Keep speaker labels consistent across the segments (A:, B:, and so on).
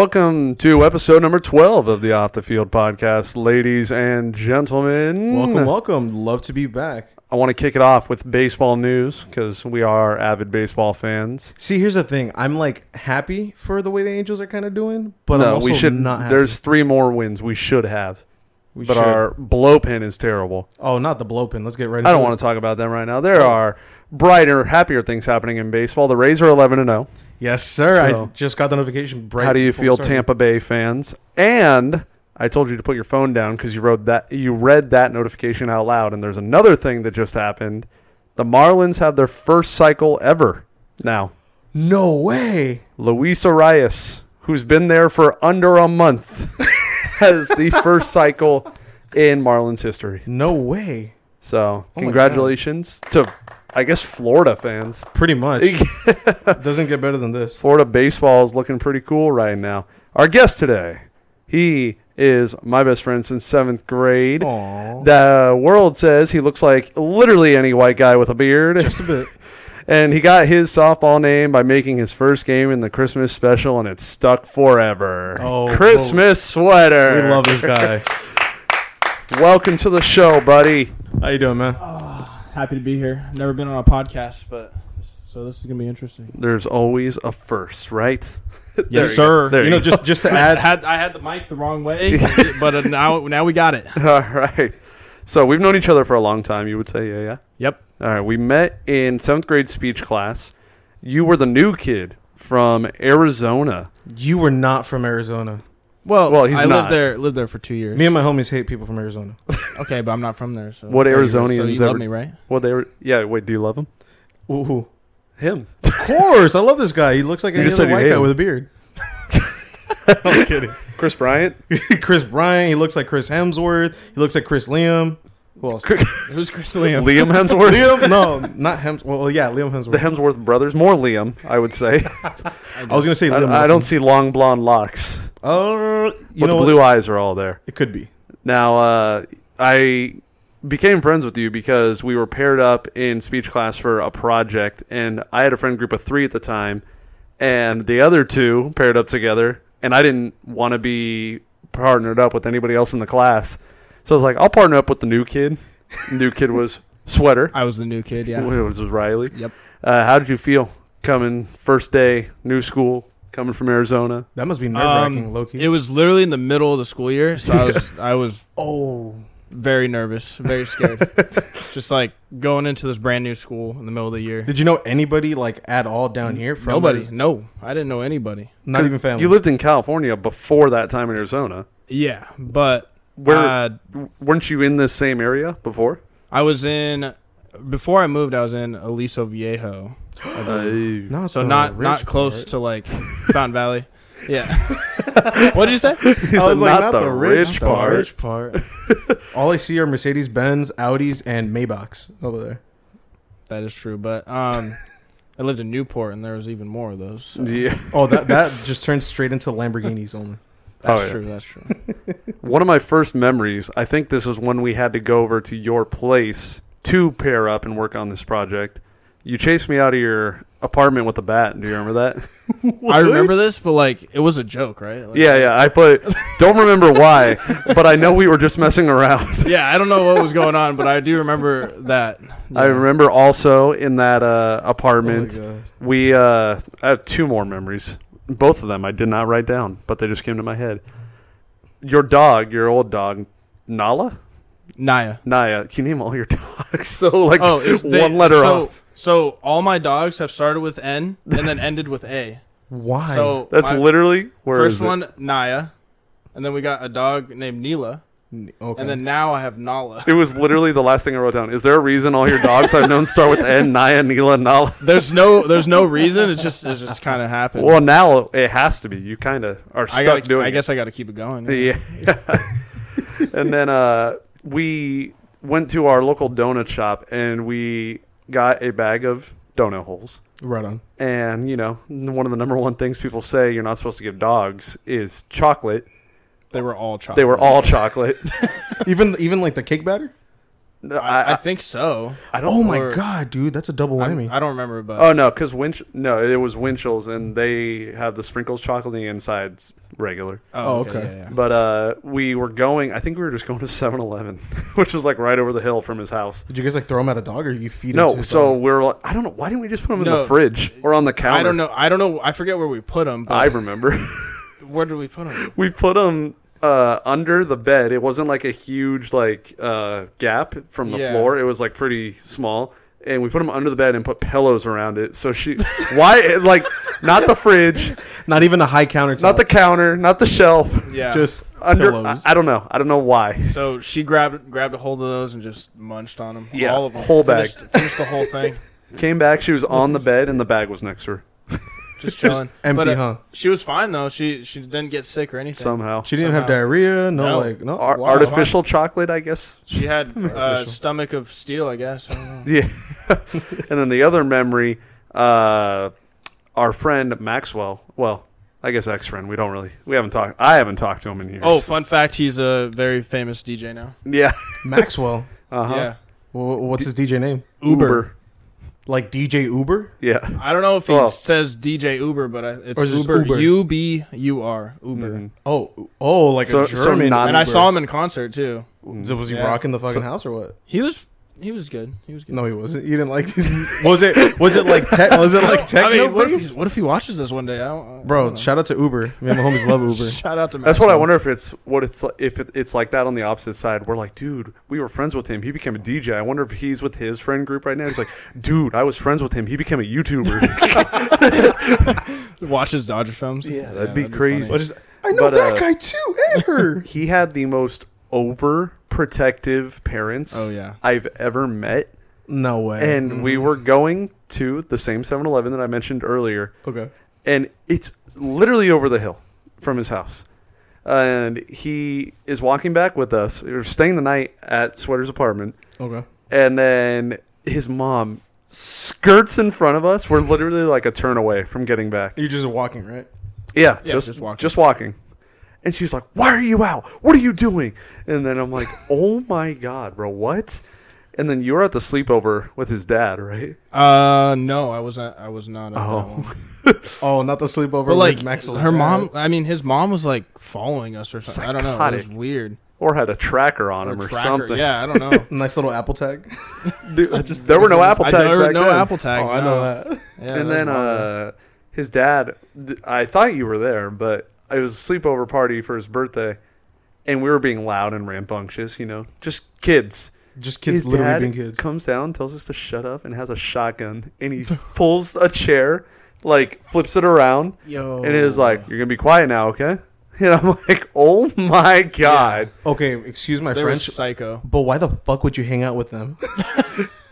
A: Welcome to episode number 12 of the Off the Field podcast, ladies and gentlemen.
B: Welcome, welcome. Love to be back.
A: I want to kick it off with baseball news because we are avid baseball fans.
B: See, here's the thing. I'm like happy for the way the Angels are kind of doing, but I'm
A: no,
B: also
A: Uh, we should
B: not happy.
A: There's three more wins we should have,
B: we
A: but
B: should-
A: our blow pin is terrible.
B: oh, not the blow pin. Let's get right.
A: I don't want to talk about them right now. There are brighter, happier things happening in baseball. The Rays are 11 and oh. 0.
B: to. Yes, sir.
A: So-
B: I just got the notification. Right
A: How do you
B: before we
A: feel,
B: started.
A: Tampa Bay fans? And I told you to put your phone down because you wrote that you read that notification out loud. And there's another thing that just happened. The Marlins have their first cycle ever now.
B: No way.
A: Luis Arias, who's been there for under a month, has the first cycle in Marlins history.
B: No way.
A: So
B: Oh God.
A: congratulations to, I guess, Florida fans.
B: Pretty much. Doesn't get better than this.
A: Florida baseball is looking pretty cool right now. Our guest today, he is my best friend since seventh grade.
B: Aw.
A: The world says he looks like literally any white guy with a beard.
B: Just a bit.
A: and he got his softball name by making his first game in the Christmas special, and it's stuck forever.
B: Oh,
A: Christmas
B: We
A: sweater.
B: love this guy.
A: Welcome to the show, buddy.
B: How you doing, man?
C: Ah, Happy to be here. Never been on a podcast, but so this is gonna be interesting.
A: There's always a first, right? There you
B: yes,
A: go.
B: sir.
A: There you
B: you know,
A: go.
B: just just to
C: I
B: add.
C: had I had the mic the wrong way, but uh, now now we got it.
A: All right. So we've known each other for a long time. You would say, yeah, yeah.
C: Yep.
A: All right, we met in seventh grade speech class. You were the new kid from Arizona.
B: You were not from Arizona.
C: Well,
A: Well, he's
C: I
A: not.
C: lived there lived there for two years.
B: Me and my homies hate people from Arizona.
C: okay, but I'm not from there. So
A: What
C: There you go.
A: Arizonians
C: So you love
A: ever-
C: me, right?
A: Well, they were. Yeah, wait. Do you love him?
B: Ooh.
A: Him.
B: Of course, I love this guy. He looks like
A: You
B: any
A: just said
B: other
A: you
B: white
A: hate
B: guy
A: him.
B: with a beard. I'm kidding.
A: Chris Bryant.
B: Chris Bryant. He looks like Chris Hemsworth. He looks like Chris Liam. Who else?
C: Who's Chris
A: Liam Hemsworth.
B: Liam? No, not Hems. Well, yeah, Liam
A: The
B: Hemsworth.
A: Hemsworth brothers. More Liam, I would say.
B: I was gonna say Liam.
A: I, I don't see long blonde locks,
B: Oh, you
A: but
B: know
A: the
B: what?
A: blue eyes are all there.
B: It could be.
A: Now, uh, I became friends with you because we were paired up in speech class for a project, and I had a friend group of three at the time, and the other two paired up together, and I didn't want to be partnered up with anybody else in the class, so I was like, I'll partner up with the new kid. new kid was sweater.
C: I was the new kid.
A: Yeah.
C: Yeah.
A: It was Riley.
C: Yep.
A: Uh, how did you feel coming first day, new school, coming from Arizona?
B: That must be nerve wracking,
C: Um,
B: Loki.
C: It was literally in the middle of the school year, so I was I was
B: oh,
C: very nervous, very scared, just like going into this brand new school in the middle of the year.
B: did you know anybody like at all down here? From
C: Nobody.
B: Arizona?
C: No, I didn't know anybody.
B: Not even family.
A: You lived in California before that time in Arizona.
C: Yeah, but
A: Where-
C: uh,
A: weren't you in this same area before?
C: I was in before I moved. I was in Aliso Viejo,
A: Uh,
C: I believe.
B: not
C: so
B: the
C: not
B: rich
C: not close
B: part.
C: to like Fountain Valley. Yeah. what did you say?
A: He
B: I
A: said,
B: was like,
A: not, the, rich,
B: not the
A: part.
B: rich part. all I see are Mercedes Benz, Audis, and Maybachs over there.
C: That is true, but um, I lived in Newport, and there was even more of those. so
A: Yeah.
B: Oh, that that just turns straight into Lamborghinis only.
C: That's
A: Oh, yeah.
C: true. That's true.
A: One of my first memories, I think this was when we had to go over to your place to pair up and work on this project. You chased me out of your apartment with a bat. Do you remember that?
C: I remember this, but like it was a joke, right? Like,
A: yeah, yeah. I put, don't remember why, but I know we were just messing around.
C: Yeah, I don't know what was going on, but I do remember that.
A: I remember also in that uh, apartment,
B: Oh my gosh.
A: we, uh, I have two more memories. Both of them I did not write down, but they just came to my head. Your dog, your old dog, Nala?
C: Naya.
A: Naya, can you name all your dogs? So like
C: Oh, it's
A: one
C: they-
A: letter
C: so,
A: off.
C: So all my dogs have started with N and then ended with A.
B: Why?
C: So
A: That's
C: my
A: literally where
C: first
A: is it?
C: one Naya, and then we got a dog named Neela,
B: N- okay.
C: and then now I have Nala.
A: It was literally the last thing I wrote down. Is there a reason all your dogs I've known start with N, Naya, Nila, Nala?
C: There's no there's no reason. It just it just kind of happened.
A: Well, now it has to be. You kind of are stuck
C: I gotta,
A: doing.
C: I
A: it.
C: guess I got to keep it going.
A: Yeah. and then uh, we went to our local donut shop and we got a bag of donut holes.
B: right on.
A: And you know, one of the number one things people say you're not supposed to give dogs is chocolate.
C: They were all chocolate.
A: They were all chocolate.
B: Even even like the cake batter.
A: No,
C: I,
A: I, I,
C: think so.
A: I don't.
B: Oh my
C: Or-
B: god, dude, that's a double
C: I,
B: whammy.
C: I don't remember, but
A: Oh no, because Winch. No, it was Winchell's, and they have the sprinkles chocolate on the inside s- regular.
B: Oh, okay.
C: yeah, yeah.
A: But uh, we were going. I think we were just going to 7-Eleven, which was like right over the hill from his house.
B: Did you guys like throw him at a dog, or you feed him? to
A: No,
B: his
A: so
B: dog?
A: we're like, I don't know. Why didn't we just put them in
C: No.
A: the fridge or on the counter?
C: I don't know. I don't know. I forget where we put them. But
A: I remember.
C: where did we put them?
A: we put them uh, under the bed. It wasn't like a huge like uh, gap from the
C: Yeah.
A: floor. It was like pretty small. And we put them under the bed and put pillows around it. So she, why like not the fridge,
B: not even a high countertop.
A: not the counter, not the shelf,
C: Yeah.
B: just
A: under. I,
B: pillows.
A: I don't know. I don't know why.
C: so she grabbed grabbed a hold of those and just munched on them.
A: Yeah,
C: all of them.
A: whole bag.
C: Finished, finished the whole thing.
A: Came back. She was on the bed and the bag was next to her
C: Just chilling.
B: empty,
C: But, uh,
B: huh?
C: She was fine though. She she didn't get sick or anything.
A: somehow.
B: She didn't have
C: somehow.
B: diarrhea. No,
C: No.
B: like no
A: Ar-
B: wow.
A: artificial chocolate, I guess.
C: She had uh, stomach of steel, I guess. I don't know.
A: Yeah. and then the other memory, uh, our friend Maxwell. Well, I guess ex friend. We don't really. We haven't talked. I haven't talked to him in years.
C: Oh, fun fact: he's a very famous DJ now.
A: yeah.
B: Maxwell.
A: Uh huh.
C: Yeah,
B: Well, what's his DJ name?
C: Uber.
B: Like DJ Uber?
A: Yeah.
C: I don't know if he
A: Well-
C: says DJ Uber, but I, it's
B: Or is it just
C: Uber.
B: Uber?
C: U B U R Uber.
A: Mhm.
B: Oh, oh, like
A: So-
B: a
A: so
B: German.
A: not-
C: And I saw him in concert too.
B: So was he
C: Yeah.
B: rocking the fucking
A: So-
B: house or what?
C: He was he was good. He was good.
B: No, he wasn't. You didn't like. was it? Was it like? Te- was it like
C: I
B: techno?
C: mean, what if,
B: bass?
C: he, what if he watches this one day? I don't, I
B: Bro,
C: don't know.
B: shout out to Uber. Me and my homies love Uber.
C: shout out to
A: That's what I
C: Maxwell.
A: wonder if it's what it's li- if it, it's like that on the opposite side. We're like, dude, we were friends with him. He became a DJ. I wonder if he's with his friend group right now. He's like, dude, I was friends with him. He became a YouTuber.
C: Watches Dodger films. Yeah,
A: that'd be crazy.
B: What is- I know
A: But,
B: that
A: uh,
B: guy too, and her.
A: he had the most overprotective parents.
C: Oh, yeah.
A: I've ever met.
B: no way.
A: and we were going to the same 7-Eleven that I mentioned earlier,
B: okay.
A: and it's literally over the hill from his house. And he is walking back with us. We were staying the night at Sweater's apartment,
B: Okay.
A: and then his mom skirts in front of us. We're literally like a turn away from getting back.
B: You're just walking, right?
A: Yeah,
C: Yeah,
A: just,
C: just
A: just
C: walking.
A: walking. And she's like, "Why are you out? What are you doing?" And then I'm like, "Oh my god, bro, what?" And then you were at the sleepover with his dad, right?
C: Uh, no, I wasn't. I was not. At
A: Oh.
C: that one.
B: Oh, not the sleepover.
C: but like
B: with Maxwell's
C: her
B: dad.
C: mom. I mean, his mom was like following us or something. I don't know. It
A: Psychotic.
C: was weird.
A: or had a tracker on him
C: Or
A: or,
C: tracker.
A: something.
C: Yeah, I don't know.
B: Nice little Apple tag.
A: Dude, there were no Apple
C: I
A: tags
C: know-
A: back
C: no
A: then. Oh,
C: Apple tags.
B: Oh, I
C: no.
B: know that.
C: Yeah,
A: and
C: that
A: then
C: was wild.
A: uh, his dad, th- I thought you were there, but it was a sleepover party for his birthday, and we were being loud and rambunctious, you know, just kids.
B: Just kids
A: his
B: literally
A: dad
B: being kids.
A: comes down, tells us to shut up, and has a shotgun, and he pulls a chair, like flips it around,
C: yo,
A: and is like, "You're gonna be quiet now, okay?" And I'm like, "Oh my god."
B: Okay, excuse my
C: they were
B: French,
C: psycho.
B: but why the fuck would you hang out with them?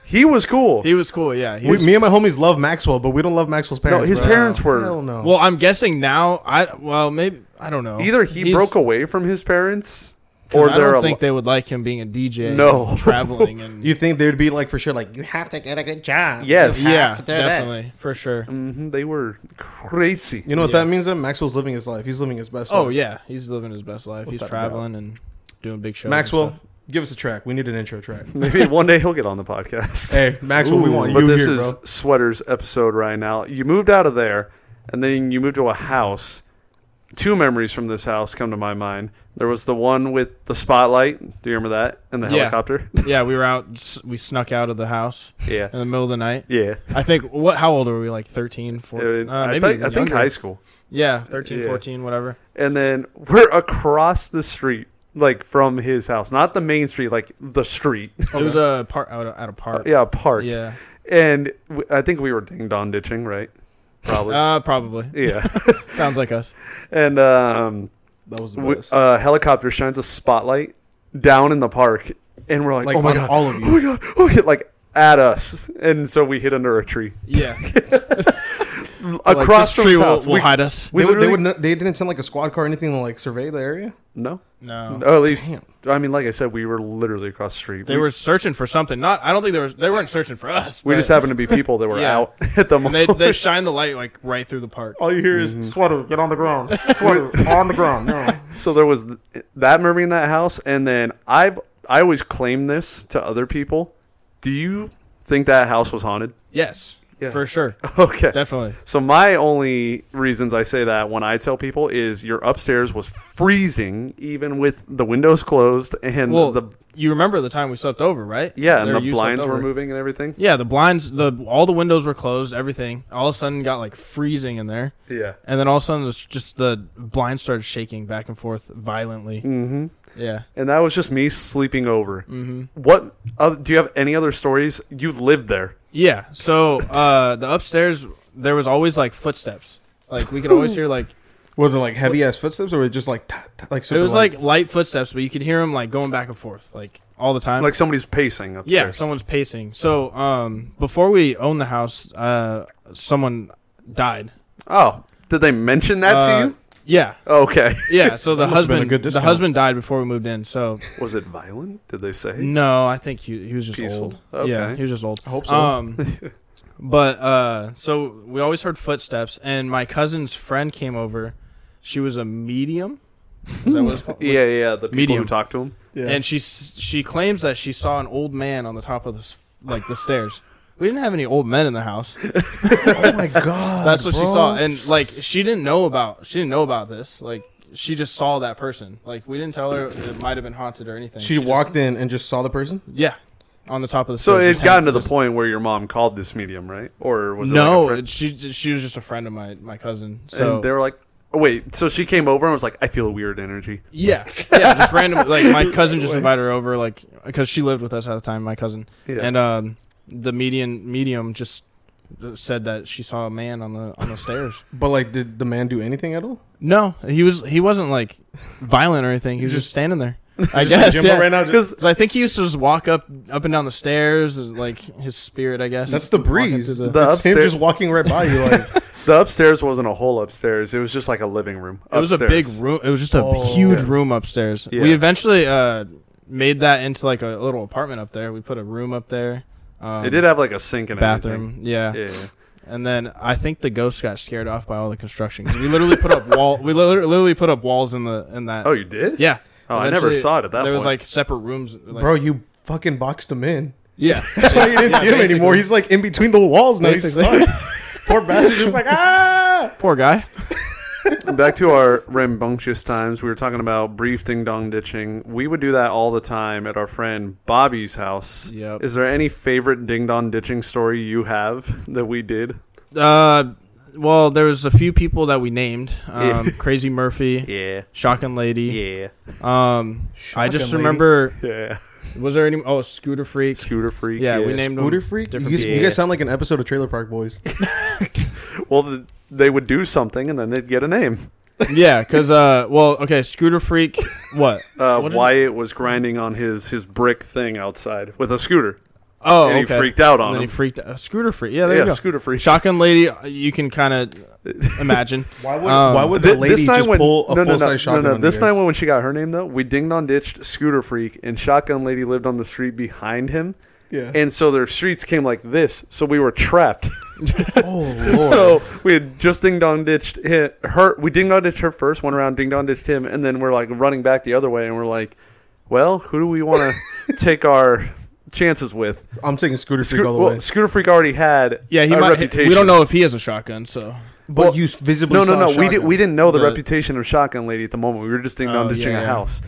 A: He was cool.
C: He was cool. Yeah. He
B: We,
C: was,
B: me and my homies love Maxwell, but we don't love Maxwell's
A: no,
B: parents.
A: his
B: bro.
A: parents were
B: Hell no.
C: well, I'm guessing now. I well maybe I don't know.
A: Either he
C: He's-
A: broke away from his parents,
C: 'cause
A: or
C: I
A: they're
C: don't
A: al-
C: think they would like him being a DJ. and
A: No.
C: traveling and
B: you think they'd be like for sure like
D: You have to get a good job.
A: Yes.
D: You have
C: yeah,
D: to do
C: definitely
D: this.
C: for sure.
A: Mhm, they were crazy.
B: You know what
C: Yeah.
B: that means? Then Maxwell's living his life. He's living his best.
C: Oh
B: life.
C: yeah, he's living his best life.
B: What's
C: he's
B: that
C: traveling and doing big shows. and
B: Maxwell,
C: stuff.
B: give us a track. We need an intro track.
A: Maybe one day he'll get on the podcast.
B: hey, Maxwell, we
A: Ooh.
B: want
A: but
B: you
A: this
B: here,
A: is
B: bro.
A: sweaters episode right now. You moved out of there, and then you moved to a house. Two memories from this house come to my mind. There was the one with the spotlight. Do you remember that? And the
C: Yeah.
A: helicopter.
C: yeah, we were out. s- We snuck out of the house
A: yeah,
C: in the middle of the night.
A: yeah.
C: I think what? How old are we? Like 13, 14?
A: Uh,
C: Uh,
A: I,
C: maybe
A: think,
C: even
A: I think
C: younger.
A: high school.
C: Yeah, 13,
A: Yeah.
C: 14, whatever.
A: And then we're across the street, like from his house, not the main street, like the street.
C: It was a park out at a park.
A: Oh, yeah, a park.
C: Yeah.
A: And w- I think we were ding dong ditching, right? Probably.
C: Uh, probably.
A: yeah.
C: Sounds like us.
A: And um,
B: That was the
A: w-
B: best.
A: a helicopter shines a spotlight down in the park, and we're like,
B: like
A: "Oh my
B: on
A: god!
B: all of
A: Oh
B: you.
A: my god! Oh my god!" Like at us, and so we hid under a tree
C: Yeah.
A: across
C: Like, this
A: from
C: tree
A: his
C: will,
A: house.
C: will
A: we,
C: hide us.
A: we
B: they, would, they,
A: literally
B: would not, they didn't send like a squad car or anything to like survey the area.
A: no.
C: No.
A: no, at least I mean, like I said, we were literally across the street.
C: They
A: we,
C: were searching for something. Not. I don't think they were. They weren't searching for us.
A: we
C: but-
A: just happened to be people that were
C: Yeah.
A: out at the
C: And
A: moment.
C: they they shine the light like right through the park.
A: Oh.
B: All you hear is
C: Mm-hmm.
B: sweater, get on the ground. Sweater on the ground. No.
A: so there was th- that memory in that house, and then I've I always claim this to other people. Do you think that house was haunted?
C: Yes,
A: Yeah.
C: for sure,
A: Okay.
C: definitely.
A: So my only reasons I say that when I tell people is your upstairs was freezing even with the windows closed and
C: Well,
A: the
C: you remember the time we slept over, right?
A: yeah, and
C: There
A: the
C: you slept
A: blinds were
C: over.
A: moving and everything.
C: Yeah, the blinds, the all the windows were closed, everything. All of a sudden, got like freezing in there,
A: Yeah.
C: and then all of a sudden, it's just the blinds started shaking back and forth violently.
A: Mhm.
C: Yeah.
A: And that was just me sleeping over.
C: Mm-hmm.
A: What oth- do you have any other stories? You lived there.
C: Yeah. So uh, the upstairs, there was always like footsteps. Like we could always hear like
B: Were there like heavy ass footsteps, or were it just like ta- ta- like super
C: it was
B: light?
C: like light footsteps, but you could hear them like going back and forth like all the time.
A: Like somebody's pacing upstairs.
C: yeah, someone's pacing. So um, before we owned the house, uh, someone died.
A: Oh, did they mention that
C: Uh,
A: to you?
C: Yeah,
A: Okay.
C: yeah. So the
B: That must've been a
C: husband,
B: good
C: the
B: discount.
C: husband died before we moved in. So
A: Was it violent? Did they say?
C: no, I think he he was just
A: Peaceful.
C: old.
A: Okay.
C: Yeah, he was just old.
B: I hope so.
C: Um, but uh, so we always heard footsteps, and my cousin's friend came over. She was a medium, is that what it's called?
A: Yeah, yeah. The people
C: Medium.
A: who talk to him.
B: yeah.
C: and she s- she claims that she saw an old man on the top of the s- like the stairs. We didn't have any old men in the house.
B: oh my god,
C: That's what she
B: bro.
C: saw, and like she didn't know about she didn't know about this. Like she just saw that person. Like we didn't tell her it might have been haunted or anything.
B: she
C: just-
B: walked in and just saw the person.
C: yeah, on the top of the
A: So
C: stairs.
A: it's
C: just
A: gotten to
C: hanging
A: the
C: from
A: point where your mom called this medium, right? Or was it
C: no,
A: Like a friend?
C: it- she she was just a friend of my my cousin.
A: So
C: So
A: and they were like, oh, "Wait." So she came over and was like, "I feel a weird energy."
C: yeah, yeah, just random. Like my cousin just invited her over, like because she lived with us at the time. My cousin
A: Yeah.
C: and um, the median medium just said that she saw a man on the on the stairs.
B: But like, did the man do anything at all?
C: No, he was he wasn't like violent or anything. He was just,
B: Just-
C: standing there. I
B: Just
C: guess.
B: jump
C: Yeah.
B: up right now, just-
A: 'Cause-
C: 'Cause I think he used to just walk up up and down the stairs, like his spirit. I guess
B: that's the
C: Walking
B: breeze.
C: through the-
A: The
B: That's him
A: upstairs-
B: just walking right by you. Like,
A: the upstairs wasn't a whole upstairs; it was just like a living room.
C: it was a big
A: upstairs.
C: room. It was just a
B: Oh.
C: huge
A: Yeah.
C: room upstairs.
A: Yeah.
C: We eventually uh, made that into like a little apartment up there. We put a room up there. Um,
A: It did have like a sink and everything.
C: bathroom. Yeah.
A: Yeah, yeah.
C: and then I think the ghost got scared off by all the construction. 'Cause We literally put up wall. We liter- literally put up walls in the in that.
A: Oh, you did?
C: yeah.
A: Oh, I never
C: Eventually,
A: saw it at that.
C: There
A: point.
C: was like separate rooms. Like,
B: bro, you fucking boxed him in.
C: Yeah.
B: That's why you didn't
C: Yeah,
B: see him
C: basically.
B: anymore. He's like in between the walls now. He's
C: Basically.
B: stuck. Poor bastard, just like ah.
C: Poor guy.
A: Back to our rambunctious times. We were talking about brief ding dong ditching. We would do that all the time at our friend Bobby's house.
C: Yep.
A: Is there any favorite ding dong ditching story you have that we did?
C: Uh, well, there was a few people that we named. Um,
A: Yeah.
C: Crazy Murphy,
A: Yeah.
C: Shocking Lady.
A: Yeah.
C: Um, I just
B: Shocking lady.
C: remember.
A: Yeah.
C: Was there any? Oh, Scooter Freak.
A: Scooter freak.
C: Yeah, we named
B: Scooter
C: him
B: freak. You
C: different
B: guys,
A: people.
B: you guys sound like an episode of Trailer Park Boys.
A: Well, th they would do something and then they'd get a name.
C: yeah, because uh, well, okay, Scooter Freak. What?
A: Uh,
C: What is-
A: Wyatt was grinding on his his brick thing outside with a scooter.
C: Oh,
A: and he
C: okay.
A: freaked out
C: And
A: on
C: then
A: him.
C: he freaked. Uh, scooter Freak. Yeah, there
A: yeah,
C: you go.
A: scooter freak.
C: Shocking Lady. uh, You can kind of imagine.
B: Why would
C: Um,
B: why would the
A: Th-
B: lady just
A: when-
B: pull a
A: no, no,
B: full
A: no,
B: size shotgun?
A: No, no,
B: on you
A: this
B: guys?
A: night when she got her name though, we dinged on ditched Scooter Freak, and Shotgun Lady lived on the street behind him,
B: yeah.
A: and so their streets came like this, so we were trapped.
B: oh lord.
A: so we had just ding dong ditched hit her. We ding dong ditched her first, went around ding dong ditched him, and then we're like running back the other way, and we're like, well, who do we want to take our chances with?
B: I'm taking Scooter Freak
A: Scoo-
B: all the
A: well,
B: way.
A: Scooter Freak already had
C: Yeah, he
A: a
C: might.
A: reputation.
C: We don't know if he has a shotgun. So
B: But
A: well,
B: you visibly
A: No, no,
B: saw
A: no.
B: a
A: We, did,
B: shotgun.
A: we didn't know the,
C: The-
A: reputation of Shotgun Lady at the moment. We were just ding dong
C: Oh,
A: ditching
C: yeah.
A: a house.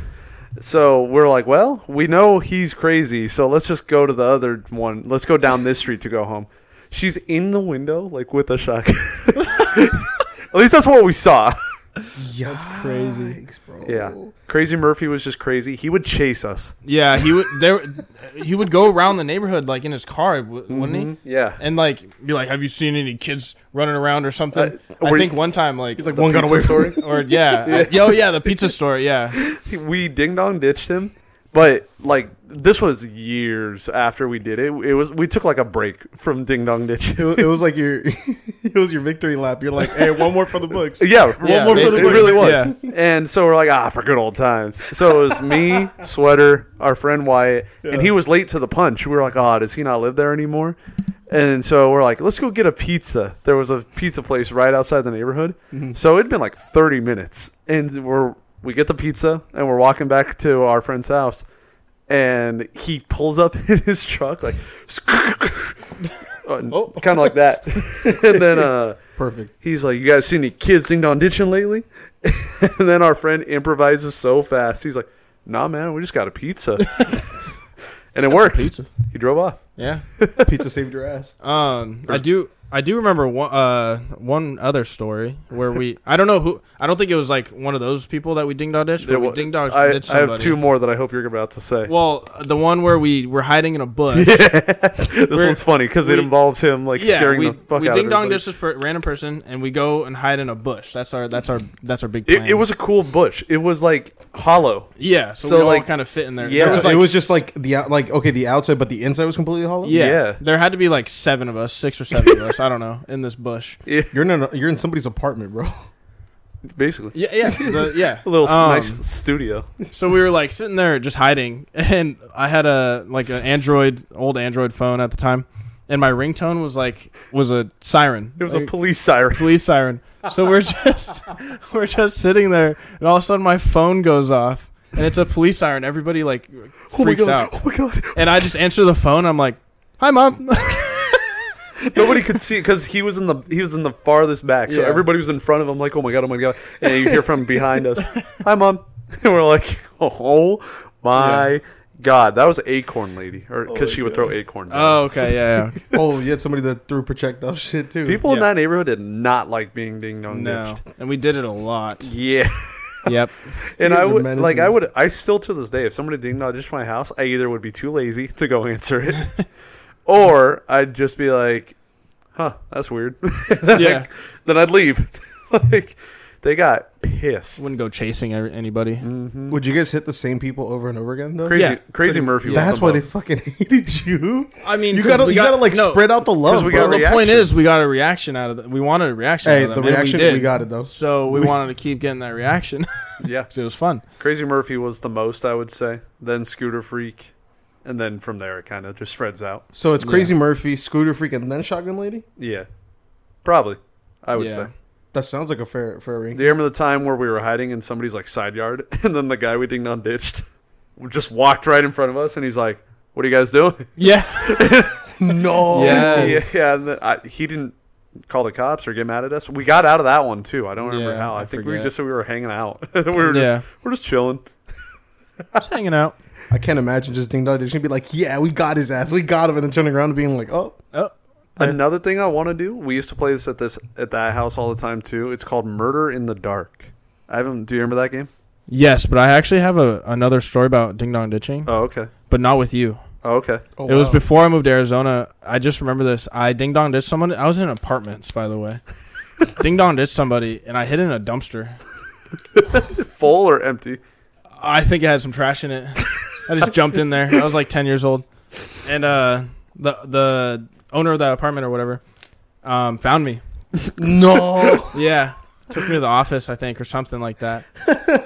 A: So we're like, well, we know he's crazy, so let's just go to the other one. Let's go down this street to go home. She's in the window, like with a shotgun. at least that's what we saw.
B: That's crazy, bro.
A: Yeah. Crazy Murphy was just crazy. He would chase us.
C: Yeah, he would there. He would go around the neighborhood like in his car, w- wouldn't
A: Mhm.
C: he?
A: Yeah.
C: And like be like, "Have you seen any kids running around or something?"
A: Uh,
C: I
A: were
C: think
A: you-
C: one time, like,
B: He's like one got
A: pizza
B: away from
A: story?
B: it.
C: or yeah, yeah. oh yeah, the pizza store, yeah,
A: we ding dong ditched him, but like this was years after we did it. It was we took like a break from ding dong ditch.
B: It, wa- it was like your, it was your victory lap. You're like, hey, one more for the books.
A: Yeah,
C: Yeah,
A: one more for the
C: basically.
A: it really was.
C: Yeah.
A: And so we're like, ah, for good old times. So it was me, Sweater, our friend Wyatt, and he was late to the punch. We were like, oh, does he not live there anymore? And so we're like, let's go get a pizza. There was a pizza place right outside the neighborhood. So it'd been like 30 minutes. And we're we get the pizza and we're walking back to our friend's house. and he pulls up in his truck like kind of like that and then uh
B: Perfect.
A: he's like you guys seen any kids ding dong ditching lately and then our friend improvises so fast he's like nah man we just got a pizza and it worked
C: Pizza.
A: he drove off
C: Yeah.
B: Pizza saved your ass.
C: Um, I do. I do remember one uh, one other story where we I don't know who I don't think it was like one of those people that we ding dong ditched, but
A: It
C: we
A: wa-
C: ding dong
A: I,
C: ditched
A: I
C: somebody.
A: have two more that i hope you're about to say
C: Well, the one where we were hiding in a bush.
A: this
C: we're-
A: one's funny because it
C: we-
A: involves him like scaring
C: we,
A: the fuck
C: we
A: out
C: ding
A: of
C: dong
A: everybody.
C: ditch this per- random person and we go and hide in a bush. That's our that's our that's our big plan.
A: it, it was a cool bush it was like hollow
C: yeah. So,
A: so,
C: we all
A: like,
C: kind of fit in there.
A: yeah,
C: There
B: So
A: was
B: it was just like the out, like okay, the outside, but the inside was completely hollow.
C: yeah,
A: yeah.
C: There had to be like seven of us, six or seven of us. I don't know in this bush.
B: You're in a, you're in somebody's apartment, bro.
A: basically
C: Yeah, yeah, the- yeah.
A: a little s
C: Um,
A: nice studio
C: So we were like sitting there just hiding, and I had a like an Android old Android phone at the time, and my ringtone was like was a siren.
A: it was a
C: Like,
A: police siren
C: police siren. So we're just we're just sitting there, and all of a sudden my phone goes off, and it's a police siren. Everybody like
A: oh my
C: freaks
A: god
C: out,
A: oh my god
C: and I just answer the phone. I'm like, "Hi, mom."
A: Nobody could see it because he was in the he was in the farthest back, so
C: Yeah.
A: everybody was in front of him. Like, oh my god, oh my god! And you hear from behind us, "Hi, mom," and we're like, "Oh my god!" That was Acorn Lady, or because
B: Oh,
A: she would
B: God.
A: throw acorns. at
C: oh,
A: us.
C: okay, yeah. yeah.
B: oh, you had somebody that threw projectile shit too.
A: People in
C: Yeah.
A: that neighborhood did not like being ding dong
C: No,
A: ditched.
C: and we did it a lot.
A: Yeah,
C: Yep.
A: and
B: guys
A: I
B: are
A: would like I
B: menaces.
A: would I still to this day if somebody ding dong ditched my house, I either would be too lazy to go answer it, or I'd just be like, "Huh, that's weird." then,
C: Yeah.
A: I, then I'd leave. like they got pissed.
C: Wouldn't go chasing every- anybody.
B: Would you guys hit the same people over and over again though?
A: Crazy,
C: Yeah.
A: crazy Murphy. was
B: That's
A: the
B: why they
A: most.
B: fucking hated you.
C: I mean,
B: You
C: 'cause
B: gotta
C: we
B: you gotta like
C: no,
B: spread out the love.
A: 'Cause we
B: bro.
A: got
C: Well, the point
A: reactions.
C: is, we got a reaction out of the, we wanted a reaction.
B: Hey,
C: out of them,
B: the
C: and
B: reaction
C: we, did.
B: we got it though.
C: So we wanted to keep getting that reaction.
A: Yeah,
C: so it was fun.
A: Crazy Murphy was the most I would say. Then Scooter Freak, and then from there it kind of just spreads out.
B: So it's
C: Yeah.
B: Crazy Murphy, Scooter Freak, and then Shotgun Lady.
A: Yeah, probably. I would
C: Yeah.
A: say
B: That sounds like a fair fair ranking.
A: the remember the time where we were hiding in somebody's like side yard, and then the guy we dinged on ditched just walked right in front of us, and he's like, "What are you guys doing?"
C: Yeah.
B: no.
C: Yes.
A: Yeah, yeah and the, I, he didn't call the cops or get mad at us. We got out of that one too. I don't remember
C: Yeah,
A: how. I,
C: I
A: think we
C: forget.
A: just we were hanging out. we were just
C: Yeah.
A: we're just chilling.
C: Just hanging out.
B: I can't imagine just Ding Dong. She's gonna be like, "Yeah, we got his ass. We got him," and then turning around and being like, "Oh,
C: Oh.
A: Another thing I want to do. We used to play this at this at that house all the time too. It's called Murder in the Dark. I haven't. Do you remember that game?
C: Yes, but I actually have a, another story about ding dong ditching,
A: Oh okay.
C: but not with you.
A: Oh okay.
B: oh
C: it was
B: wow.
C: before I moved to Arizona. I just remember this. I ding dong ditched someone. I was in apartments, by the way. ding dong ditched somebody, and I hid in a dumpster.
A: Full or empty?
C: I think it had some trash in it. I just jumped in there. I was like ten years old, and uh, the the owner of that apartment or whatever um, found me.
B: no."
C: Yeah, took me to the office, I think, or something like that.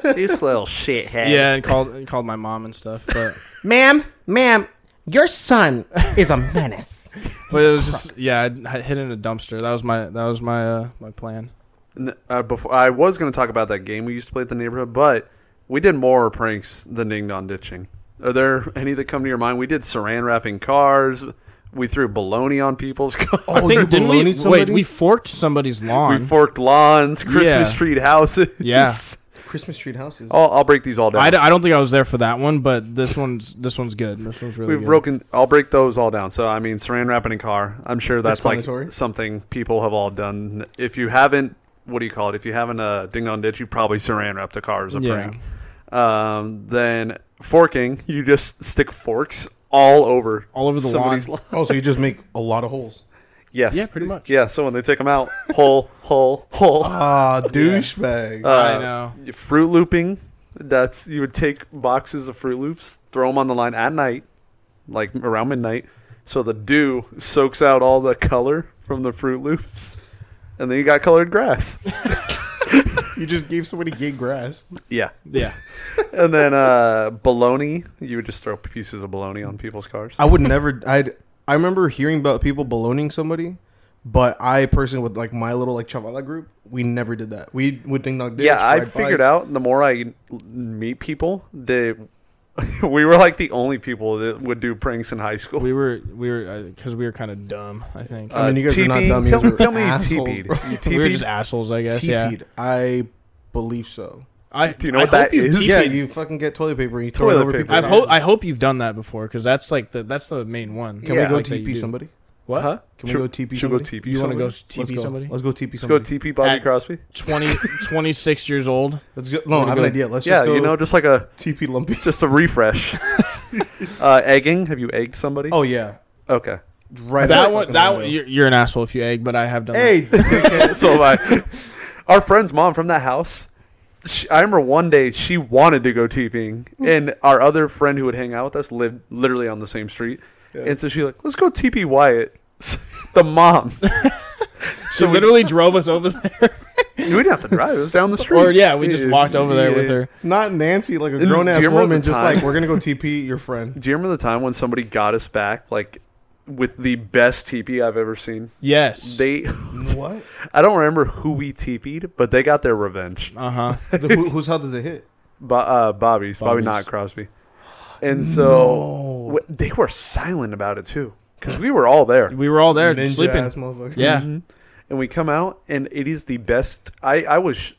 A: this little shithead.
C: Yeah, and called and called my mom and stuff. But
D: Ma'am, ma'am, your son is a menace.
C: but it was just yeah, I I hid in a dumpster. That was my that was my uh, my plan.
A: N- Uh, before I was going to talk about that game we used to play at the neighborhood, but we did more pranks than ding dong ditching. Are there any that come to your mind? We did saran wrapping cars. We threw baloney on people's cars.
B: Oh, you
C: didn't we-
B: baloneyed
C: wait,
B: somebody?
C: we forked somebody's lawn.
A: we forked lawns, Christmas
C: Yeah.
A: tree houses.
C: yeah,
B: Christmas Street houses.
A: I'll, I'll break these all down.
C: I, d- I don't think I was there for that one, but this one's this one's good. This one's really
A: We've
C: good.
A: broken. I'll break those all down. So I mean, saran wrapping a car. I'm sure that's like
B: Explanatory.
A: something people have all done. If you haven't, what do you call it? If you haven't uh, ding dong ditch, you probably saran wrapped a car as a
C: Yeah.
A: prank. Um, then forking, you just stick forks all over
C: all over the lawn.
A: somebody's
B: Oh, so you just make a lot of holes.
A: Yes.
C: Yeah, pretty much. Oh,
A: Yeah. So when they take them out, hole, hole, hole.
B: Ah, douchebag.
C: I know.
A: Uh, Fruit looping. That's you would take boxes of Fruit Loops, throw them on the line at night, like around midnight, so the dew soaks out all the color from the Fruit Loops, and then you got colored grass.
B: you just gave somebody gay grass.
A: yeah,
C: Yeah,
A: and then uh, bologna. You would just throw pieces of bologna on people's cars.
B: I would never. I'd. I remember hearing about people ballooning somebody, but I personally with like my little like chavala group, we never did that. We would ding dong. ditch,
A: yeah, I
B: ride
A: figured
B: bikes.
A: out the more I meet people, the we were like the only people that would do pranks in high school.
C: We were we were because we were kind of dumb. I think
A: Uh,
B: I mean, you guys are not
A: TP'd?
B: dumb, you
A: Tell,
B: guys are
A: tell me you
B: assholes,
A: TP'd.
B: bro.
A: You
C: we were just
A: TP'd?
C: assets, I guess. Yeah.
B: TP'd. I believe so.
C: I
A: Do you know
C: I
A: what that
C: hope you
A: is?
C: TP'd.
B: Yeah, you fucking get toilet paper and you throw
A: Toilet
B: it over
A: paper.
B: people.
C: I've ho- I hope you've done that before because that's like the that's the main one.
B: Can
A: Yeah.
B: we go
C: Like that you
B: TP
C: do.
B: somebody?
C: What?
A: Huh?
B: Can we
A: Should-
B: go TP
A: Should we go
B: somebody?
A: TP
C: You want to go
A: somebody?
C: TP
B: Let's go.
C: somebody?
B: Let's go TP
A: Let's go
B: somebody.
A: TP Bobby
C: At-
A: Crosby?
C: 20, 26 years old.
B: Let's go. No,
C: Wanna
B: I have
C: go-
B: an idea. Let's
A: Yeah,
B: just go
A: you know, just like a
B: TP Lumpy.
A: just a refresh. uh, egging? Have you egged somebody?
B: Oh yeah,
A: okay.
B: right. out
C: that
B: the
C: one.
B: fucking
C: That
B: window.
C: one, you're, you're an asshole if you egg, but I have done.
B: Hey,
A: so my our friend's mom from that house. She, I remember one day she wanted to go TPing,
C: Hmm.
A: and our other friend who would hang out with us lived literally on the same street,
B: Yeah.
A: and so she like, let's go TP Wyatt. the mom.
C: that. she literally drove us over there.
A: we didn't have to drive; it was down the street.
C: Or yeah, we just walked over there with
A: Yeah.
C: her.
B: not Nancy, like a
A: And
B: grown
A: do
B: ass
A: you remember
B: woman,
A: the
B: just
A: time-
B: like we're gonna go TP your friend.
A: Do you remember the time when somebody got us back, like with the best TP I've ever seen?
C: Yes.
A: They,
B: What?
A: I don't remember who we TP'd, but they got their revenge.
C: uh huh.
B: Who, whose house did it hit?
A: Bo- uh, Bobby's, Bobby,
C: Bobby's.
A: not Crosby. And so w- they were silent about it too, because we were all there.
C: We were all there
B: Ninja
C: sleeping.
B: ass motherfucker.
C: Yeah. Mm-hmm.
A: Mhm. And we come out, and it is the best. I I was sh-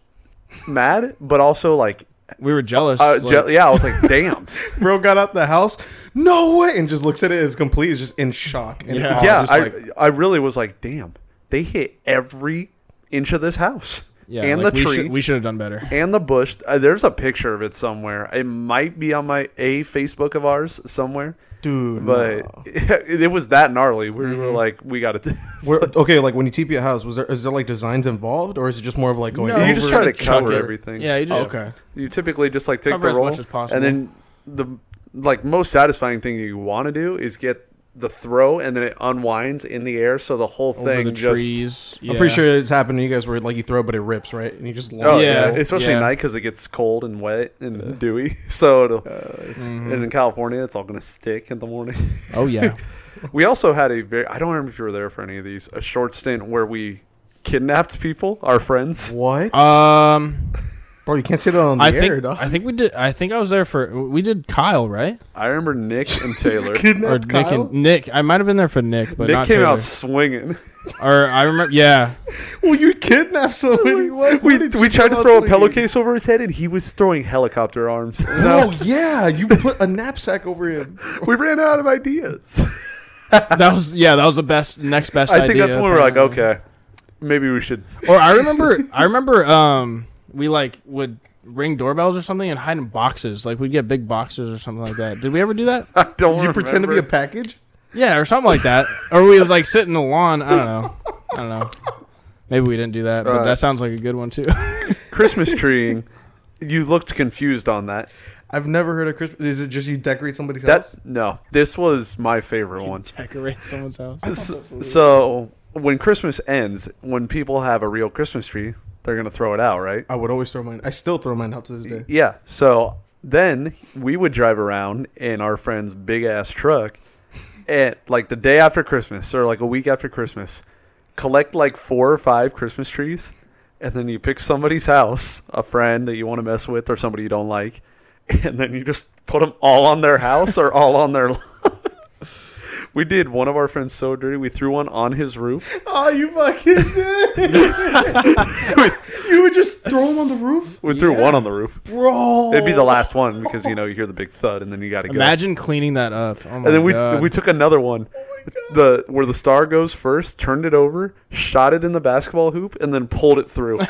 A: mad, but also like,
C: We were jealous.
A: uh,
C: like-
A: je- yeah, I was like, damn.
B: Bro got out the house, no way, and just looks at it as complete. Is just in shock. And
C: Yeah.
B: awe,
A: yeah,
B: just
A: I
B: like-
A: I really was like, damn. They hit every inch of this house.
C: Yeah,
A: and
C: like
A: the
C: we
A: tree.
C: Should, we should have done better.
A: and the bush. Uh, there's a picture of it somewhere. It might be on my a Facebook of ours somewhere,
B: dude.
A: but
B: no.
A: it, was that gnarly. We
C: Mm-hmm.
A: were like, we got to.
B: Where, okay, like when you TP a house, was there is there like designs involved, or is it just more of like going?
C: No.
B: over
A: you just
C: we're
A: try
C: gonna
A: to
C: chuck
A: cover
C: it.
A: everything.
C: Yeah, you just-
B: okay.
A: You typically just like take
C: Cover
A: the
C: as
A: roll
C: much as possible.
A: and then the like most satisfying thing you want to do is get the throw and then it unwinds in the air, so the whole
C: Over
A: thing
C: the
A: just.
C: trees. Yeah.
B: I'm pretty sure it's happened to you guys where like you throw, but it rips, right? And you just
A: Oh
B: launch it.
A: yeah,
C: Yeah,
A: especially
C: yeah.
A: night because it gets cold and wet and dewy. So, it'll,
C: Mhm.
A: and in California, it's all gonna stick in the morning.
C: Oh yeah.
A: We also had a very, I don't remember if you were there for any of these, a short stint where we kidnapped people, our friends.
B: What,
C: Um,
B: bro? You can't say that on the
C: I
B: air,
C: think
B: dog.
C: I think we did. I think I was there for we did Kyle right
A: I remember Nick and Taylor.
C: or
B: Kidnapped
C: Nick
B: Kyle?
C: and Nick. I might have been there for Nick, but
A: Nick
C: not
A: came
C: Taylor.
A: out swinging.
C: Or I remember. Yeah,
B: Well, you kidnapped somebody. What?
A: we
B: What did
A: we
B: you
A: tried to
B: tell
A: throw a
B: us when you-
A: pillowcase over his head, and he was throwing helicopter arms. And I-
B: Oh yeah, you put a knapsack over him.
A: we ran out of ideas.
C: that was yeah that was the best next best.
A: I think
C: idea,
A: that's when we were like,
C: apparently.
A: okay, maybe we should.
C: Or I remember I remember um we like would ring doorbells or something and hide in boxes. Like we'd get big boxes or something like that. Did we ever do that?
A: I don't.
B: You pretend to be a
A: remember.
B: package.
C: Yeah, or something like that. Or we would like sit in the lawn. I don't know. I don't know. Maybe we didn't do that, but
A: Right.
C: that sounds like a good one too.
A: Christmas treeing. You looked confused on that.
B: I've never heard of Christmas. Is it just you decorate somebody's
A: That
B: house?
A: no, this was my favorite one.
C: Decorate someone's house.
A: so, so when Christmas ends, when people have a real Christmas tree, they're gonna throw it out, right?
B: I would always throw mine. I still throw mine out to this day.
A: Yeah. So then we would drive around in our friend's big ass truck, and like the day after Christmas or like a week after Christmas, collect like four or five Christmas trees, and then you pick somebody's house, a friend that you want to mess with or somebody you don't like, and then you just put them all on their house or all on their. lawn. We did one of our friends so dirty. We threw one on his roof,
B: Oh, you fucking did! you would just throw them on the roof,
A: We threw one on the roof.
B: bro.
A: It'd be the last one because you know you hear the big thud and then you got to go.
C: Imagine cleaning that up. Oh my
A: and then we
C: God.
A: we took another one. the where the star goes first, turned it over, shot it in the basketball hoop, and then pulled it through.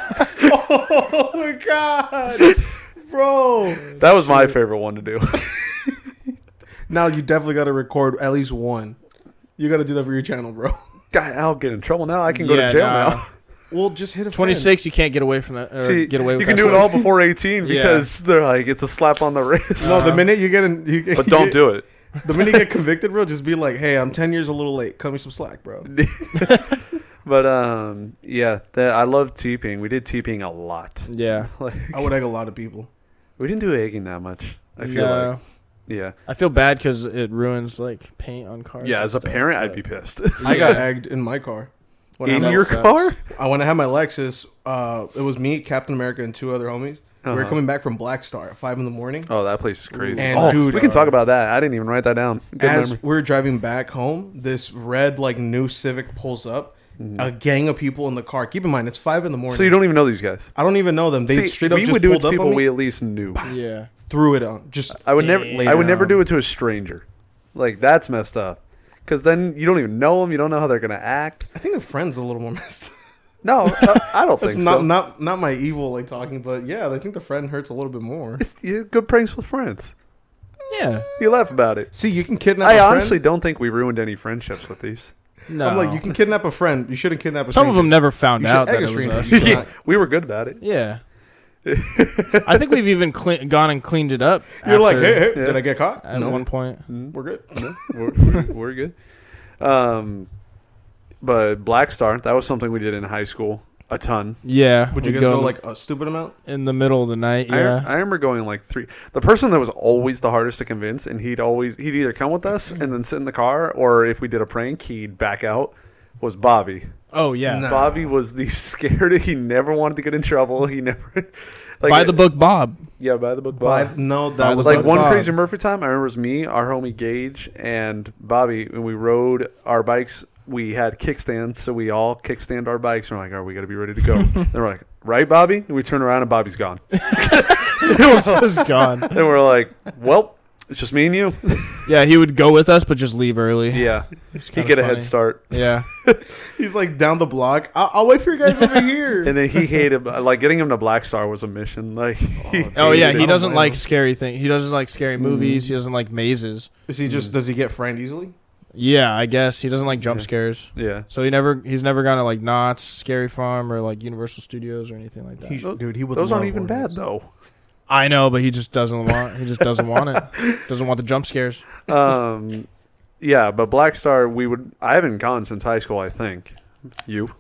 B: Oh my god, bro!
A: that was my favorite one to do.
B: Now you definitely got to record at least one. You got to do that for your channel, bro.
A: God, I'll get in trouble now. I can go
C: Yeah,
A: to jail
C: nah.
A: now.
B: Well, just hit a friend.
C: Twenty six, you can't get away from that. Or
A: See,
C: get away with
A: you can
C: that
A: do it
C: stuff.
A: all before eighteen
C: Yeah.
A: because they're like it's a slap on the wrist.
B: No, the minute you get in, you,
A: but don't do it.
B: The minute you get convicted, bro, just be like, "Hey, I'm ten years a little late. Cut me some slack, bro."
A: But um, yeah, that I love teeping. We did teeping a lot.
C: Yeah,
A: Like,
B: I would egg a lot of people.
A: we didn't do egging that much. I feel
C: No.
A: like yeah,
C: I feel bad because it ruins like paint on cars.
A: yeah.
C: and
A: As a
C: stuff,
A: parent, I'd
C: but-
A: be pissed.
B: I got
C: Yeah.
B: egged in my car. When I
A: in
B: had my-
A: your
C: sucks.
A: car?
B: I when I had my Lexus, uh, it was me, Captain America, and two other homies. We
A: Uh-huh.
B: were coming back from Black Star at five in the morning.
A: Oh, that place is crazy.
B: And
A: oh,
B: dude,
A: we can
B: uh,
A: talk about that. I didn't even write that down. Good
B: As
A: memory.
B: we're driving back home, this red like new Civic pulls up. A gang of people in the car. Keep in mind, it's five in the morning.
A: Mm-hmm. So you don't even know these guys.
B: I don't even know them. They
A: See,
B: straight up
A: we
B: just
A: would do it
B: pulled
A: to
B: up
A: people
B: on me,
A: we at least knew.
C: Yeah.
B: threw it on. Just
A: I would
C: Damn.
A: never. I would never do it to a stranger. Like that's messed up. Because then you don't even know them. You don't know how they're gonna act.
B: I think a friend's a little more messed. up.
A: No, uh, I, I don't think
B: not
A: so.
B: not not my evil like talking, but yeah, I think the friend hurts a little bit more.
A: It's you- good pranks with friends.
C: Yeah.
A: You laugh about it.
B: See, you can kidnap.
A: I
B: a
A: honestly
B: friend.
A: don't think we ruined any friendships with these.
C: No.
B: I'm like, you can kidnap a friend. You shouldn't kidnap a.
C: Some of
B: stranger.
C: them never found
B: You should
C: out that
B: egg a
C: it was
B: stranger. Yeah.
C: us.
A: we were good about it.
C: Yeah. I think we've even cle- gone and cleaned it up.
B: You're like,
C: after-
B: hey, hey,
A: Yeah.
B: did I get caught?
C: At one point,
A: Mm-hmm.
B: We're good.
A: We're, we're, we're good. Um, but Black Star, that was something we did in high school a ton.
C: yeah.
B: Would
C: we
B: you guys go
C: in-
B: like a stupid amount?
C: in the middle of the night?
A: I,
C: Yeah.
A: I remember going like three. The person that was always the hardest to convince, and he'd always he'd either come with us and then sit in the car, or if we did a prank, he'd back out. Was Bobby?
C: oh yeah.
B: No.
A: Bobby was the scared. He never wanted to get in trouble. He never like
C: By the book, Bob.
A: Yeah, by the book. Bob.
B: But no,
C: By
B: that was
C: the
A: like
B: not-
A: one
C: Bob.
A: crazy Murphy time, I remember it was me, our homie Gage, and Bobby, and we rode our bikes. We had kickstands, so we all kickstand our bikes. And we're like, "All right, we got to be ready to go." and we're like, "Right, Bobby?" And we turn around, and Bobby's gone.
C: Just gone.
A: And we're like, "Well, it's just me and you."
C: Yeah, he would go with us, but just leave early.
A: yeah,
C: It's
A: he
C: kinda
A: get a
C: funny.
A: head start,
C: Yeah.
B: He's like down the block. I'll, I'll wait for you guys over here.
A: and then he hated like getting him to Black Star was a mission. Like, he
C: Oh yeah,
A: hated
C: he
A: it.
C: doesn't
B: blame
C: like
B: him.
C: scary things. He doesn't like scary movies. He doesn't like mazes.
B: Is he
C: Mm.
B: just? Does he get friend easily?
C: Yeah, I guess he doesn't like jump
A: Yeah.
C: scares.
A: Yeah,
C: So he never he's never gone to like Knott's, Scary Farm, or like Universal Studios or anything like that.
B: He, dude, he would.
A: those aren't
B: love
A: even
B: Orioles.
A: bad though.
C: I know, but he just doesn't want. He just doesn't want it. Doesn't want the jump scares.
A: um, yeah, but Black Star, we would. I haven't gone since high school. I think you.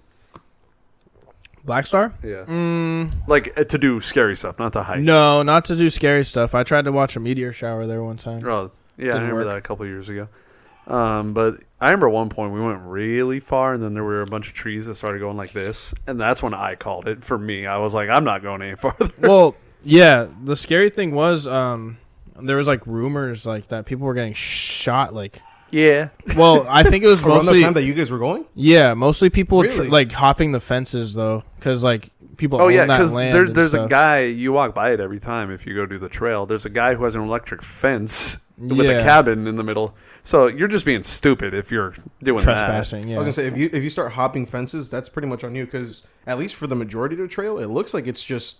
C: Black Star?
A: Yeah.
C: Mm,
A: Like uh, to do scary stuff, not to hike.
C: no, not to do scary stuff. I tried to watch a meteor shower there one time.
A: Oh, yeah, I
C: Didn't
A: remember
C: work.
A: that a couple years ago. Um, but I remember at one point we went really far, and then there were a bunch of trees that started going like this, and that's when I called it for me. I was like, I'm not going any farther.
C: Well, yeah, the scary thing was um there was like rumors like that people were getting shot like
A: Yeah,
C: well, I think it was
B: Around the
C: mostly
B: time that you guys were going,
C: Yeah, mostly people tr-
B: Really?
C: like hopping the fences though, because like people.
A: Oh
C: own
A: yeah,
C: because
A: because there, there's a guy you walk by it every time if you go do the trail. There's a guy who has an electric fence with
C: Yeah.
A: a cabin in the middle. So you're just being stupid if you're doing that.
C: trespassing.
B: I was
C: Yeah,
B: gonna say if you if you start hopping fences, that's pretty much on you. Because at least for the majority of the trail, it looks like it's just.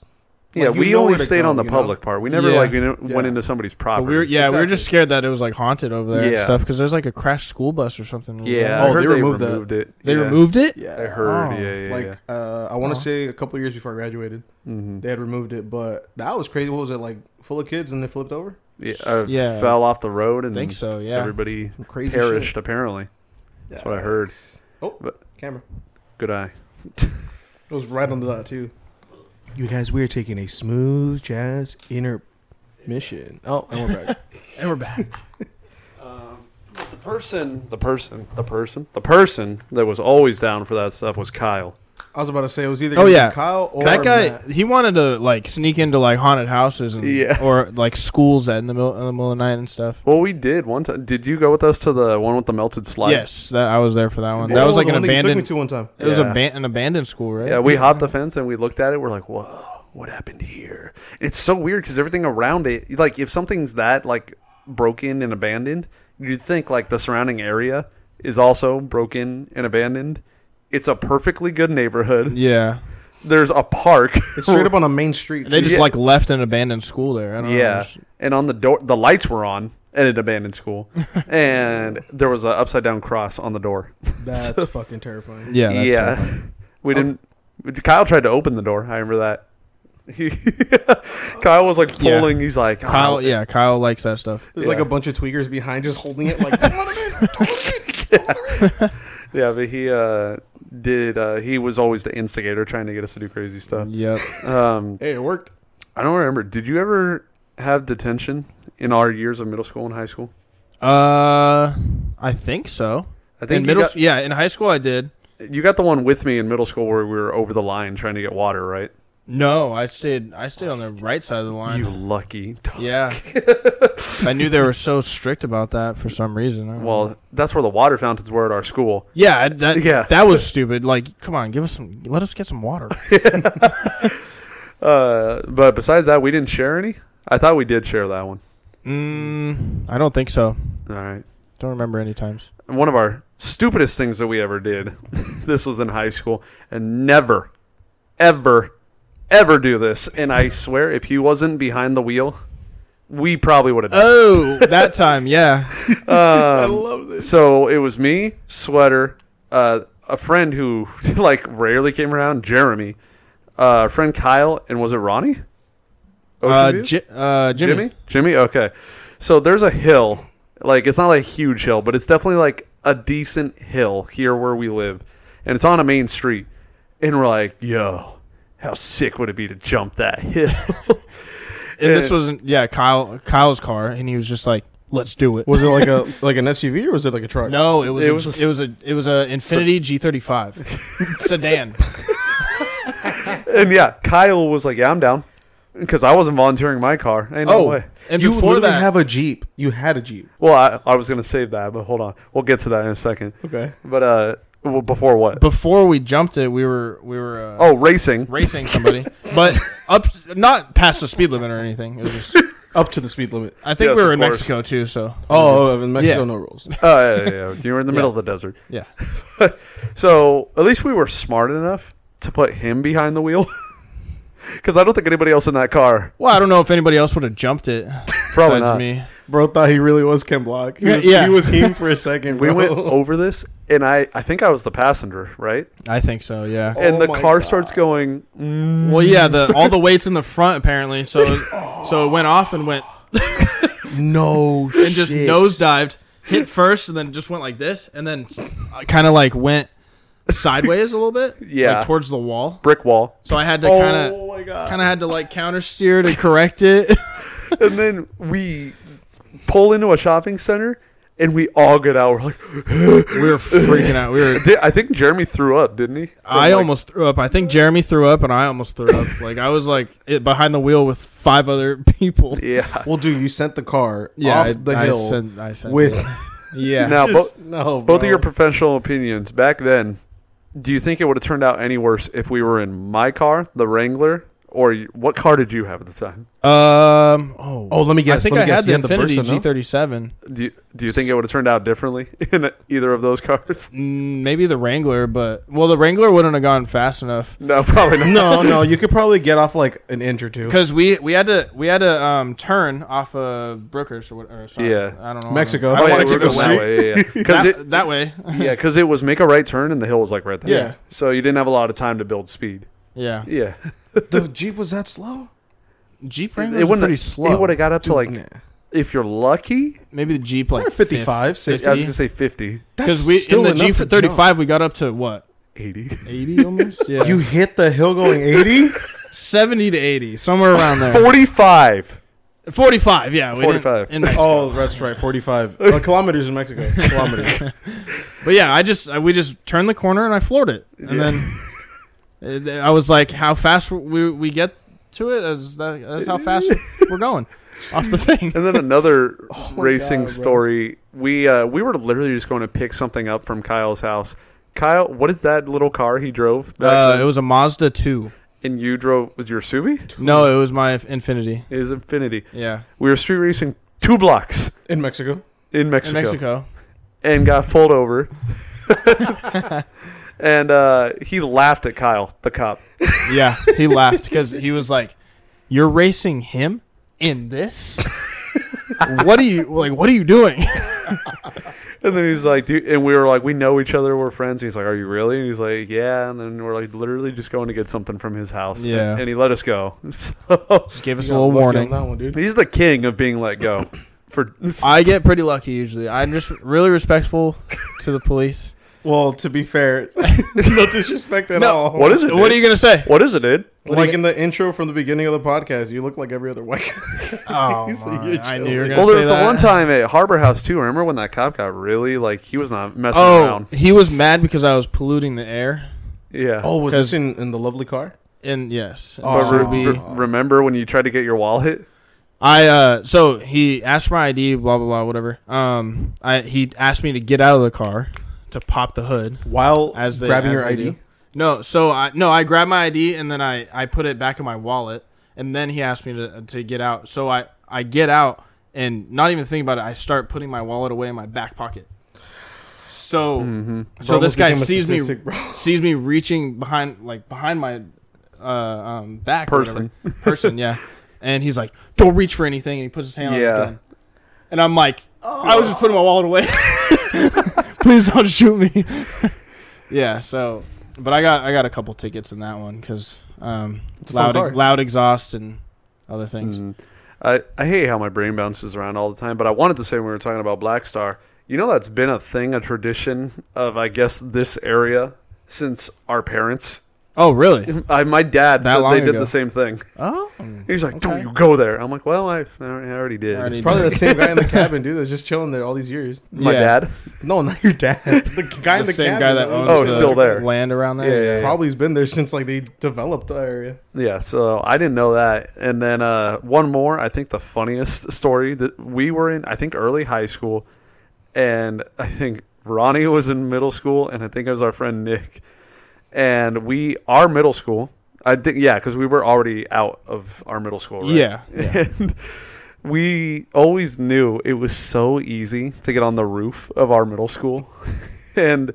A: Yeah,
B: like, you
A: we
B: know
A: only
B: where to
A: stayed
B: go,
A: on the
B: you know?
A: public part. We never
C: Yeah.
A: like we didn't- went
B: Yeah.
A: into somebody's
C: but
A: property.
C: we were yeah we were just
B: Exactly.
C: scared that it was like haunted over there and
A: Yeah.
C: stuff because there's like a crashed school bus or something.
A: yeah,
B: Oh,
A: I heard
B: they
A: they,
B: removed
A: removed,
B: that.
A: it.
C: they
A: Yeah.
C: removed it.
B: Yeah,
A: I heard.
C: Oh,
A: yeah, yeah,
B: like
A: yeah.
B: Uh, I want
C: Wow.
B: to say a couple years before I graduated,
A: Mhm.
B: they had removed it, but that was crazy. What was it like? Full of kids and they flipped over.
A: Yeah, uh,
C: Yeah.
A: fell off the road and
C: I think so. Yeah,
A: everybody
B: Some crazy
A: perished.
B: shit.
A: Apparently, that's what I heard.
B: Oh,
A: But-
B: camera!
A: Good eye.
B: It was right under that too. You guys, we are taking a smooth jazz intermission. Oh, and we're back.
C: and we're back.
A: The person, the person, the person, the person that was always down for that stuff was Kyle.
B: I was about to say it was either.
C: Oh,
B: gonna be
C: yeah.
B: Kyle or
C: that guy,
B: Matt.
C: he wanted to like sneak into like haunted houses and
A: Yeah.
C: or like schools at in the middle in the middle of the night and stuff.
A: Well, we did one time. Did you go with us to the one with the melted slide?
C: Yes, that I was there for that one.
B: Oh,
C: That was like
B: the
C: an
B: one that you
C: abandoned.
B: took me to one time.
C: It was
A: Yeah.
C: aban- an abandoned school, right?
A: Yeah, we hopped the fence and we looked at it. We're like, whoa, what happened here? It's so weird because everything around it, like if something's that like broken and abandoned, you'd think like the surrounding area is also broken and abandoned. It's a perfectly good neighborhood.
C: yeah.
A: There's a park.
B: It's straight up on a main street.
C: They
B: too.
C: just
A: Yeah.
C: like left an abandoned school there. I don't know.
A: Yeah, Oh, and on the door, the lights were on at an abandoned school, and there was an upside down cross on the door.
B: That's fucking terrifying.
C: Yeah, that's
A: yeah, we didn't. Kyle tried to open the door. I remember that. He, Kyle was like
C: Yeah.
A: pulling. He's like,
C: Kyle,
A: "Oh,
C: yeah, Kyle likes that stuff.
B: There's like
A: Yeah.
B: a bunch of tweakers behind just holding it like "Don't let him in! Don't let him in! Don't let him in!"
A: yeah." But he uh, did. Uh, he was always the instigator, trying to get us to do crazy stuff.
C: Yep.
A: Um,
B: Hey, it worked.
A: I don't remember. Did you ever have detention in our years of middle school and high school?
C: Uh, I think so.
A: I
C: In
A: you
C: middle,
A: got-
C: s- yeah, in high school I did.
A: you got the one with me in middle school where we were over the line trying to get water, right?
C: No, I stayed. I stayed on the right side of the line.
A: You lucky. dog.
C: Yeah, I knew they were so strict about that for some reason. I don't know.
A: Well, that's where the water fountains were at our school.
C: yeah, I- that
A: Yeah.
C: that was stupid. Like, come on, give us some. Let us get some water.
A: Uh, but besides that, we didn't share any. I thought we did share that one.
C: Mm, I don't think so.
A: All right.
C: Don't remember any times.
A: One of our stupidest things that we ever did. this was in high school, and never, ever, ever do this. And I swear, if he wasn't behind the wheel, we probably would have. done
C: Oh, that time, yeah.
A: I
C: Um,
B: love this.
A: So it was me, sweater, uh, a friend who like rarely came around, Jeremy, uh, friend Kyle, and was it Ronnie? Ocean
C: Uh,
A: View?
C: Ji- uh, Jimmy.
A: Jimmy? Jimmy? Okay. So there's a hill. Like it's not like a huge hill, but it's definitely like a decent hill here where we live. And it's on a main street. And we're like, yo, how sick would it be to jump that hill?
C: And this
A: Uh,
C: wasn't. Yeah, Kyle. Kyle's car, and he was just like, "Let's do it."
B: Was it like a like an SUV or was it like a truck?
C: No, it was.
A: It
C: a-
A: was a-
C: it was a. It was a Infinity G35 sedan.
A: and yeah, Kyle was like, Yeah, I'm down. Because I wasn't volunteering my car. Ain't no
C: Oh,
A: way.
C: and
B: you
C: before
B: literally
C: that,
B: have a jeep. You had a jeep.
A: Well, I, I was going to save that, but hold on. We'll get to that in a second.
B: Okay.
A: But uh, well, before what?
C: before we jumped it, we were we were uh,
A: Oh, racing.
C: racing somebody, but up not past the speed limit or anything. It was just,
B: Up to the speed limit.
C: I think
A: Yes,
C: we
A: of
C: were in
A: course.
C: Mexico too. So
B: Oh, in Mexico,
C: Yeah.
B: no rules.
A: Oh, yeah, yeah, yeah. You were in the middle of the desert.
C: yeah,
A: So at least we were smart enough to put him behind the wheel. Because I don't think anybody else in that car.
C: well, I don't know if anybody else would have jumped it.
A: Probably
C: besides
A: not.
C: me.
B: Bro thought he really was Ken Block. He
C: Yeah,
B: was,
C: yeah.
B: he was him for a second.
A: We
B: bro.
A: went over this, and I, I think I was the passenger, right?
C: I think so. Yeah.
A: and
B: Oh
A: the
B: my
A: car
B: God.
A: starts going. mm.
C: Well, yeah. The all the weight's in the front apparently, so so it went off and went
B: No shit.
C: and just nosedived, hit first, and then just went like this, and then kind of like went sideways a little bit,
A: Yeah.
C: like towards the wall.
A: brick wall.
C: So I had to
B: Oh
C: kind of.
B: my god.
C: Kind of had to like counter steer to correct it.
A: And then we pull into a shopping center, and we all get out. We're like,
C: we were freaking out. We were
A: Did- I think Jeremy threw up, didn't he? From,
C: I
A: like,
C: almost threw up. I think Jeremy threw up, and I almost threw up. Like I was like it, behind the wheel with five other people.
A: Yeah.
B: Well, dude, you sent the car
C: Yeah, I,
B: off the
C: I
B: hill
C: sent- I sent
B: with
C: it. yeah.
A: Now, bo-
B: Just- no,
A: both
B: bro.
A: of your professional opinions back then do you think it would have turned out any worse if we were in my car the wrangler or y- what car did you have at the time
C: um. Oh.
B: Oh, let me guess.
C: I think
B: let me
C: I
B: guess.
C: had the
B: you
C: Infinity
B: Versa, no?
C: G37.
A: do you, do you think it would have turned out differently in either of those cars
C: Mm, maybe the Wrangler, but well, the Wrangler wouldn't have gone fast enough
A: no probably not
B: no, no, you could probably get off like an inch or two.
C: because we we had to we had to um turn off of Brookers or whatever.
A: Yeah.
C: I don't know.
B: Mexico.
C: I
A: Oh,
C: don't
A: yeah,
C: know.
A: we're
B: Mexico
A: going that
B: Street.
A: way, yeah, yeah. 'Cause
C: that,
A: it,
C: that way.
A: yeah, 'cause it was make a right turn and the hill was like right there.
B: Yeah.
A: So you didn't have a lot of time to build speed.
C: Yeah.
A: Yeah.
B: the Jeep was that slow?
C: Jeep
A: It,
C: Wrangler was
A: wouldn't
C: pretty
A: have-
C: slow.
A: It would have got up to like,
B: nah.
A: if you're lucky,
C: maybe the Jeep like
B: 55, 60.
A: I was going
C: 50.
A: to say 50,
C: Because we in
B: still
C: the
B: enough
C: G
B: to
C: for thirty five, we got up to what
A: 80.
C: eighty almost, yeah,
B: jump. You hit the hill going 80?
C: seventy to eighty, somewhere around there.
A: 45.
C: Forty five, yeah, we didn't-
A: 45.
C: in Mexico.
B: oh, that's right. 45 Uh, kilometers in Mexico. Kilometers.
C: But yeah, I just I, we just turned the corner and I floored it, and
A: Yeah.
C: then it- I was like, how fast we we get to it? As that, that's how fast we're going off the thing.
A: And then another
B: Oh my
A: racing
B: God, bro.
A: story. We uh, we were literally just going to pick something up from Kyle's house. Kyle, what is that little car he drove? back
C: Uh,
A: then?
C: it was a Mazda two.
A: and you drove was your Subi?
C: No, it was my Infinity.
A: It was Infinity.
C: Yeah,
A: We were street racing two blocks
B: in Mexico.
A: in Mexico,
C: in Mexico.
A: and got pulled over. and uh, he laughed at Kyle, the cop.
C: Yeah, he laughed because he was like, "You're racing him in this." what are you like? What are you doing?
A: And then he's like, Dude, and we were like, we know each other, we're friends. And he's like, are you really? And he's like, yeah. And then we're like, literally just going to get something from his house.
C: Yeah.
A: And, and he let us go. So
C: Just gave us
B: You
C: a
B: got
C: little
B: lucky
C: warning.
B: On that one, dude.
A: He's the king of being let go. For
C: I get pretty lucky usually. I'm just really respectful to the police.
B: Well, to be fair, no disrespect at
C: No.
B: all.
A: what is it?
C: What
A: dude?
C: are you gonna say?
A: What is it, dude?
C: what do
B: like
C: you-
B: in the intro from the beginning of the podcast, you look like every other white guy.
C: Oh,
B: So
C: my,
B: you're
C: I knew you were
B: chilling.
C: gonna
A: Well,
C: say
A: there was the
C: that.
A: one time at Harbor House too. Remember when that cop got really like he was not messing
C: Oh,
A: around?
C: he was mad because I was polluting the air.
A: Yeah.
B: Oh, was
C: 'Cause-
B: this in, in the lovely car?
C: and yes, and
B: Oh.
A: But
C: so
A: re-
C: we-
A: re- remember when you tried to get your wallet?
C: I uh so he asked for my ID, blah blah blah, whatever. Um, I he asked me to get out of the car to pop the hood.
B: While
C: As they-
B: grabbing
C: as
B: your
C: they
B: ID,
C: do. No, so I no, I grabbed my ID and then I I put it back in my wallet, and then he asked me to to get out. So I I get out and not even think about it. I start putting my wallet away in my back pocket. So so
B: Bro
C: this
B: Mm-hmm. became
C: guy
B: a
C: sees me
B: statistic, bro.
C: sees me reaching behind like behind my uh um back or
A: Person.
C: whatever. person yeah, and he's like don't reach for anything and he puts his hand on
A: Yeah.
C: his gun, and I'm like
B: Oh.
C: I was just putting my wallet away. Please don't shoot me. yeah, so but I got I got a couple tickets in that one because um
B: It's a fun
C: loud
B: car.
C: loud exhaust and other things.
A: Mm. I, I hate how my brain bounces around all the time, but I wanted to say when we were talking about Black Star, you know that's been a thing, a tradition of I guess this area since our parents.
C: Oh really?
A: I, my dad
C: That
A: said
C: long
A: they did
C: ago.
A: the same thing.
C: Oh,
A: He's like, "Don't
C: Okay.
A: you go there." I'm like, "Well, I, I already did."
C: Already-
B: it's probably the same guy in the cabin, dude. That's just chilling there all these years.
A: my
C: Yeah.
A: dad.
B: No, not your dad. The guy
C: the,
B: in the
C: same
B: cabin.
C: guy that owns
A: Oh,
C: the
A: still there.
C: land around there.
A: Yeah, yeah, yeah.
B: Probably's been there since like they developed the area.
A: Yeah, so I didn't know that. And then uh, one more, I think the funniest story that we were in, I think early high school, and I think Ronnie was in middle school, and I think it was our friend Nick, and we our middle school. I think yeah, because we were already out of our middle school. Right?
C: Yeah,
A: and we always knew it was so easy to get on the roof of our middle school, and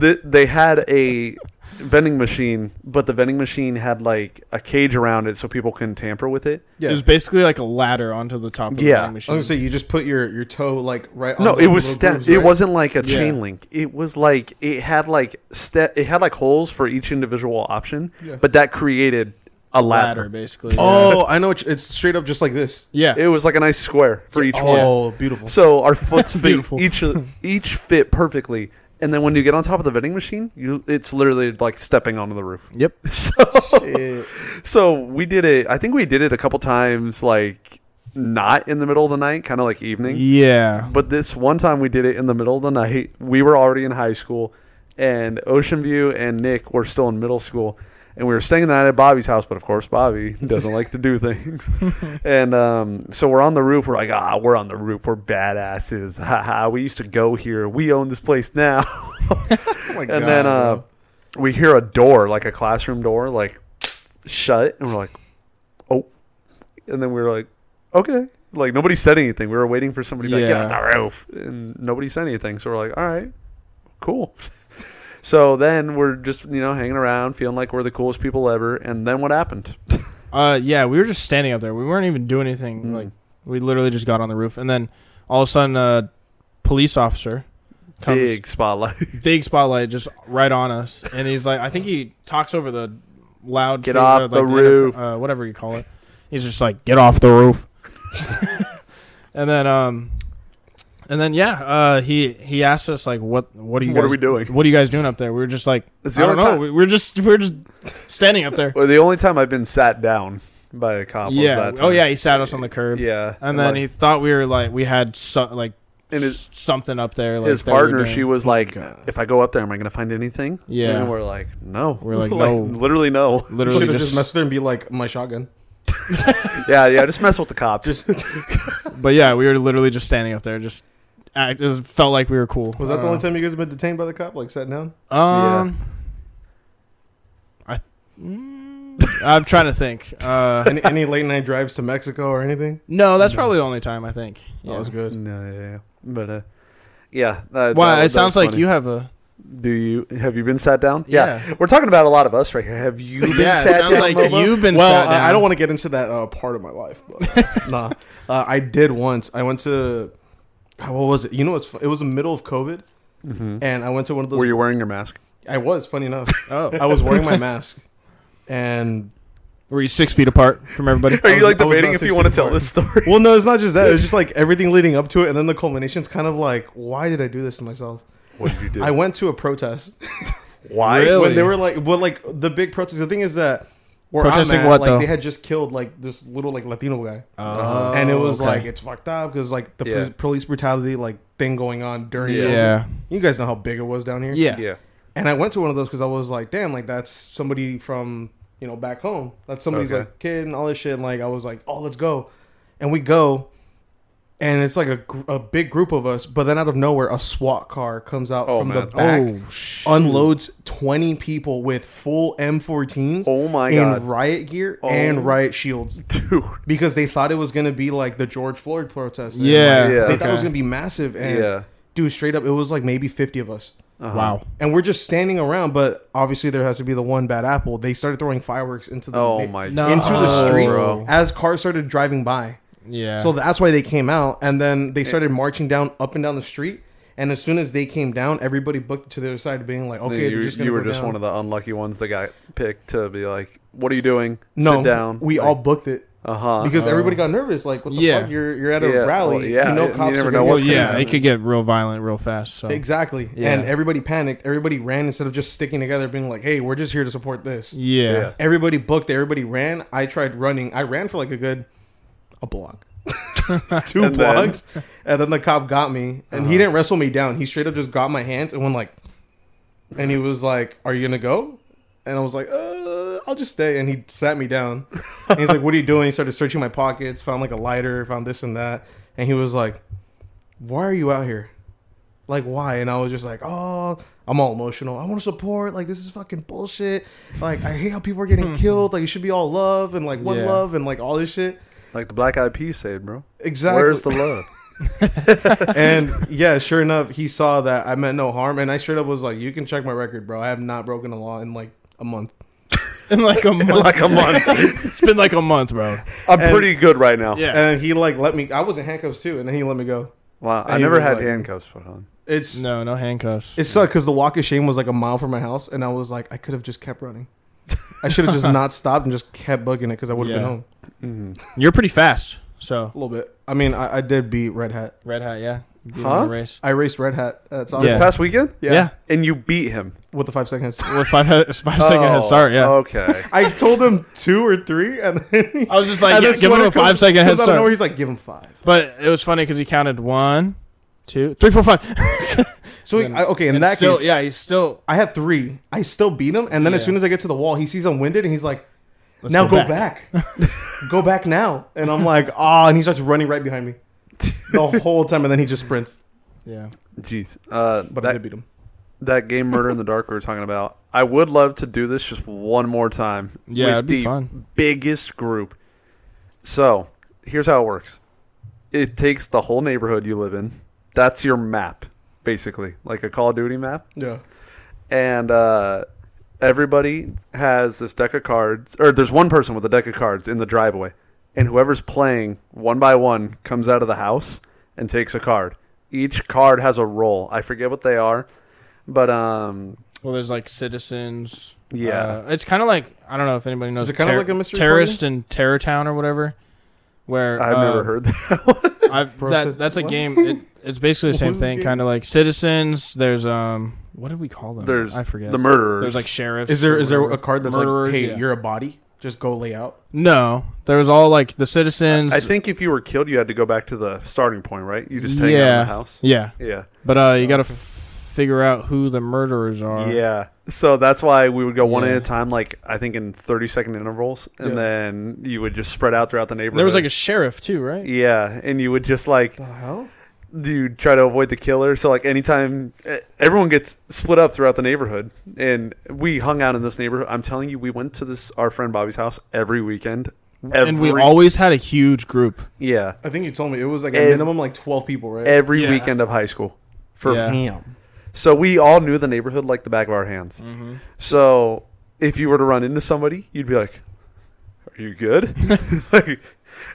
A: th- they had a vending machine, but the vending machine had like a cage around it so people couldn't tamper with it.
B: Yeah.
C: It was basically like a ladder onto the top of
A: Yeah.
C: the
A: I
C: vending
A: was
B: I
C: machine.
B: was gonna say you just put your, your toe like right.
A: No,
B: on the
A: it was
B: little
A: step.
B: grooves,
A: It
B: right?
A: wasn't like a
C: Yeah.
A: chain link. It was like it had like step. It had like holes for each individual option,
B: Yeah.
A: but that created a
C: ladder,
A: ladder.
C: basically.
B: Oh, I know. what you- It's straight up just like this.
C: yeah.
A: It was like a nice square for each one.
B: Oh, beautiful.
A: So our foots fit
C: Beautiful.
A: each each fit perfectly, and then when you get on top of the vending machine, you it's literally like stepping onto the roof.
C: yep.
A: So
B: Shit.
A: so we did it. I think we did it a couple times, like not in the middle of the night, kind of like evening.
C: Yeah.
A: But this one time we did it in the middle of the night. We were already in high school, and Ocean View and Nick were still in middle school. And we were staying the night at Bobby's house, but of course Bobby doesn't like to do things. and um, so we're on the roof. We're like, ah, we're on the roof. We're badasses. Ha ha. We used to go here. We own this place now.
B: Oh my
A: and then uh, we hear a door, like a classroom door, like shut, and we're like, oh. And then we were like, okay. Like nobody said anything. We were waiting for somebody to be like, get
C: Yeah.
A: off the roof, and nobody said anything. So we're like, all right, cool. So then we're just you know hanging around, feeling like we're the coolest people ever. And then what happened?
C: Uh, yeah, we were just standing up there. We weren't even doing anything.
A: Mm.
C: Like we literally just got on the roof, and then all of a sudden, a police officer comes,
A: Big spotlight.
C: big spotlight just right on us, and he's like, I think he talks over the loud,
A: Get
C: speaker,
A: off the
C: interf-
A: roof.
C: uh, whatever you call it. He's just like, get off the roof, and then um, and then yeah, uh, he he asked us like, what what are you
A: What are
C: guys-
A: we doing?
C: What are you guys doing up there? We were just like,
A: It's the
C: I don't
A: only
C: know.
A: time-
C: We, we're just we're just standing up there.
A: Or the only time I've been sat down by a cop. was
C: yeah.
A: that
C: Oh
A: time.
C: yeah, he sat us on the curb.
A: Yeah.
C: And then
A: like,
C: he thought we were like we had so, like
A: And his-
C: s- something up there. Like
A: his
C: that we were
A: partner,
C: doing.
A: she was
B: Oh my
A: like,
B: God.
A: "If I go up there, am I going to find anything?"
C: Yeah.
A: and we're like, "No."
C: We're like, no.
A: literally no.
B: should
C: literally
B: have just,
C: just,
B: messed with her and be like my shotgun.
A: yeah, yeah. Just mess with the cop. Just
B: Just
C: but yeah, we were literally just standing up there, just act, it felt like we were cool.
B: was that
A: Uh.
B: the only
C: only
B: time you guys have been detained by the cop? Like sat down?
C: Um, I, mm, I'm trying to think. Uh,
B: Any, any late night drives to Mexico or anything?
C: no, that's
B: No.
C: probably the only time I think. Yeah.
B: That was good.
A: no, yeah, yeah. But uh, yeah. Uh,
C: Wow,
A: that-
C: it
A: that
C: sounds
A: was
C: like
A: funny.
C: you have a
A: Do you have you been sat down?
C: yeah.
A: We're talking about a lot of us right here. Have you been
C: Yeah, it
A: sat
C: sounds
A: down?
C: like
A: Momo?
C: you've been.
B: well, uh,
C: sat
B: I, I
C: down.
B: don't want to get into that uh, part of my life. But, nah, uh, I did once. I went to uh, what was it? You know, it's it was the middle of COVID,
A: Mhm.
B: and I went to one of those.
A: Were you wearing your mask?
B: I was funny enough.
C: Oh,
B: I was wearing my mask, and
C: were you six feet apart from everybody?
A: Are
B: I
A: you
B: was-
A: like
B: I was
A: debating
B: about
A: if
B: six
A: you want to
B: feet
A: tell
B: apart.
A: this story?
B: well, no, it's not just that. It's just like everything leading up to it, and then the culmination's kind of like, why did I do this to myself?
A: What did you do?
B: I went to a protest
A: Why?
C: Really?
B: when they were like, well, like the big protest. The thing is that where
C: Protesting
B: I'm at,
C: what,
B: like
C: though?
B: they had just killed like this little like Latino guy,
C: Oh,
B: and it was
C: okay.
B: like it's fucked up because like the pol-
A: Yeah.
B: police brutality like thing going on during.
A: Yeah.
B: COVID.
C: yeah,
B: you guys know how big it was down here.
C: yeah,
A: Yeah.
B: and I went to one of those because I was like, damn, like that's somebody from you know, back home. That's somebody's
A: Okay.
B: like kid and all this shit. And like I was like, oh, let's go, and we go, and it's like a gr- a big group of us. But then out of nowhere, a SWAT car comes out
A: Oh,
B: from
A: man.
B: the back,
C: Oh, shoot.
B: unloads twenty people with full M14s.
A: Oh my
B: in
A: God.
B: riot gear
A: Oh.
B: and riot shields
A: Dude.
B: because they thought it was gonna be like the George Floyd protest.
C: Yeah.
A: Yeah.
B: they thought it was
C: Okay.
B: gonna be massive. And
A: Yeah.
B: dude, straight up, it was like maybe fifty of us,
A: Uh-huh.
C: Wow.
B: and we're just standing around. But obviously, there has to be the one bad apple. They started throwing fireworks into the
A: Oh my
C: No.
B: into the street
A: Bro.
B: as cars started driving by.
C: Yeah.
B: So that's why they came out, and then they started marching down up and down the street. And as soon as they came down, everybody booked to the other side, being like, "Okay,
A: you,
B: they're just gonna
A: you were
B: go
A: just
B: down.
A: one of the unlucky ones that got picked to be like, "What are you doing?
B: no
A: Sit down."
B: We all booked it
A: uh huh.
B: because everybody got nervous. Like, what the
C: Yeah.
B: fuck? You're you're at a
A: Yeah,
B: rally.
A: well, yeah,
B: You know,
A: you
B: cops
A: never
B: are
A: know
B: gonna
A: what's
B: get
A: gonna
B: crazy.
C: yeah, it could get real violent real fast. So
B: Exactly.
C: Yeah.
B: And everybody panicked. Everybody ran instead of just sticking together, being like, hey, we're just here to support this.
C: yeah.
A: Yeah.
B: Everybody booked, everybody ran. I tried running. I ran for like a good a block. Two
A: And then-
B: blocks. and then the cop got me. And he didn't wrestle me down. He straight up just got my hands and went like and he was like, Are you gonna go? And I was like, uh, I'll just stay. And he sat me down. And he's like, What are you doing? He started searching my pockets, found like a lighter, found this and that. And he was like, Why are you out here? Like, why? And I was just like, Oh, I'm all emotional. I want to support. Like, this is fucking bullshit. Like, I hate how people are getting killed. Like, it should be all love and like one
C: Yeah.
B: love and like all this shit.
A: like the Black Eyed Peas said, bro.
B: Exactly.
A: Where's the love?
B: and yeah, sure enough, he saw that I meant no harm. And I straight up was like, You can check my record, bro. I have not broken a law in like a month.
C: In like a month.
A: like a month.
C: it's been like a month, bro.
A: I'm pretty good right now.
C: Yeah.
B: And he like let me. I was in handcuffs too, and then he let me go.
A: Wow. I
B: And he
A: never
B: was
A: had
B: like-
A: handcuffs put on.
B: It's
C: No, no handcuffs.
B: it sucked because the walk of shame was like a mile from my house, and I was like, I could have just kept running. I should have just not stopped and just kept bugging it because I would have
C: Yeah.
B: been home Mm-hmm.
C: You're pretty fast. So
B: a little bit. I mean, I, I did beat Red Hat.
C: red hat, yeah. You beat him
A: Huh?
C: in the Race.
B: I raced Red Hat. That's awesome.
A: This
C: Yeah.
A: past weekend,
B: Yeah.
C: Yeah.
A: and you beat him.
B: with the five seconds.
C: We're five five second head start. Yeah.
B: Oh.
A: Okay.
B: I told him two or three, and then he,
C: I was just like,
B: and
C: yeah,
B: then
C: give him a
B: Sweater comes-
C: five second head
B: comes out of nowhere, he's
C: start.
B: like, give him five.
C: But it was funny because he counted one, two, three, four, five.
B: So
C: Then-
B: I, okay, in
C: And
B: that
C: still,
B: case,
C: yeah, he's still.
B: I had three. I still beat him, and then as
C: Yeah.
B: soon as I get to the wall, he sees I'm winded, and he's like,
C: Let's
B: "Now go, back, go back now." And I'm like, "Ah!" And he starts running right behind me the whole time, and then he just sprints.
C: Yeah.
A: Jeez. Uh,
B: But
A: that
B: I did beat him.
A: that game Murder in the Dark we were talking about. I would love to do this just one more time.
C: Yeah,
A: with
C: it'd be
A: the
C: fun.
A: biggest group. So here's how it works. It takes the whole neighborhood you live in. That's your map, basically, like a Call of Duty map.
B: Yeah,
A: And uh, everybody has this deck of cards, or there's one person with a deck of cards in the driveway, and whoever's playing one by one comes out of the house and takes a card. Each card has a role. I forget what they are, but um,
C: Well, there's like citizens.
A: Yeah.
C: Uh, it's kind of like I don't know if anybody knows.
B: it kinda like a mystery
C: terrorist in Terror Town or whatever? Where
A: I've
C: uh,
A: never heard that.
C: I've
B: Bro
C: that,
B: says-
C: that's a
B: what?
C: game. It, it's basically the
B: What
C: same
B: was the
C: thing,
B: game?
C: kind of like citizens. There's um, what did we call them?
A: There's
C: I forget.
A: the murderers.
C: There's like sheriffs.
B: is there
C: or
B: is there a
C: whatever.
B: card that's
C: Murderers,
B: like, "Hey,
C: yeah.
B: you're a body, just go lay out"?
C: no? There was all like the citizens.
A: I think if you were killed, you had to go back to the starting point, right? You just hang out in
C: Yeah.
A: the house.
C: yeah,
A: Yeah,
C: but uh,
B: Oh,
C: you got to f- figure out who the murderers are.
A: yeah. So that's why we would go one at
C: Yeah.
A: a time, like I think in thirty second intervals, and
B: Yeah.
A: then you would just spread out throughout the neighborhood.
C: There was like a sheriff too, right?
A: yeah, and you would just like
B: The hell?
A: you try to avoid the killer. So like anytime eh, everyone gets split up throughout the neighborhood, and we hung out in this neighborhood. I'm telling you, we went to this our friend Bobby's house every weekend. Every,
C: and we always had a huge group.
A: yeah
B: I think you told me it was like a
A: Ev-
B: minimum like twelve people, right?
A: every
C: Yeah.
A: weekend of high school for
C: Yeah.
B: Damn.
A: So we all knew the neighborhood like the back of our hands.
C: Mm-hmm.
A: So if you were to run into somebody, you'd be like, "Are you good? like,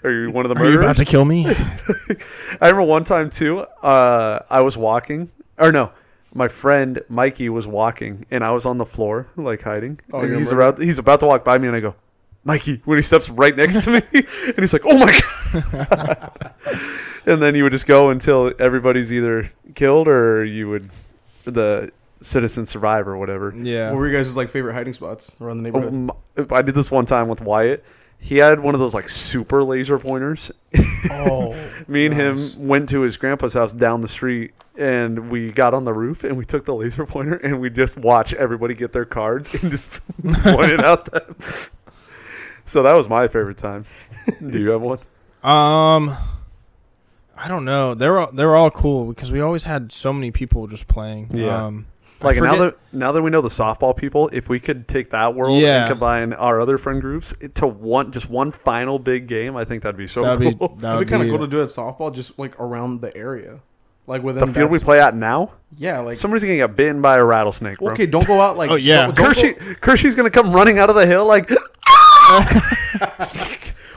A: are you one of the
C: Are you about
A: murderers?"
C: to kill me?
A: I remember one time too. Uh, I was walking, or no, my friend Mikey was walking, and I was on the floor like hiding.
B: Oh,
A: and
B: you're a
A: he's
B: murderer?
A: about he's about to walk by me, and I go, "Mikey!" When he steps right next to me, and he's like, "Oh my god!" and then you would just go until everybody's either killed or you would the citizen survive or whatever. Oh,
C: yeah.
B: Oh, What were you guys' like favorite hiding spots around the neighborhood?
A: Um, I did this one time with Wyatt. He had one of those like super laser pointers.
B: Oh,
A: Me and
B: Nice.
A: him went to his grandpa's house down the street, and we got on the roof and we took the laser pointer and we just watch everybody get their cards and just point it out them. So that was my favorite time. Do you have one?
C: Um, I don't know. They're all, they're all cool because we always had so many people just playing.
A: Yeah.
C: Um, I
A: Like now
C: forget-
A: that now that we know the softball people, if we could take that world
C: Yeah.
A: and combine our other friend groups to one just one final big game, I think that'd be so
C: that'd
A: cool.
C: be
B: that'd
C: that'd
B: be kind of
C: be-
B: cool to do at softball, just like around the area, like within
A: the field we
B: that's-
A: play at now,
B: Yeah, like
A: somebody's gonna get bitten by a rattlesnake, bro.
B: okay, don't go out like
C: Oh, yeah.
B: don't- don't go-
A: Kershey, Kershey's gonna come running out of the hill like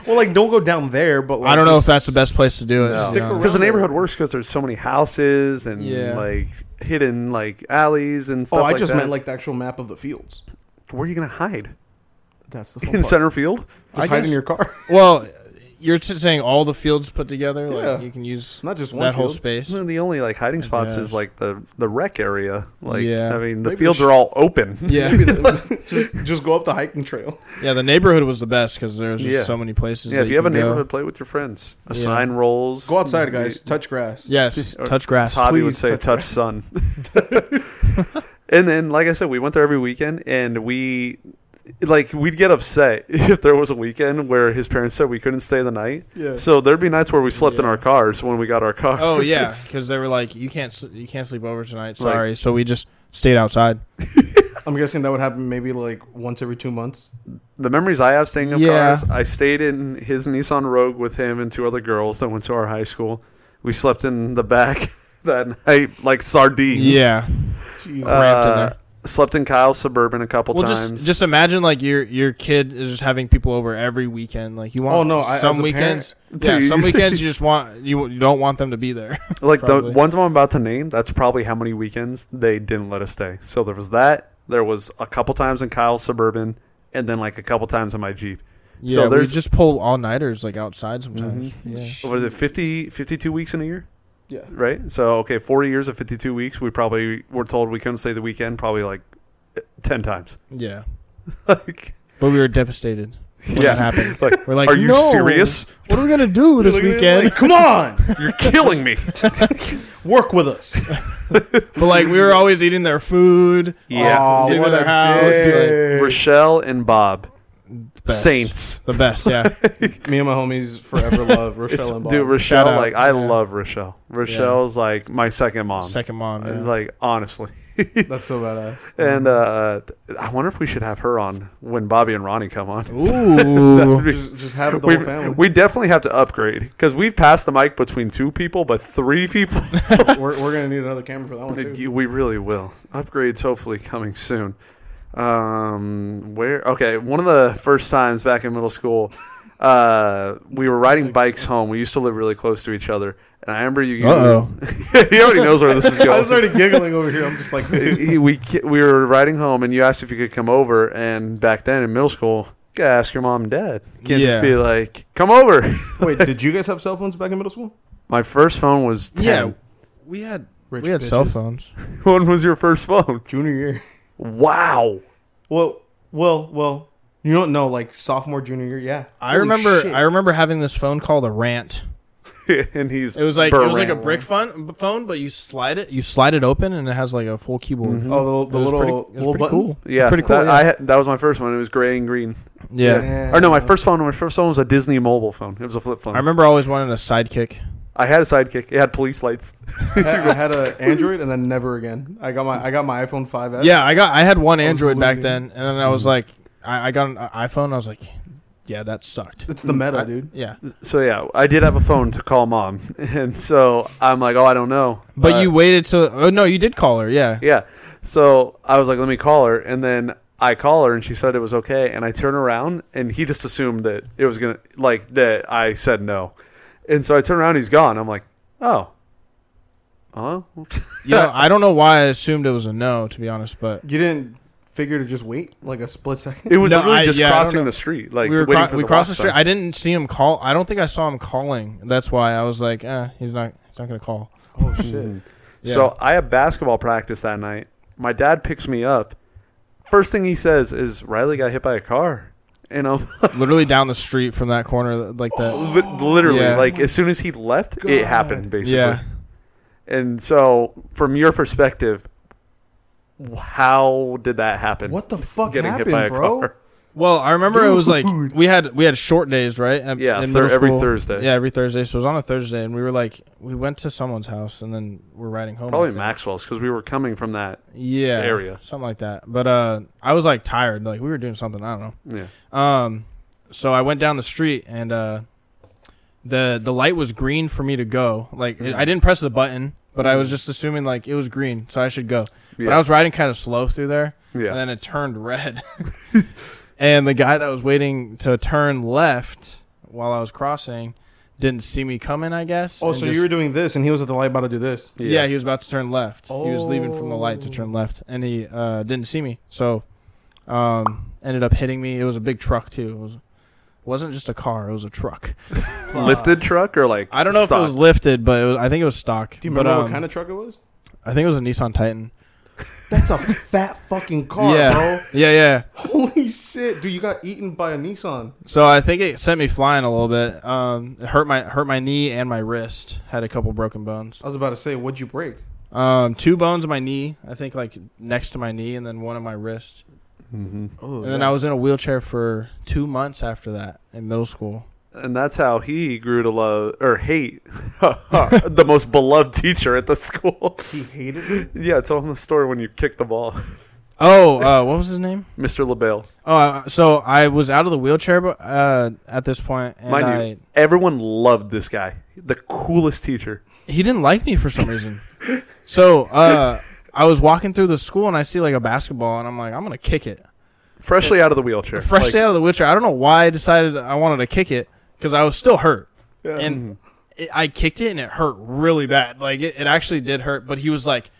B: well, like don't go down there, but like,
C: I don't know if
B: just-
C: that's the best place to do it.
A: No.
C: to be
B: Stick
C: honest.
B: around.
A: because the neighborhood works because there's so many houses and
C: Yeah.
A: like hidden like alleys and stuff.
B: Oh, I
A: like
B: just
A: that.
B: meant like the actual map of the fields.
A: where are you gonna hide
B: That's the
A: in center field?
C: I
B: Just hide
C: guess-
B: in your car.
C: Well, you're just saying all the fields put together.
B: Yeah.
C: Like you can use
B: Not just one
C: that whole
B: field.
C: space.
A: One of the only like hiding spots is
C: guess.
A: like the the rec area. Like
C: Yeah.
A: I mean, the
B: Maybe we
A: fields
B: should-
A: are all open.
C: Yeah,
B: Maybe the- just, just go up the hiking trail.
C: yeah. The neighborhood was the best because there was just
A: Yeah.
C: so many places.
A: Yeah,
C: that
A: if you have a
C: could go.
A: neighborhood, play with your friends.
C: Yeah.
A: Assign roles.
B: Go outside, guys. Touch grass.
C: Yes,
A: Or-
C: touch grass.
A: Todd would
B: Please
A: say,
B: touch
A: touch sun. and then, like I said, we went there every weekend, and we, like, we'd get upset if there was a weekend where his parents said we couldn't stay the night.
B: Yeah.
A: So there'd be nights where we slept in
C: Yeah.
A: our cars when we got our car.
C: Oh yeah, because they were like, you can't s- you can't sleep over tonight.
A: Like-
C: Sorry. so we just stayed outside.
B: I'm guessing that would happen maybe like once every two months.
A: the memories I have staying in
C: Yeah.
A: cars, I stayed in his Nissan Rogue with him and two other girls that went to our high school. We slept in the back that night, like sardines. Uh,
C: Yeah.
B: Jeez.
C: Cramped in there.
A: Slept in Kyle's Suburban a couple
C: Well,
A: times.
C: just just imagine like your your kid is just having people over every weekend. Like you want.
B: Oh, no, I-
C: Some
B: as a
C: weekends.
A: parent-
C: yeah.
A: Dude,
C: Some
A: you-
C: weekends you just want you you don't want them to be there.
A: like
C: Probably.
A: the ones I'm about to name, that's probably how many weekends they didn't let us stay. So there was that. There was a couple times in Kyle's Suburban, and then like a couple times in my Jeep.
C: yeah. we
A: there's-
C: just pull all nighters like outside sometimes. Yeah.
A: What was it 50, 52 weeks in a year?
B: yeah.
A: Right. So okay, forty years of fifty-two weeks. We probably were told we couldn't stay the weekend probably like ten times.
C: Yeah.
A: like,
C: But we were devastated when
A: Yeah.
C: that happened.
A: like,
C: We're like,
A: are you
C: "No,
A: serious?
C: What are we gonna do this
B: Like, like,
C: weekend?
B: come on,
A: You're killing me.
B: work with us.
C: but like we were always eating their food.
A: Yeah.
B: Aw,
C: Sitting in
B: Oh, what
C: their
B: a
C: house,
B: dick.
A: Rochelle and Bob,
C: Best.
A: saints.
C: The best. Yeah.
B: Me and my homies forever
A: It's-
B: love Rochelle and Bob.
A: Dude, Rochelle,
C: out,
A: like I
C: yeah.
A: love Rochelle. Rochelle's like my second mom.
C: Second mom. yeah. Mm-hmm.
A: Like honestly.
B: That's so badass.
A: And uh, I wonder if we should have her on when Bobby and Ronnie come on.
C: Ooh.
B: Just, just have the
A: We,
B: whole family.
A: we definitely have to upgrade because we've passed the mic between two people, but three people.
B: we're, we're gonna need another camera for that one too.
A: You- we really will. Upgrades hopefully coming soon. Um, where? Okay, one of the first times back in middle school, uh, we were riding bikes home. We used to live really close to each other, and I remember you.
C: Uh-oh.
A: he already knows where this is going
B: I was already giggling over here. I'm just like, dude.
A: he, we ki- we were riding home, and you asked if you could come over. And back then in middle school, you gotta ask your mom and dad. You can't
C: Yeah.
A: just be like, "Come over."
B: wait, did you guys have cell phones back in middle school?
A: My first phone was
C: Yeah.
A: ten.
C: We had
B: Rich
C: we had
B: bitches.
C: cell phones.
A: When was your first phone?
B: Junior year.
A: Wow.
B: Well, well, well. You don't know, like sophomore, junior year. Yeah,
C: I
B: Holy
C: remember
B: shit.
C: I remember having this phone called a rant.
A: and he's
C: It was like it was like a
A: Buran.
C: brick phone, phone, but you slide it you slide it open and it has like a full keyboard.
B: oh, the, the
C: It was
B: little
C: pretty- it was
B: little
C: pretty
B: buttons.
C: cool.
A: Yeah,
C: It's pretty cool,
A: That,
C: yeah.
A: I had, that was my first one. It was gray and green.
C: Yeah.
A: Or no, my first phone. My first phone was a Disney mobile phone. It was a flip phone.
C: I remember always wanting a sidekick.
A: I had a sidekick. It had police lights.
B: I had, I had a Android, and then never again. I got my I got my iPhone 5S.
C: Yeah, I got I had one Android back
B: losing.
C: then and then I was like I, I got an uh, iPhone, I was like, Yeah, that sucked.
B: it's the meta,
C: I-
B: dude.
C: Yeah.
A: So yeah, I did have a phone to call mom, and so I'm like, oh, I don't know.
C: But
A: Uh,
C: you waited till oh no, you did call her, yeah.
A: yeah. So I was like, let me call her, and then I call her, and she said it was okay, and I turn around, and he just assumed that it was gonna like that I said no, and so I turn around, he's gone. I'm like, oh, Uh-huh. huh?
C: You know, I don't know why I assumed it was a no, to be honest, but
B: You didn't figure to just wait like a split second.
A: It was
C: No,
A: literally
C: I-
A: just
C: yeah, I don't
A: crossing
C: know.
A: the street, like
C: we were
A: waiting
C: cro-
A: for
C: we
A: the
C: crossed
A: walk
C: the street.
A: sign.
C: I didn't see him call. I don't think I saw him calling. That's why I was like, eh, he's not. He's not gonna call.
B: oh
C: Mm-hmm.
B: shit!
C: Yeah.
A: So I have basketball practice that night. My dad picks me up. First thing he says is, Riley got hit by a car. You know,
C: Literally down the street from that corner, like that.
A: Li- literally,
C: Yeah.
A: like as soon as he left, it happened basically.
C: Yeah.
A: And so, from your perspective, how did that happen?
B: What the fuck
A: Getting
B: happened,
A: hit by a
B: bro?
A: car.
C: Well, I remember it was like we had we had short days, right? At-
A: Yeah,
C: in
A: thir-
C: middle
A: every
C: school.
A: Thursday.
C: Yeah, every Thursday. So it was on a Thursday, and we were like, we went to someone's house, and then we're riding home. I
A: Probably
C: think.
A: Maxwell's because we were coming from that.
C: Yeah,
A: area.
C: something like that. But uh, I was like tired. Like we were doing something. I don't
A: Yeah.
C: know. Um, so I went down the street, and uh, the the light was green for me to go. Like
B: Mm.
C: it, I didn't press the button, but I was just assuming like it was green, so I should go. But
A: Yeah.
C: I was riding kind of slow through there.
A: Yeah.
C: And then it turned red. and the guy that was waiting to turn left while I was crossing didn't see me coming, I guess.
B: Oh,
C: and
B: so
C: just-
B: you were doing this, and he was at the light about to do this.
A: Yeah.
C: Yeah. Oh. he was about to turn left. He was leaving from the light to turn left and he uh, didn't see me. So um, ended up hitting me. It was a big truck too. It was wasn't just a car, it was a truck.
A: Lifted truck or like
C: I don't know
A: stock?
C: if it was lifted, but it was, I think it was stock.
B: Do you remember
C: but,
B: what
C: um,
B: kind of truck it was?
C: I think it was a Nissan Titan.
B: That's a fat fucking car,
C: yeah.
B: bro.
C: Yeah, yeah.
B: Holy shit, dude! You got eaten by a Nissan.
C: So I think it sent me flying a little bit. Um, it hurt my hurt my knee and my wrist. Had a couple broken bones.
B: I was about to say, what'd you break?
C: Um, two bones in my knee. I think like next to my knee, and then one in my wrist.
B: Oh,
C: And then I was in a wheelchair for two months after that in middle school.
A: and that's how he grew to love or hate the most beloved teacher at the school.
B: he hated it.
A: yeah, tell him the story when you kicked the ball,
C: Oh, uh, what was his name?
A: Mr. LaBelle.
C: Oh, uh, so I was out of the wheelchair, but uh, at this point, and
A: Mind
C: I,
A: you, everyone loved this guy, the coolest teacher.
C: he didn't like me for some reason. so uh, I was walking through the school, and I see like a basketball, and I'm like, I'm gonna kick it.
A: Freshly out of the wheelchair.
C: freshly
A: Like,
C: out of the wheelchair. I don't know why I decided I wanted to kick it because I was still hurt, and it, I kicked it and it hurt really bad. Like it, it actually did hurt. But he was like,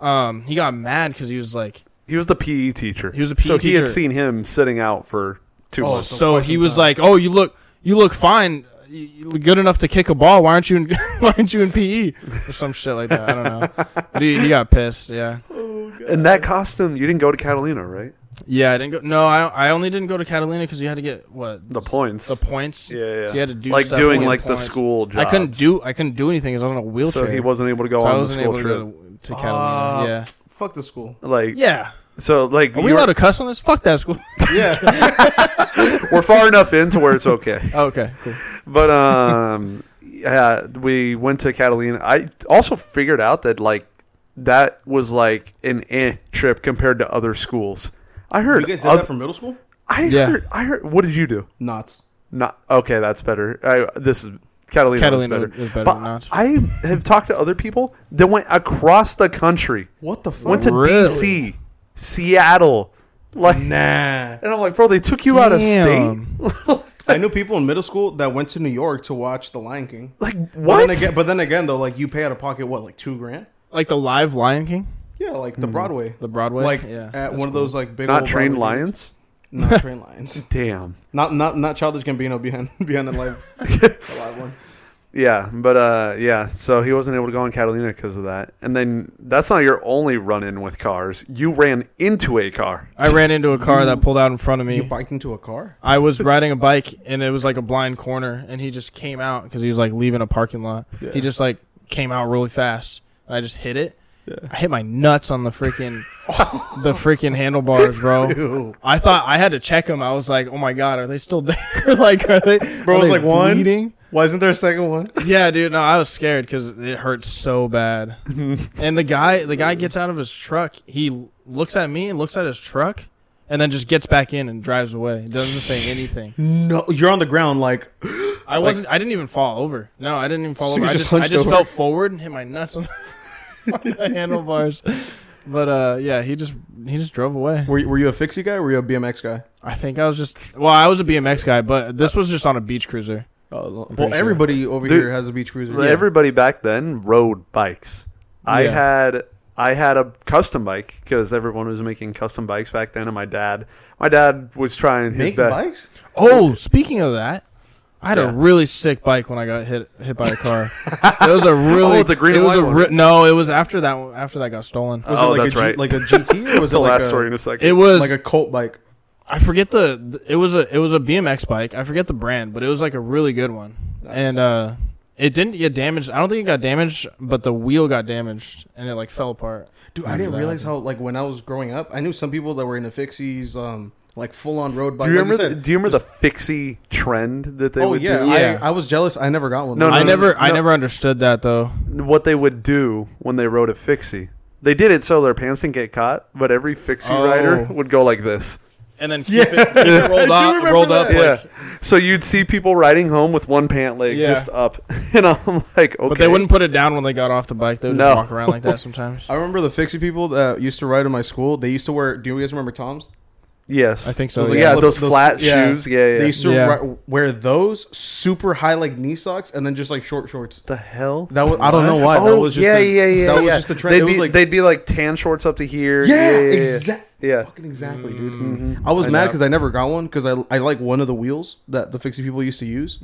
C: um, he got mad because he was like,
A: he was the PE teacher.
C: He was a PE
A: so he had
C: teacher.
A: seen him sitting out for two
B: Oh,
A: months.
C: so he was like, oh, you look, you look fine, You- you look good enough to kick a ball. Why aren't you, in, why aren't you in PE or some shit like that? I don't know. But he, he got pissed. Yeah,
A: And that costume, you didn't go to Catalina, right?
C: yeah. I didn't go. No, I, I only didn't go to Catalina because you had to get what
A: The points.
C: The points.
A: Yeah, yeah.
C: So you had to do
A: like
C: stuff
A: doing
C: to get
A: like
C: points.
A: the school job.
C: I couldn't do I couldn't do anything because I was on a wheelchair.
A: So he wasn't able to go
C: So I
A: on the
C: wasn't
A: school
C: able
A: trip.
C: to go to Catalina.
B: Ah.
C: yeah.
B: Fuck the school.
A: Like
C: Yeah.
A: so, like
C: Are we
A: you
C: allowed
A: were-
C: to cuss on this? Fuck that school.
B: Yeah.
A: we're far enough in to where it's okay.
B: Uh,
C: oh, okay. Cool.
A: But um, yeah, we went to Catalina. I also figured out that like that was like an eh trip compared to other schools. I heard.
B: you guys did
A: oth-
B: that from middle school?
A: I
C: Yeah.
A: heard. I heard. What did you do?
B: Knots.
A: Not okay. That's better. I, this is Catalina.
C: Catalina
A: was better.
C: is better
A: But
C: than that.
A: I have talked to other people that went across the country,
B: What the fuck?
A: went to
C: Really?
A: DC, Seattle, like
B: nah.
A: And I'm like, bro, they took you out of state.
C: Damn.
B: I knew people in middle school that went to New York to watch The Lion King.
A: Like
B: But
A: what?
B: then again, but then again though, like you pay out of pocket what, like two grand?
C: Like the live Lion King,
B: Yeah, like Hmm. the Broadway.
C: the Broadway.
B: like
C: yeah.
B: at
C: that's
B: one of
C: cool.
B: those like big
A: Not
B: old
A: trained
B: Broadway games.
A: lions.
B: Not trained lions.
A: Damn.
B: Not not not childish Gambino behind behind the live, the live one.
A: Yeah, but uh, yeah. So he wasn't able to go on Catalina because of that. And then that's not your only run-in with cars. You ran into a car.
C: I ran into a car that pulled out in front of
B: You
C: me.
B: biked into a car?
C: I was riding a bike and it was like a blind corner, and he just came out because he was like leaving a parking lot. He just like came out really fast. and I just hit it. I hit my nuts on the freaking the freaking handlebars, bro.
B: Ew.
C: I thought I had to check them. I was like, "Oh my god, are they still there? like, are they?
B: Bro,
C: are
B: it was
C: they
B: like one.
C: bleeding?"
B: Why isn't there a second one?
C: Yeah, dude. No, I was scared because it hurt so bad. and the guy, the guy gets out of his truck. He l- looks at me and looks at his truck, and then just gets back in and drives away. Doesn't say anything.
B: No, you're on the ground like
C: I wasn't. I didn't even fall over. No, I didn't even fall
B: So
C: over.
B: you
C: I
B: just
C: just, I
B: hunched
C: just
B: over.
C: fell forward and hit my nuts on, on the handlebars. But uh, yeah, he just he just drove away.
B: Were you, were you a fixie guy or were you a BMX guy?
C: I think I was just well, I was a BMX guy, but this was just on a beach cruiser.
B: Oh, well,
C: pretty sure.
B: everybody over
A: Dude,
B: here has a beach cruiser.
A: Everybody back then rode bikes. I
C: Yeah.
A: had I had a custom bike because everyone was making custom bikes back then. And my dad, my dad was trying his
B: Make
A: best.
B: bikes?
C: Oh, speaking of that, I had
A: Yeah.
C: a really sick bike when I got hit hit by a car. it was a really
A: Oh, the green
C: it
A: and
C: was
A: white
C: a
A: one.
C: re- no, it was after that one- after that got stolen.
A: Oh, that's
B: a G-
A: right.
B: Like a GT or was
A: It's the
B: it like
A: last
B: a,
A: story in a second.
C: It was
B: like a Colt bike?
C: I forget the th- it was a it was a BMX bike. I forget the brand, but it was like a really good one. And uh it didn't get damaged. I don't think it got damaged, but the wheel got damaged and it like fell apart. uh,
B: Dude, I didn't realize how like when I was growing up, I knew some people that were into fixies, um, like full on road bike.
A: Do you
B: Like
A: remember? The,
B: said,
A: do you remember the fixie trend that they
B: oh
A: would
B: yeah,
A: do?
C: Yeah.
B: I, I was jealous. I never got one.
A: No, no, no,
C: I never I
A: no.
C: never understood that though.
A: What they would do when they rode a fixie? They did it so their pants didn't get caught, but every fixie
C: Oh.
A: rider would go like this.
C: And then keep, it, keep it rolled up,
B: remember
C: rolled up.
B: that.
C: like-
A: Yeah. So you'd see people riding home with one pant leg
C: Yeah.
A: just up, and I'm like, okay.
C: But they wouldn't put it down when they got off the bike. They would
A: No.
C: just walk around like that sometimes.
B: I remember the fixie people that used to ride in my school. They used to wear. Do you guys remember Toms?
A: Yes.
C: I think so,
A: Those-
C: yeah.
A: Oh, yeah,
B: flip-
A: those, flat shoes. Yeah, yeah.
B: They used to
C: Yeah.
B: ri- wear those super high like knee socks and then just like short shorts.
A: the hell?
B: That was I don't know why.
A: oh
B: that was just
A: yeah,
B: a-
A: yeah, yeah.
B: That
A: yeah.
B: was just a trend.
A: They'd
B: It
A: be
B: was like
A: they'd be like tan shorts up to here.
B: yeah,
A: yeah, yeah, yeah.
B: exactly.
A: Yeah.
B: Fucking exactly, dude.
C: Mm-hmm.
B: Mm-hmm. I was
A: I
B: mad
A: know.
B: because I never got one because I I like one of the wheels that the fixie people used to use,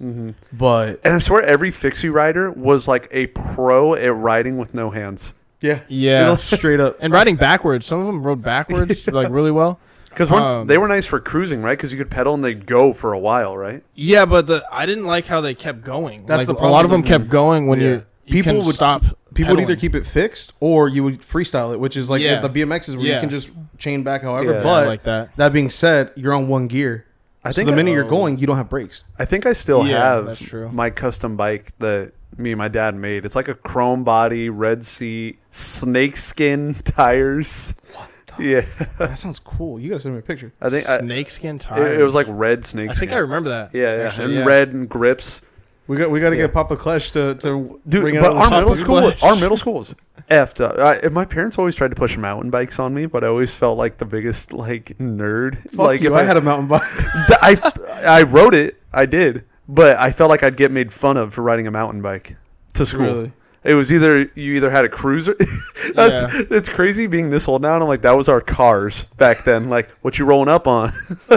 B: but
A: And I swear, every fixie rider was like a pro at riding with no hands.
B: yeah,
C: Yeah.
B: You know, straight up.
C: And riding backwards. Some of them rode backwards like really well.
A: Because
C: Um,
A: they were nice for cruising, right? Because you could pedal and they'd go for a while, right?
C: Yeah, but the I didn't like how they kept going.
B: That's
C: Like,
B: the
C: a lot
B: problem.
C: of them kept going when
B: Yeah.
C: you're you
B: People
C: can
B: would-
C: stop.
B: People would either
C: pedaling.
B: keep it fixed or you would freestyle it, which is like
C: Yeah.
B: the BMXs where you
C: Yeah.
B: can just chain back however.
A: Yeah.
B: But
C: like that. Oh.
B: that being said, you're on one gear. I
A: think
B: think the minute
A: I-
B: you're going, you don't have brakes.
A: I think I still
C: Yeah,
A: have
C: that's true.
A: my custom bike that me and my dad made. It's like a chrome body, red seat, snake skin tires. Yeah,
B: That sounds cool. You gotta send me a picture.
A: I think I,
C: snakeskin tires.
A: it, it was like red snake.
C: I think I
A: skin.
C: remember that.
A: Yeah, yeah,
C: actually,
A: and red and grips.
B: We got we gotta
A: Yeah.
B: get Papa Klesh to to
A: Dude,
B: bring it
A: but
B: out
A: our
B: on
A: middle
B: Papa
A: school,
C: Flash.
A: our middle school was effed up. I, my parents always tried to push mountain bikes on me, but I always felt like the biggest like nerd.
B: Fuck
A: like
B: you, I, had a mountain bike.
A: Th- I I rode it. I did, but I felt like I'd get made fun of for riding a mountain bike to school.
B: Really?
A: It was either you either had a cruiser. that's, It's crazy being this old now, and I'm like, that was our cars back then. Like, what you rolling up on?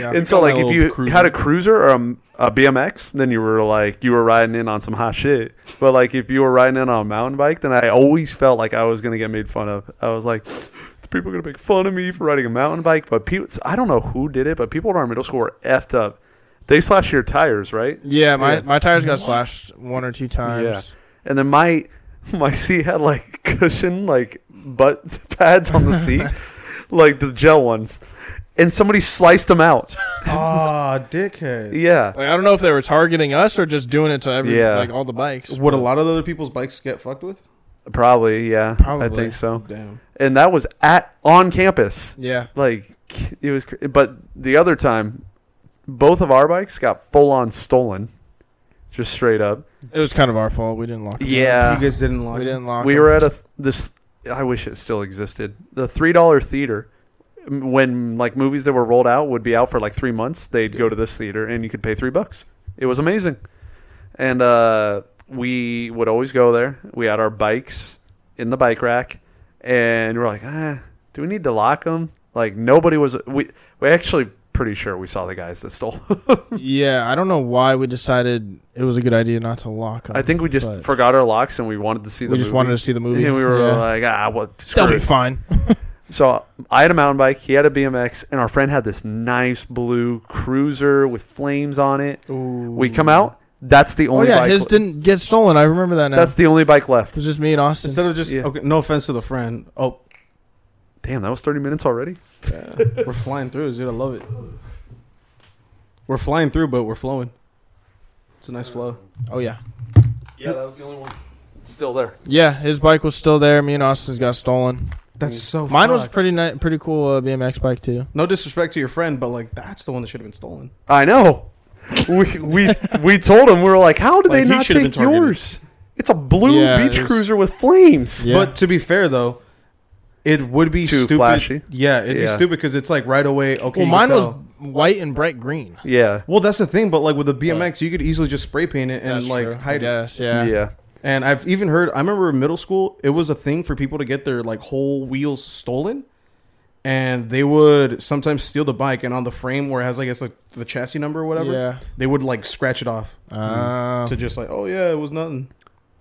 A: and so,
C: got
A: like,
C: my
A: if
C: old
A: you
C: cruiser.
A: had a cruiser or a, a BMX, then you were like, you were riding in on some hot shit. But like, if you were riding in on a mountain bike, then I always felt like I was gonna get made fun of. I was like, people are gonna make fun of me for riding a mountain bike. But people, I don't know who did it, but people in our middle school were effed up. They slash your tires, right?
C: Yeah, my,
A: Yeah.
C: my tires got slashed one or two times.
A: And then my my seat had like cushion like butt pads on the seat, like the gel ones. And somebody sliced them out.
B: Ah, dickhead.
A: Yeah.
C: Like I don't know if they were targeting us or just doing it to every
A: Yeah.
C: like all the bikes.
B: Would a lot of other people's bikes get fucked with?
A: Probably, yeah. I
C: Probably.
A: think so.
B: Damn.
A: And that was at on campus.
C: Yeah.
A: Like it was cr- but the other time both of our bikes got full on stolen. Just straight up.
C: It was kind of our fault. We didn't lock. them.
A: Yeah.
B: you guys didn't lock.
C: We didn't lock.
A: we
C: them.
A: were at a this i wish it still existed the three dollar theater m- when like movies that were rolled out would be out for like three months they'd go to this theater and you could pay three bucks it was amazing and uh we would always go there we had our bikes in the bike rack and we we're like ah do we need to lock them like nobody was we we actually pretty sure we saw the guys that stole
C: Yeah, I don't know why we decided it was a good idea not to lock them.
A: i think we just
C: But-
A: forgot our locks and we wanted to see the
C: we just
A: movie.
C: wanted to see the movie.
A: and we were
C: Yeah.
A: like ah what
C: they'll
A: screw
C: be
A: it.
C: fine.
A: So I had a mountain bike, he had a BMX, and our friend had this nice blue cruiser with flames on it. We come out, that's the
C: Oh
A: only
C: yeah,
A: bike.
C: his didn't get stolen. I remember that now.
A: that's the only bike left.
C: it was just me and Austin.
B: Instead of just
A: Yeah.
B: okay, no offense to the friend. Oh,
A: Damn, that was 30 minutes already.
B: we're flying through, dude. I love it. We're flying through, but we're flowing. It's a nice flow.
C: oh yeah,
A: Yeah, that was the only one. Still there.
C: yeah. His bike was still there. Me and Austin's got stolen.
B: That's so.
C: Mine was
B: fucked.
C: pretty ni- pretty cool uh, BMX bike too.
B: no disrespect to your friend, but like that's the one that should have been stolen.
A: I know. we we we told him we were like, how did
B: Like,
A: they
B: he
A: not
B: should've
A: take
B: been targeted.
A: yours? It's a blue
C: Yeah,
A: beach
C: it was-
A: cruiser with flames.
C: Yeah.
B: But to be fair though, it would be
A: Too
B: stupid.
A: flashy.
B: Yeah, it'd
A: Yeah.
B: be stupid because it's like right away. Okay,
C: well,
B: you
C: mine
B: can
C: was
B: tell.
C: white and bright green.
A: Yeah.
B: Well, that's the thing, but like with the BMX, you could easily just spray paint it and
C: That's
B: like
C: true. I
B: hide it.
C: guess, yeah.
A: yeah.
B: And I've even heard I remember in middle school it was a thing for people to get their like whole wheels stolen. And they would sometimes steal the bike and on the frame where it has I guess like the chassis number or whatever,
C: Yeah.
B: they would like scratch it off
C: Uh,
B: to just like, Oh yeah, it was nothing.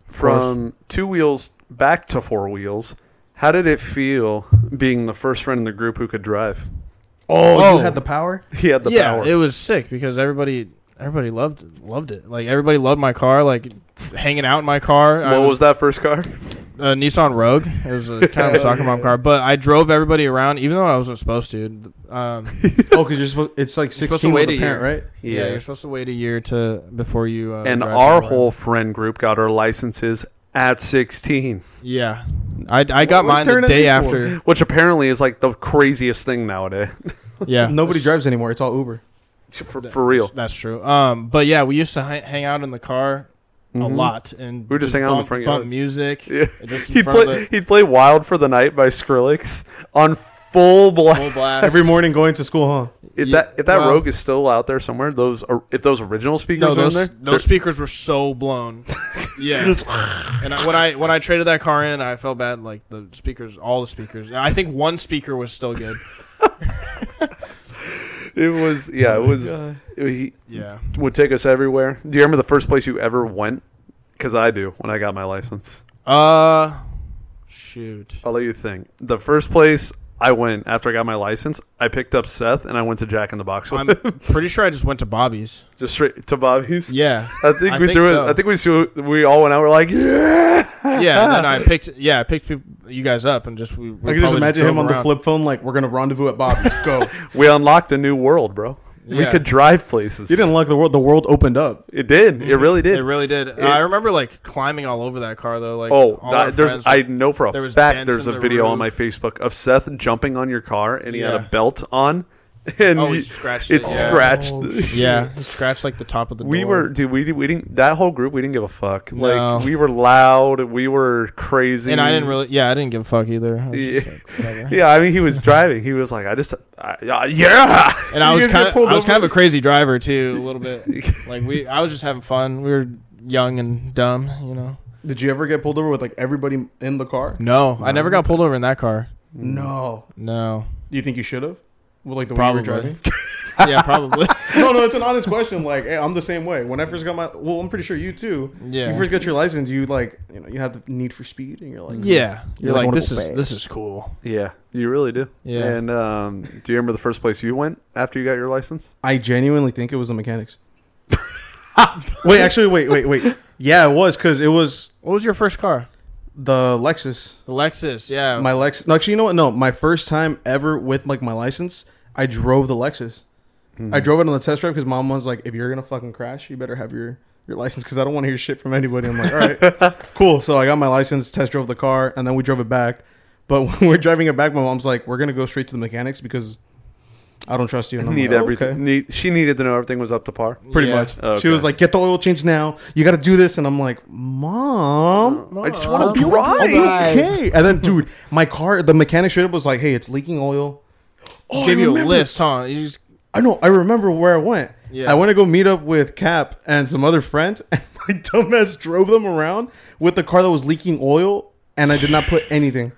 A: from two wheels back to four wheels. How did it feel being the first friend in the group who could drive?
B: Oh,
C: Oh.
B: you had the power.
A: He had the
C: yeah,
A: power.
C: it was sick because everybody everybody loved loved it. Like everybody loved my car. Like hanging out in my car. I
A: what was, that first car?
C: a Uh, Nissan Rogue. It was a kind of a soccer mom car, but I drove everybody around, even though I wasn't supposed to. Um,
B: Oh, because you're supposed. It's like
C: supposed to
B: sixteen with
C: wait
B: a
C: a year.
B: parent, right?
C: yeah. you're supposed to wait a year to before you. Uh,
A: and
C: drive
A: our
C: somewhere.
A: whole friend group got our licenses at 16,
C: yeah, I, I got
B: What was
C: mine the
B: turning
C: day
B: it
C: after.
A: which apparently is like the craziest thing nowadays.
C: Yeah,
B: Nobody
C: That's-
B: drives anymore. It's all Uber.
A: for, for real.
C: That's true. Um, but yeah, we used to hi- hang out in the car a
B: Mm-hmm.
A: Mhm.
C: lot, and
A: We would just hang out in the
C: bump,
A: front
C: bump
A: yard.
C: music.
A: Yeah.
C: Just in
A: He'd
C: front of
A: play, he'd play Wild for the Night by Skrillex on full
C: the
A: blast.
C: full blast
B: Every morning going to school, huh?
A: If
C: Yeah,
A: that if that
C: well-
A: Rogue is still out there somewhere, those or if those original speakers
C: No,
A: are in there,
C: those
A: they're-
C: those speakers were so blown. Yeah, and I, when I when I traded that car in, I felt bad. Like the speakers, all the speakers. I think one speaker was still good.
A: it was yeah,
C: Oh
A: it was he
C: Yeah,
A: would take us everywhere. Do you remember the first place you ever went? Because I do when I got my license.
C: Uh, shoot.
A: I'll let you think. The first place I went after I got my license, I picked up Seth and I went to Jack in the Box with
C: I'm
A: him.
C: pretty sure I just went to Bobby's.
A: just straight to Bobby's.
C: Yeah,
A: I think
C: I
A: we
C: think
A: threw
C: so.
A: it. I think we saw- we all went out. We're like, yeah,
C: yeah. And then I picked. Yeah, I picked peop- you guys up and just we. we
B: I can just
C: probably
B: imagine
C: drove
B: him on the
C: around.
B: flip phone, like we're gonna rendezvous at Bobby's. Go.
A: we unlocked a new world, bro. We
C: Yeah.
A: could drive places.
B: you didn't like the world. The world opened up.
A: It did. It really did.
C: It really did. I remember like climbing all over that car though. Like
A: Oh,
C: all
A: that-
C: our
A: there's
C: friends
A: I
C: were-
A: know for a
C: there was
A: fact
C: dents
A: there's
C: in
A: a
C: the
A: video on my
C: roof.
A: Facebook of Seth jumping on your car and he had
C: Yeah.
A: a belt on and
C: Oh, he
A: he-
C: scratched
A: it
C: it, yeah.
A: scratched.
C: yeah, he scratched like the top of the.
A: We
C: door.
A: were dude, we we didn't that whole group we didn't give a fuck.
C: No.
A: Like we were loud, we were crazy.
C: and I didn't really. Yeah, I didn't give a fuck either. I was just
A: Yeah.
C: like, whatever.
A: Yeah, I mean he was driving. He was like I just I, uh, yeah.
C: and I
A: You
C: was
A: just get
C: kind of,
A: pulled
C: I was
A: over.
C: kind of a crazy driver too, a little bit. Like we, I was just having fun. We were young and dumb, you know.
B: Did you ever get pulled over with like everybody in the car?
C: No, I never got pulled over in that car.
B: No.
C: No,
B: Do Mm. you think you should have? With like the
C: probably.
B: way you were driving?
C: yeah, probably.
B: no, no, it's an honest question. Like, hey, I'm the same way. When I first got my, well, I'm pretty sure you too.
C: Yeah.
B: You first get your license, you like, you know, you have the need for speed, and you're like,
C: yeah, you're
D: You're like,
C: like this
D: "Wanna
C: is
D: go
C: this is cool.
A: Yeah, you really do.
C: Yeah.
A: And um, do you remember the first place you went after you got your license?
B: I genuinely think it was the mechanics. wait, actually, wait, wait, wait. Yeah, it was because it was
C: What was your first car?
B: the Lexus.
C: The Lexus. Yeah.
B: My Lex. No, actually, you know what? No, my first time ever with like my license, I drove the Lexus.
A: Hmm.
B: I drove it on the test drive because mom was like, "If you're gonna fucking crash, you better have your your license because I don't want to hear shit from anybody." I'm like, "All right, cool." So I got my license, test drove the car, and then we drove it back. But when we're driving it back, my mom's like, "We're gonna go straight to the mechanics because I don't trust you." And I'm
A: Need
C: oh,
B: like, "Oh,
A: everything.
B: "Okay."
A: Need, she needed to know everything was up to par.
B: Pretty
C: Yeah.
B: much.
A: Okay.
B: She was like, "Get the oil change now. You got to do this," and I'm like, "Mom,
A: I just want to
D: Mom,
A: drive.
D: drive.
B: okay. And then, dude, my car, the mechanic straight up was like, "Hey, it's leaking oil."
C: just
B: I
C: gave you a
B: remember.
C: list, huh? You just
B: I know. I remember where I went.
C: Yeah.
B: I went to go meet up with Cap and some other friends, and my dumbass drove them around with the car that was leaking oil, and I did not put anything.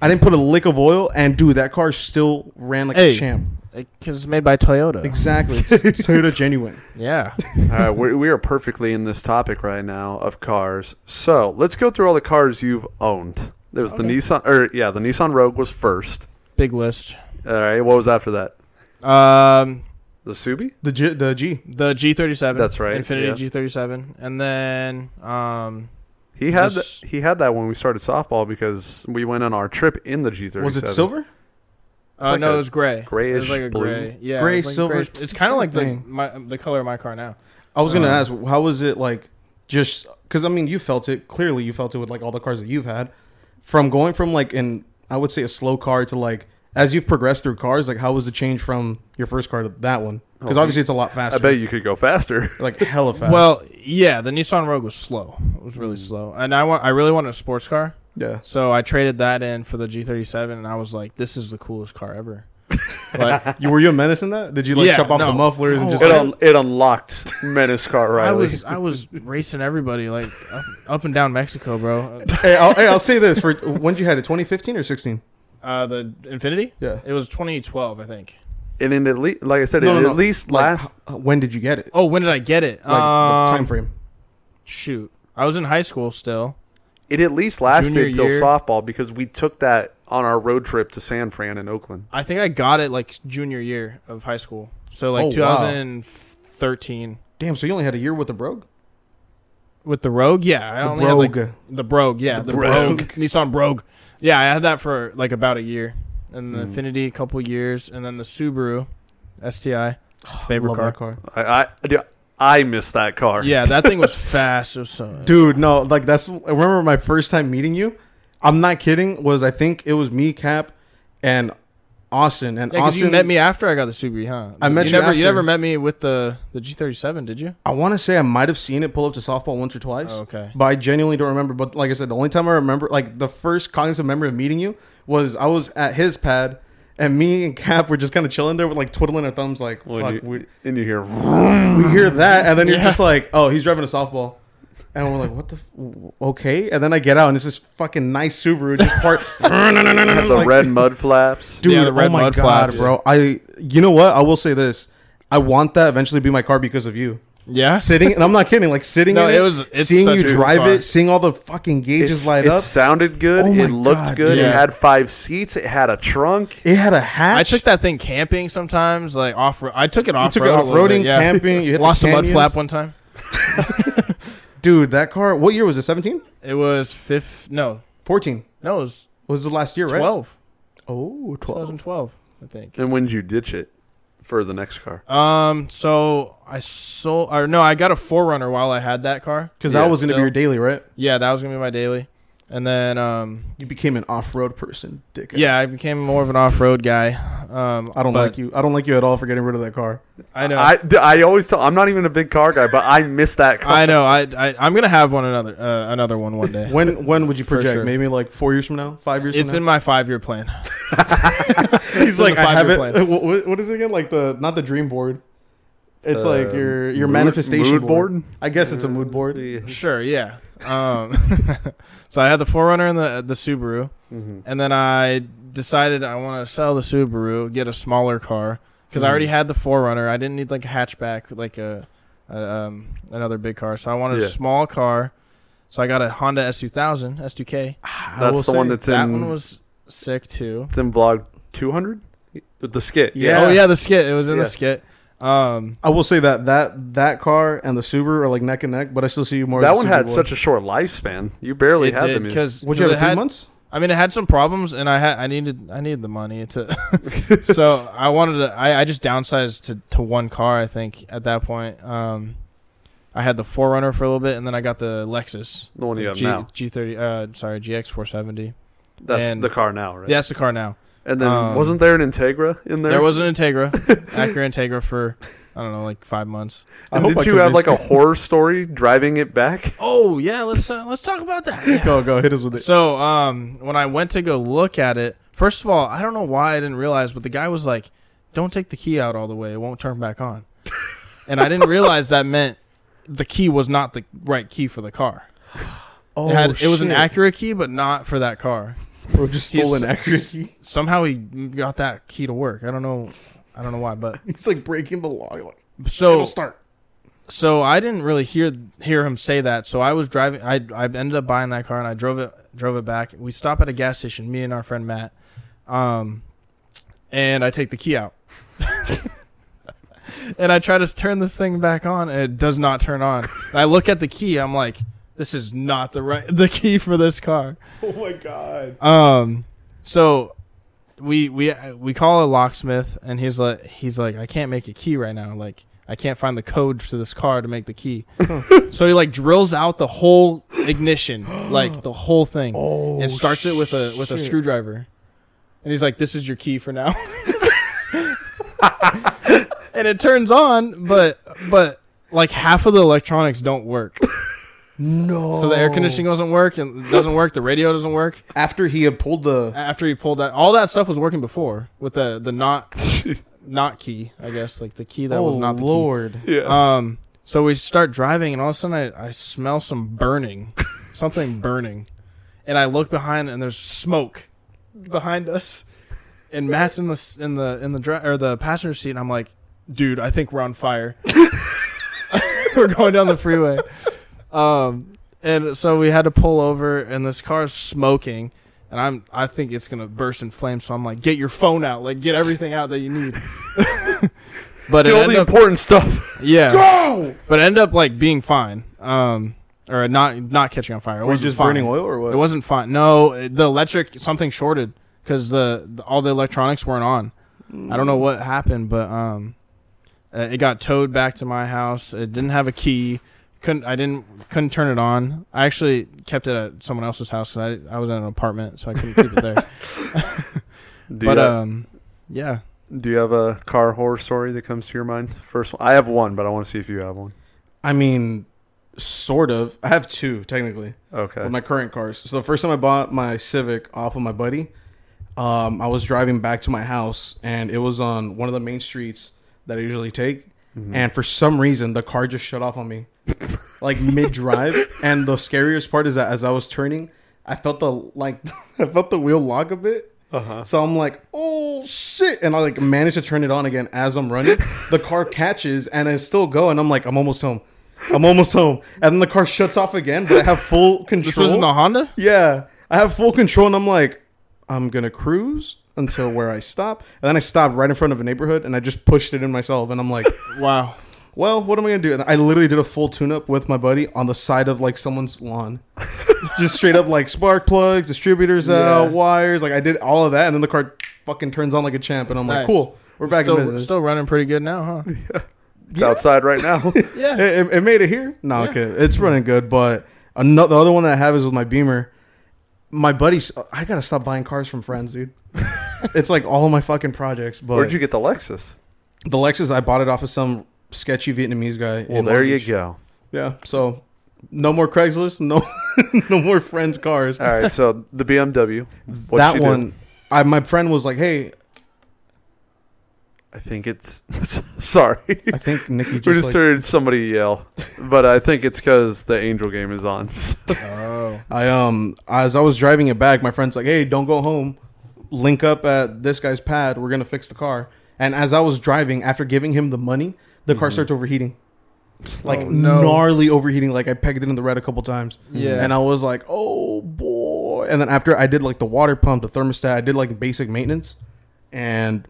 B: I didn't put a lick of oil, and dude, that car still ran like
C: Hey.
B: a champ.
C: because it's made by Toyota.
B: Exactly, Toyota genuine.
C: Yeah.
A: All right, we're, we are perfectly in this topic right now of cars. So let's go through all the cars you've owned. There was the Nissan, or yeah, the Nissan Rogue was first.
C: Big list.
A: All right, what was after that?
C: Um,
A: The Subi.
B: The G, the G.
C: the G37.
A: That's right,
C: Infinity
A: yeah.
C: G37, and then um,
A: He had
C: This-
A: th- he had that when we started softball because we went on our trip in the G37.
B: Was it silver?
C: uh,
A: like
C: no,
A: a
C: it was gray. it
A: grayish
C: was like a
A: blue.
C: gray. Yeah,
B: Gray,
C: it was like
B: silver,
C: grayish- It's kind of like the
B: something.
C: my, the color of my car now.
B: I was gonna
C: Um,
B: ask, how was it like? Just because I mean, you felt it clearly. You felt it with like all the cars that you've had, from going from like an I would say a slow car to like as you've progressed through cars. Like, how was the change from your first car to that one? Because
A: Oh,
B: obviously, it's a lot faster.
A: I bet you could go faster.
B: like hella fast.
C: Well, yeah, the Nissan Rogue was slow. It was really slow, and I want I really wanted a sports car,
B: yeah.
C: so I traded that in for the G37, and I was like, this is the coolest car ever. Like,
B: You were you a menace in that? Did you like
C: Yeah,
B: chop off
C: no.
B: the mufflers and
C: No,
B: just?
A: It un- it unlocked Menace Car Riley.
C: I was I was racing everybody like up, up and down Mexico, bro.
B: hey, I'll, hey, I'll say this for when you had it, 2015 or 16?
C: Uh, the Infinity.
B: Yeah.
C: It was 2012, I think.
A: and in at least, like I said,
B: No,
A: it
B: no, no.
A: at least
B: Like,
A: last.
B: h- when did you get it?
C: Oh, when did I get it?
B: Like
C: um,
B: the time frame.
C: Shoot, I was in high school still.
A: It at least lasted
C: Junior
A: till
C: year.
A: softball because we took that on our road trip to San Fran and Oakland.
C: I think I got it like junior year of high school. So like
B: Oh, wow.
C: 2013
B: Damn, so you only had a year with the brogue?
C: with the Rogue. Yeah, I
B: The
C: only had, like,
B: Brogue.
C: the Brogue. Yeah, the,
A: Brogue.
C: Brogue. Nissan Brogue. Yeah, I had that for like about a year, and the
B: Mm.
C: Infinity a couple years, and then the Subaru STI favorite
B: Oh, Love
C: car.
B: that car.
A: I I, dude, I miss that car.
C: Yeah, that thing was fast. It was so
B: Dude, no, like that's I remember my first time meeting you. I'm not kidding, was I think it was me, Cap, and Austin. And
C: Yeah, 'cause
B: Austin
C: you met me after I got the Subaru, huh?
B: I met you
C: never. You
B: after.
C: never met me with the the G37, did you?
B: I wanna say I might have seen it pull up to softball once or twice.
C: Oh, okay.
B: But I genuinely don't remember. But like I said, the only time I remember, like the first cognitive memory of meeting you was I was at his pad, and me and Cap were just kind of chilling there, with like twiddling our thumbs, like
A: When
B: fuck,
A: you-
B: we,
A: And you hear
B: we hear that, and then you're
C: Yeah.
B: just like, oh, he's driving a softball. And we're like, what the f- okay? And then I get out, and it's this fucking nice Subaru just parked.
A: the
B: the
A: red mud flaps.
B: dude.
C: Yeah, the red
B: oh my
C: mud
B: god,
C: flaps.
B: bro! I, you know what? I will say this: I want that eventually to be my car because of you.
C: Yeah.
B: Sitting, and I'm not kidding. Like sitting,
C: No,
B: in
C: it was- it's
B: seeing
C: such
B: you
C: a good
B: drive
C: car.
B: it, seeing all the fucking gauges
A: It's-
B: light
A: it
B: up.
A: sounded good.
B: Oh my
A: it looked
B: God,
A: good. It
C: dude.
A: had five seats. It had a trunk.
B: It had a hatch.
C: I took that thing camping sometimes, like off road. I took it
B: You
C: off
B: took
C: road.
B: it off roading, camping. You hit the
C: Lost a mud
B: canyons.
C: flap one time.
B: Dude, that car. What year was it? 17?
C: It was fifth. No,
B: 14
C: no, it was
B: was the last year, right?
C: twelve.
B: Oh, 12.
C: 2012, I think.
A: And when did you ditch it for the next car?
C: Um, so I sold, or no, I got a Forerunner while I had that car.
B: Because
A: Yeah,
B: that was going to be
C: still.
B: your daily, right?
C: Yeah, that was gonna be my daily, and then um,
B: You became an off-road person, dick.
C: yeah, I became more of an off-road guy. Um,
B: I don't
C: but
B: like you. I don't like you at all for getting rid of that car.
C: I know.
A: I, d- I always tell. I'm not even a big car guy, but I miss that car.
C: I know. I, I I'm gonna have one another uh, another one one day.
B: When when would you
C: For
B: project?
C: sure.
B: Maybe like four years from now, five years.
C: It's in
B: from
C: my five-year plan.
B: now? He's
C: it's in
B: like,
C: the
B: I have
C: five-year
B: it.
C: plan.
B: What- What, what is it again? Like the not the dream board. It's like
A: Uh,
B: your your
A: mood-
B: manifestation
A: mood
B: board.
A: board?
B: I guess it's a mood board.
A: Yeah.
C: Sure. Yeah. Um, so I had the Forerunner and the the Subaru,
A: Mhm.
C: and then I decided I want to sell the Subaru, get a smaller car because I already
A: Mm.
C: had the Forerunner. I didn't need like a hatchback, like a, a um, another big car. So I wanted
A: Yeah.
C: a small car. So I got a Honda S2000, S2K.
B: I will
A: That's the one
B: say-
A: that's
C: that
A: in.
C: one was sick too.
A: it's in vlog 200. The skit.
B: Yeah.
C: Oh yeah, the skit. It was in
A: Yeah.
C: the skit. Um,
B: I will say that that that car and the Subaru are like neck and neck, but I still see you more.
A: That one had such a short lifespan. You barely
C: it
A: had
C: did
A: them.
C: because
B: Would you have
C: it
B: it three
C: had
B: months?
C: I mean, it had some problems, and I had I needed I needed the money to, so I wanted to. I, I just downsized to, to one car. I think at that point, um, I had the Forerunner for a little bit, and then I got the Lexus
A: the one you have
C: G
A: now.
C: G thirty. Uh, sorry, GX four seventy.
A: That's
C: and-
A: the car now, right?
C: Yeah, that's the car now.
A: And then
C: Um,
A: wasn't there an Integra in there?
C: There was an Integra, Acura Integra for I don't know, like five months.
B: I
A: And
B: hope I
A: did you have like
B: convinced
A: a horror story driving it back?
C: Oh yeah, let's uh, let's talk about that. Yeah.
B: Go go hit us with it.
C: So, um, when I went to go look at it, first of all, I don't know why I didn't realize, but the guy was like, "Don't take the key out all the way; it won't turn back on." and I didn't realize that meant the key was not the right key for the car.
B: Oh,
C: it, had, it was an
B: shit.
C: Acura key, but not for that car.
B: Bro, just
C: He's-
B: stole an Acura key.
C: Somehow he got that key to work. I don't know. I don't know why, but
B: He's like breaking the law. Like,
C: so
B: it'll start.
C: so I didn't really hear hear him say that. So I was driving. I I ended up buying that car and I drove it drove it back. We stop at a gas station. Me and our friend Matt, um, and I take the key out, and I try to turn this thing back on, and it does not turn on. And I look at the key. I'm like, this is not the right the key for this car.
B: Oh my god.
C: Um, so we we uh, we call a locksmith, and he's like he's like I can't make a key right now. Like I can't find the code to this car to make the key. so he like drills out the whole ignition, like the whole thing,
B: Oh,
C: and starts it with a with a
B: shit.
C: screwdriver. And he's like, "This is your key for now." and it turns on, but but like half of the electronics don't work.
B: No.
C: So the air conditioning doesn't work, and doesn't work. The radio doesn't work
B: After he had pulled the.
C: after he pulled that all that stuff was working before with the the not not key i guess like the key that was not the
B: Oh, lord.
C: key
A: yeah.
C: um so we start driving and all of a sudden i, I smell some burning something burning and i look behind and there's smoke behind us and matt's in the s- in the in the dri- or the passenger seat and i'm like dude i think we're on fire we're going down the freeway um and so we had to pull over and this car's smoking and I'm I think it's gonna burst in flames. So I'm like, get your phone out, like get everything out that you need. but it
A: Get all the
C: ended up,
A: important stuff.
C: yeah,
B: Go!
C: but it ended up like being fine, um, or not not catching on fire. It
B: Were you
C: wasn't
B: just
C: fine.
B: burning oil or what?
C: It wasn't fine. No, it- the electric something shorted because the, the- all the electronics weren't on. I don't know what happened, but um, uh, it got towed back to my house. It didn't have a key. Couldn't I didn't couldn't turn it on. I actually kept it at someone else's house 'cause I I was in an apartment, so I couldn't keep it there.
A: Do
C: but
A: you,
C: um, yeah,
A: do you have a car horror story that comes to your mind? First one. I have one, but I want to see if you have one.
B: I mean, sort of. I have two technically
A: Okay.
B: with my current cars. So the first time I bought my Civic off of my buddy, um, I was driving back to my house and it was on one of the main streets that I usually take. Mm-hmm. And for some reason, the car just shut off on me, like mid drive. and the scariest part is that as I was turning, I felt the like I felt the wheel lock a bit.
A: Uh-huh.
B: So I'm like, oh shit, and I like managed to turn it on again as I'm running. the car catches and I still go, and I'm like, I'm almost home. I'm almost home, and then the car shuts off again. But I have full control.
C: this was in the Honda.
B: Yeah, I have full control, and I'm like, I'm gonna cruise until where I stop, and then I stopped right in front of a neighborhood, and I just pushed it in myself, and I'm like,
C: Wow.
B: well, what am I gonna do? And I literally did a full tune-up with my buddy on the side of like someone's lawn, just straight up like spark plugs, distributors
A: Yeah.
B: out, wires. Like I did all of that, and then the car fucking turns on like a champ, and I'm
C: Nice.
B: like, cool, we're back
C: still,
B: in business.
C: Still running pretty good now, huh?
A: it's outside right now.
C: Yeah.
B: it, it- it made it here. No, okay, it's running good. But another the other one that I have is with my Beamer. My buddies, I gotta stop buying cars from friends, dude. it's like all of my fucking projects. But
A: Where'd you get the Lexus?
B: the Lexus, I bought it off of some sketchy Vietnamese guy.
A: Well,
B: in
A: there you
B: Orange.
A: go.
B: Yeah. So no more Craigslist. No, no more friends' cars.
A: All right. So the BMW. What'd she
B: that
A: do?
B: one, I my friend was like, "Hey,
A: I think it's. sorry.
B: I think Nikki just,
A: We just
B: like,
A: heard somebody yell, but I think it's because the Angel game is on.
C: Oh.
B: I um as I was driving it back, my friend's like, "Hey, don't go home. Link up at this guy's pad. We're gonna fix the car." And as I was driving, after giving him the money, the car starts overheating, like
C: Oh, no.
B: gnarly overheating. Like I pegged it in the red a couple times.
C: Yeah.
B: and I was like, "Oh boy!" And then after I did like the water pump, the thermostat, I did like basic maintenance, and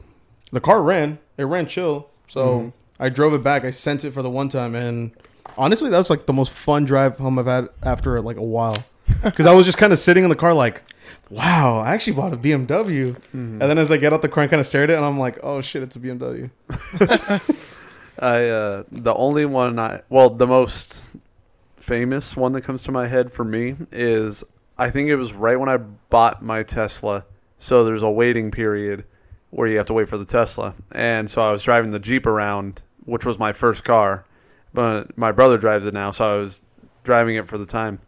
B: the car ran. It ran chill. So
C: Mm-hmm.
B: I drove it back. I sent it for the one time, and honestly, that was like the most fun drive home I've had after like a while, because I was just kind of sitting in the car like, "Wow, I actually bought a BMW."
C: Mm-hmm.
B: And then as I get out the car, I kind of stared at it, and I'm like, "Oh shit, it's a BMW."
A: I uh, the only one I well the most famous one that comes to my head for me is I think it was right when I bought my Tesla. So there's a waiting period where you have to wait for the Tesla, and so I was driving the Jeep around, which was my first car, but my brother drives it now, so I was driving it for the time,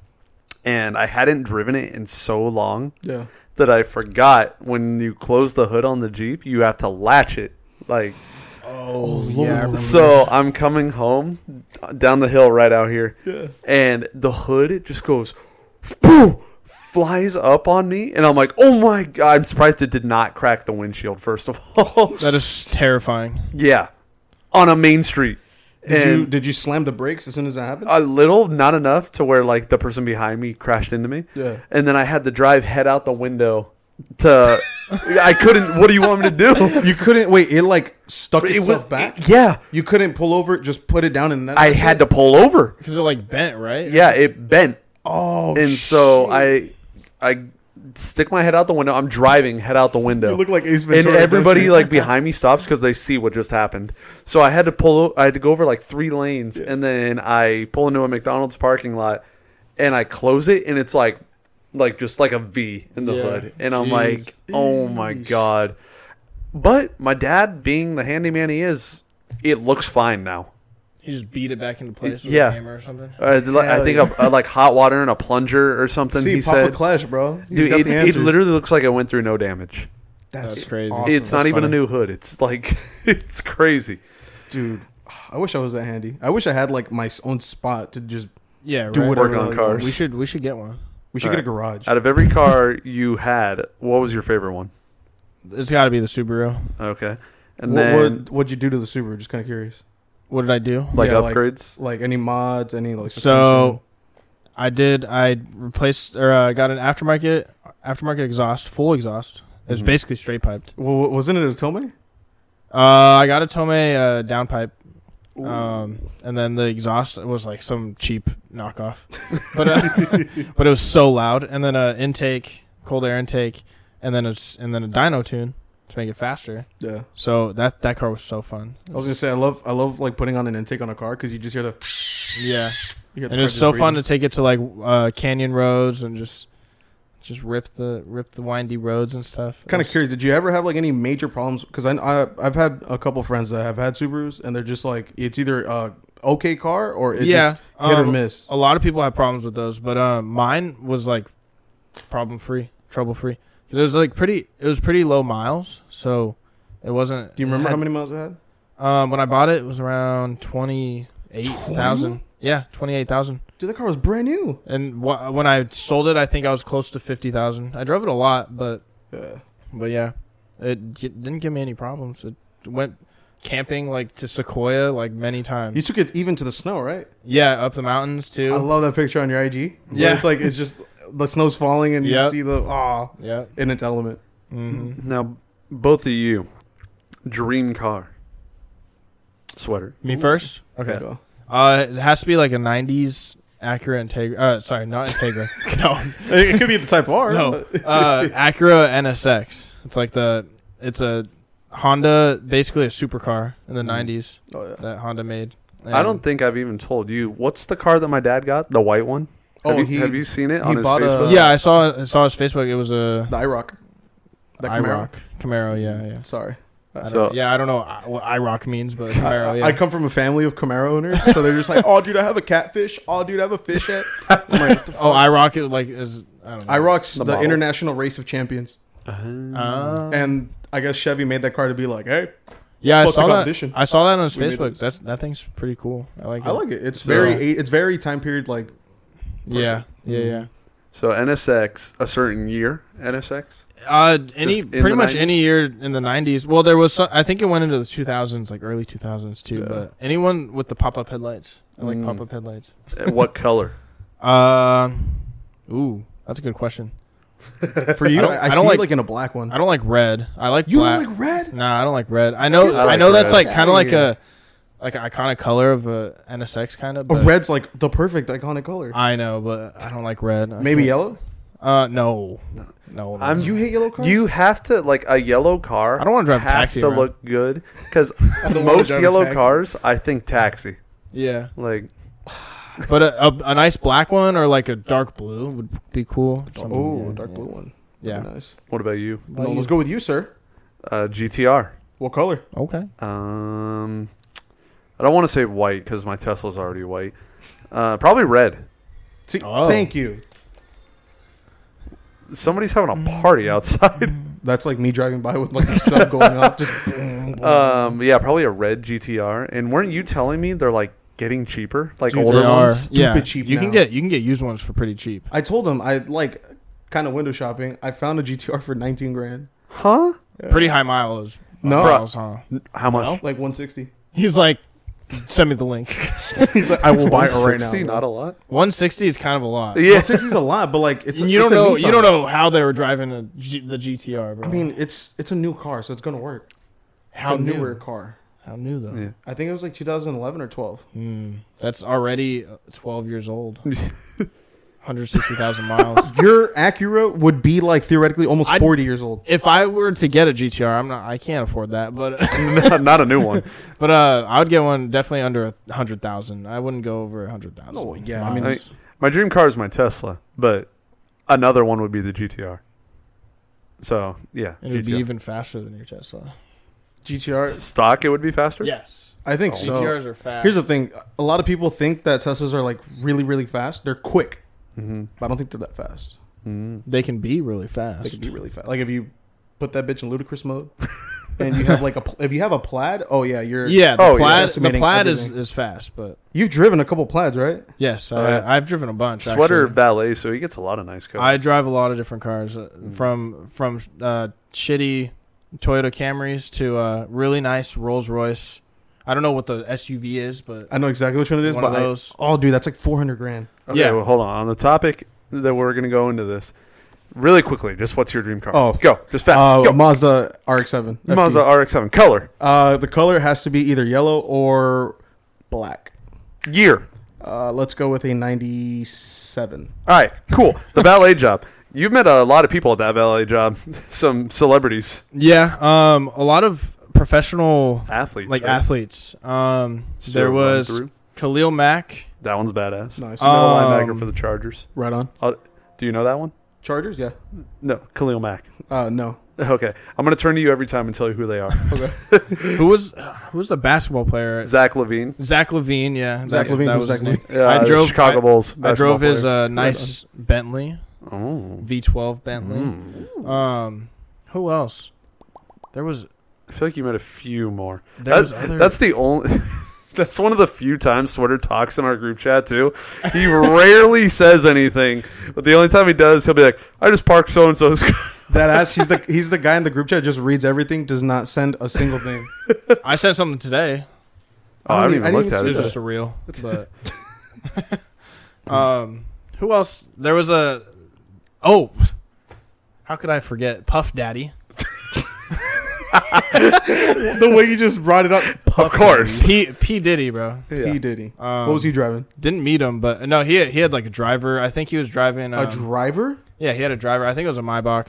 A: and I hadn't driven it in so long.
B: Yeah.
A: that I forgot when you close the hood on the Jeep, you have to latch it. Like
C: Oh, yeah.
A: so I'm coming home uh, down the hill right out here.
B: Yeah.
A: And the hood it just goes boom, flies up on me and I'm like, "Oh my god, I'm surprised it did not crack the windshield first of all."
C: That is terrifying.
A: yeah. On a main street.
B: Did
A: and
B: you did you slam the brakes as soon as that happened?
A: a little, not enough to where like the person behind me crashed into me.
B: Yeah.
A: And then I had to drive head out the window to I couldn't what do you want me to do?
B: you couldn't wait. It like stuck
A: It
B: itself
A: was-
B: back.
A: yeah.
B: You couldn't pull over, just put it down, and then
A: I had to pull over.
C: Because they're like bent, right?
A: Yeah, it bent,
B: Oh,
A: and so I, I stick my head out the window. I'm driving, head out the window.
B: You look like Ace
A: and
B: Ventura, don't
A: everybody
B: you?
A: like behind me stops because they see what just happened. So I had to pull. o- I had to go over like three lanes, and then I pull into a McDonald's parking lot, and I close it, and it's like, like just like a V in the
C: Yeah.
A: hood, and I'm
C: Jeez.
A: like, oh my god. But my dad, being the handyman he is, it looks fine now.
C: You just beat it back into place with
A: Yeah.
C: a hammer or something.
A: Uh, li- I
B: Hell
A: think
B: yeah.
A: a, a, like hot water and a plunger or something.
B: see
A: he
B: Papa
A: said,
B: Clash, bro. He's
A: "Dude,
B: got
A: it,
B: the
A: it
B: answers.
A: literally looks like it went through no damage.
B: that's,
C: That's crazy.
B: awesome.
A: it's not even
C: funny.
A: a new hood. It's like it's crazy.
B: dude. I wish I was that handy. I wish I had like my s- own spot to just.
C: Yeah,
B: Do
C: right.
B: whatever.
A: Work on
B: we
A: cars.
C: We should we should get one.
B: We should
A: All
B: get a
A: right.
B: garage.
A: Out of every car you had, what was your favorite one?
C: It's got to be the Subaru.
A: Okay, and
B: What,
A: then
B: what would you do to the Subaru? Just kind of curious.
C: What did I do?
A: like
B: yeah, like-
A: upgrades.
B: Like any mods, any like.
C: So I did. I replaced or uh, got an aftermarket aftermarket exhaust, full exhaust. It was basically straight piped.
B: Well, wasn't it a Tome?
C: Uh, I got a Tome uh, downpipe, um, and then the exhaust was like some cheap knockoff, but uh, but it was so loud. And then a intake, cold air intake, and then a s- and then a dyno tune to make it faster.
B: Yeah.
C: So that that car was so fun.
B: I was gonna say I love I love like putting on an intake on a car because you just hear the.
C: Yeah.
B: You hear the
C: and it was
B: car
C: so
B: just
C: fun to
B: breathing.
C: take it to like uh, canyon roads and just just rip the rip the windy roads and stuff. It
B: Kind of
C: was-
B: curious. Did you ever have like any major problems? Because I, I I've had a couple friends that have had Subarus and they're just like it's either uh okay car or it's
C: yeah,
B: just hit
C: um,
B: or miss.
C: A lot of people have problems with those, but uh, mine was like problem free, trouble free, because it was like pretty. It was pretty low miles, so it wasn't.
B: Do you remember
C: it
B: how
C: had-
B: many miles it had?
C: Um, when I bought it, it was around twenty eight thousand. Yeah, twenty eight thousand.
B: Dude, that car was brand new.
C: And wh- when I sold it, I think I was close to fifty thousand. I drove it a lot, but
B: Yeah.
C: But yeah, it g- didn't give me any problems. It went camping like to Sequoia like many times.
B: You took it even to the snow, right?
C: yeah, up the mountains
B: I
C: too.
B: love that picture on your IG. where
C: Yeah.
B: it's like it's just the snow's falling and
C: Yep.
B: you see the ah
C: yeah.
B: in its element.
C: Mm-hmm.
A: Now, both of you, dream car, sweater.
C: Me first. Okay.
B: Go.
C: Uh, it has to be like a '90s Acura Integra. Uh, sorry, not Integra. no,
B: It could be the Type R.
C: no.
B: but-
C: Uh, Acura NSX. It's like the. It's a Honda, basically a supercar in the '90s
B: Oh, yeah.
C: that Honda made.
A: I
C: And
A: don't think I've even told you. What's the car that my dad got? The white one? Have,
B: Oh,
A: you,
B: he-
A: have you seen it on his
B: bought a-
A: Facebook?
C: yeah, I saw. I saw his Facebook. It was a
B: The IROC. The Camaro.
C: IROC Camaro. Yeah, yeah.
B: Sorry.
C: I
A: So-
C: don't, yeah, I don't know I- what IROC means, but Camaro, yeah.
B: I come from a family of Camaro owners, so they're just like, "Oh, dude, I have a catfish. Oh, dude, I have a fish head." I'm like, "What the
C: oh, IROC is like is I don't know.
B: IROC's
A: The
B: the,
A: model.
B: international race of champions,
C: Uh,
B: and I guess Chevy made that car to be like, "Hey,
C: yeah, I
B: fuck the
C: saw that.
B: competition.
C: I saw that on his
B: We made
C: Facebook.
B: it.
C: That's that thing's pretty cool. I like it. uh,
B: I like it. It's
A: So-
B: very, e, it's very time period like
C: Yeah, yeah, yeah.
A: So NSX, a certain year NSX.
C: Uh,
A: Just
C: any
A: in
C: pretty
A: the
C: much
A: 90s?
C: any year in the '90s. Well, there was some, I think it went into the 2000s, like early 2000s too.
A: Yeah.
C: But anyone with the pop-up headlights, I like
B: Mm.
C: pop-up headlights.
A: Uh, what color?
C: Um, ooh, that's a good question.
B: for you. I
C: don't-
B: don't,
C: I
B: I
C: don't
B: see you,
C: like-
B: like, in a black one.
C: I don't like red. I like
B: you
C: black.
B: don't like red?
C: Nah, I don't like red. I know.
B: Get
A: the
C: I know
A: fuck
C: that's
A: outta
C: like kind
B: here.
C: of like a like an iconic color of a NSX kind of.
B: Oh,
C: but-
B: red's like the perfect iconic color.
C: I know, but I don't like red. I
B: Maybe
C: can't-
B: yellow.
C: Uh, no, no. no.
A: I'm-
B: You hate yellow cars.
A: You have to like a yellow car.
C: I don't wanna drive
A: has
C: taxi
A: to
C: around.
A: look good because
B: wanna
A: most
B: drive a
A: yellow
B: taxi.
A: cars, I think taxi.
C: yeah,
A: Like
C: but a, a, a nice black one or like a dark blue would be cool. Something-
B: Oh,
C: yeah,
B: dark
C: yeah.
B: blue one.
C: Yeah.
B: Very nice.
A: what about you?
C: But
B: No,
C: you-
B: let's go with you, sir.
A: Uh, GTR.
B: What color?
C: Okay.
A: Um, I don't want to say white because my Tesla's already white. Uh, probably red.
B: See,
C: Oh.
B: Thank you.
A: Somebody's having
B: Mm.
A: a party outside.
B: That's like me driving by with like the sub going off. Just boom, boom.
A: Um, yeah, probably a red GTR. And weren't you telling me they're like getting cheaper? Like
B: Dude,
A: older
C: They are.
A: ones.
C: yeah.
B: cheap
C: you can
B: now.
C: get you can get used ones for pretty cheap.
B: I told him I like kind of window shopping. I found a GTR for 19 grand.
A: Huh?
C: Pretty high miles.
B: No.
C: miles, huh?
A: How much?
B: Like 160.
C: He's like, send me the link.
B: He's like, I will buy it right now.
A: 160, Not a lot.
C: 160 is kind of a lot.
A: Yeah.
B: 160 is a lot, but like it's
C: And you
B: it's
C: don't
B: a
C: know
B: Nissan.
C: you don't know how they were driving a G, the GTR, bro.
B: I mean, it's it's a new car, so it's gonna work.
C: how
B: it's a newer
C: new?
B: car?
C: How new though?
A: Yeah.
B: I think it was like 2011 or 12.
C: Hmm. that's already uh, 12 years old. 160,000 miles.
B: Your Acura would be like theoretically almost
C: I'd-
B: 40 years old.
C: If I were to get a GTR, I'm not. I can't afford that, but
A: not, not a new one.
C: but uh, I would get one definitely under a hundred thousand. I wouldn't go over a hundred thousand.
B: No, yeah, I mean,
A: I- my dream car is my Tesla, but another one would be the GTR. So yeah,
C: it would be
A: GTR.
C: even faster than your Tesla.
B: GTR.
A: stock. It would be faster.
C: Yes,
B: I think
A: Oh.
B: so.
C: GTRs are fast.
B: Here's the thing: a lot of people think that Teslas are like really, really fast. They're quick,
A: Mm-hmm.
B: but I don't think they're that fast.
A: Mm.
C: they can be really fast.
B: They could be really fast. Like if you put that bitch in ludicrous mode, and you have like a pl- if you have a plaid, oh yeah, you're
C: yeah, the
A: Oh, yeah.
C: plaid, the
B: Estimating
C: plaid is,
B: everything.
C: is fast, but
B: You've driven a couple plaids, right?
C: yes,
A: Uh,
C: I, I've driven a bunch.
A: Sweater
C: actually.
A: valet, so he gets a lot of nice cars.
C: I drive a lot of different cars uh,
A: Mm.
C: from from uh, shitty Toyota Camrys to uh, really nice Rolls Royce. I don't know what the SUV is, but
B: I know exactly which one it is.
C: One
B: but
C: of
B: I-
C: those.
B: oh, dude, that's like four hundred grand.
A: Okay,
C: Yeah.
A: well, hold on. On the topic that we're going to go into this, really quickly, just what's your dream car?
B: Oh.
A: go just fast.
B: Uh,
A: go
B: Mazda RX-7. FD.
A: Mazda RX-7 color
B: Uh, the color has to be either yellow or black.
A: year.
B: Uh, let's go with a 97.
A: All right, cool. The ballet job. You've met a lot of people at that ballet job. Some celebrities,
C: Yeah, um, a lot of professional
A: athletes,
C: like
A: right?
C: athletes. Um,
A: Still
C: there
A: run
C: was
A: through.
C: Khalil Mack.
A: that one's badass.
B: Nice.
A: Middle linebacker
C: Um,
A: for the Chargers.
B: right on.
A: Uh, do you know that one?
B: Chargers, yeah.
A: No, Khalil Mack.
B: Uh, no.
A: Okay, I'm gonna turn to you every time and tell you who they are.
B: Okay.
C: Who was who was the basketball player?
A: Zach Levine.
C: Zach Levine. Yeah,
B: Zach
C: that-
B: Levine.
C: that
B: who's
C: was
B: Zach
C: his name.
B: Levine.
A: Uh,
C: I drove-
A: Chicago
C: I-
A: Bulls.
C: I drove
A: basketball
C: his
A: player.
C: uh, nice Bentley
A: oh.
C: V12 Bentley.
A: Mm.
C: Um, who else? There was
A: I feel like you met a few more.
C: uh, there
A: That-
C: was other.
A: That's the only. that's one of the few times Sweater talks in our group chat too. He rarely says anything, but the only time he does, he'll be like, "I just parked so and so's."
B: that ass, he's the he's the guy in the group chat just reads everything, does not send a single thing.
C: I said something today.
A: Oh, I haven't even looked at
C: It
A: it.
C: was just a reel, but um, who else? There was a oh, how could I forget Puff Daddy?
B: the way you just brought it up.
A: Of course.
C: P P Diddy, bro.
B: P Diddy.
C: Um,
B: what was he driving?
C: Didn't meet him, but no, he he had like a driver. I think he was driving. Um,
B: a driver?
C: yeah, he had a driver. I think it was a Maybach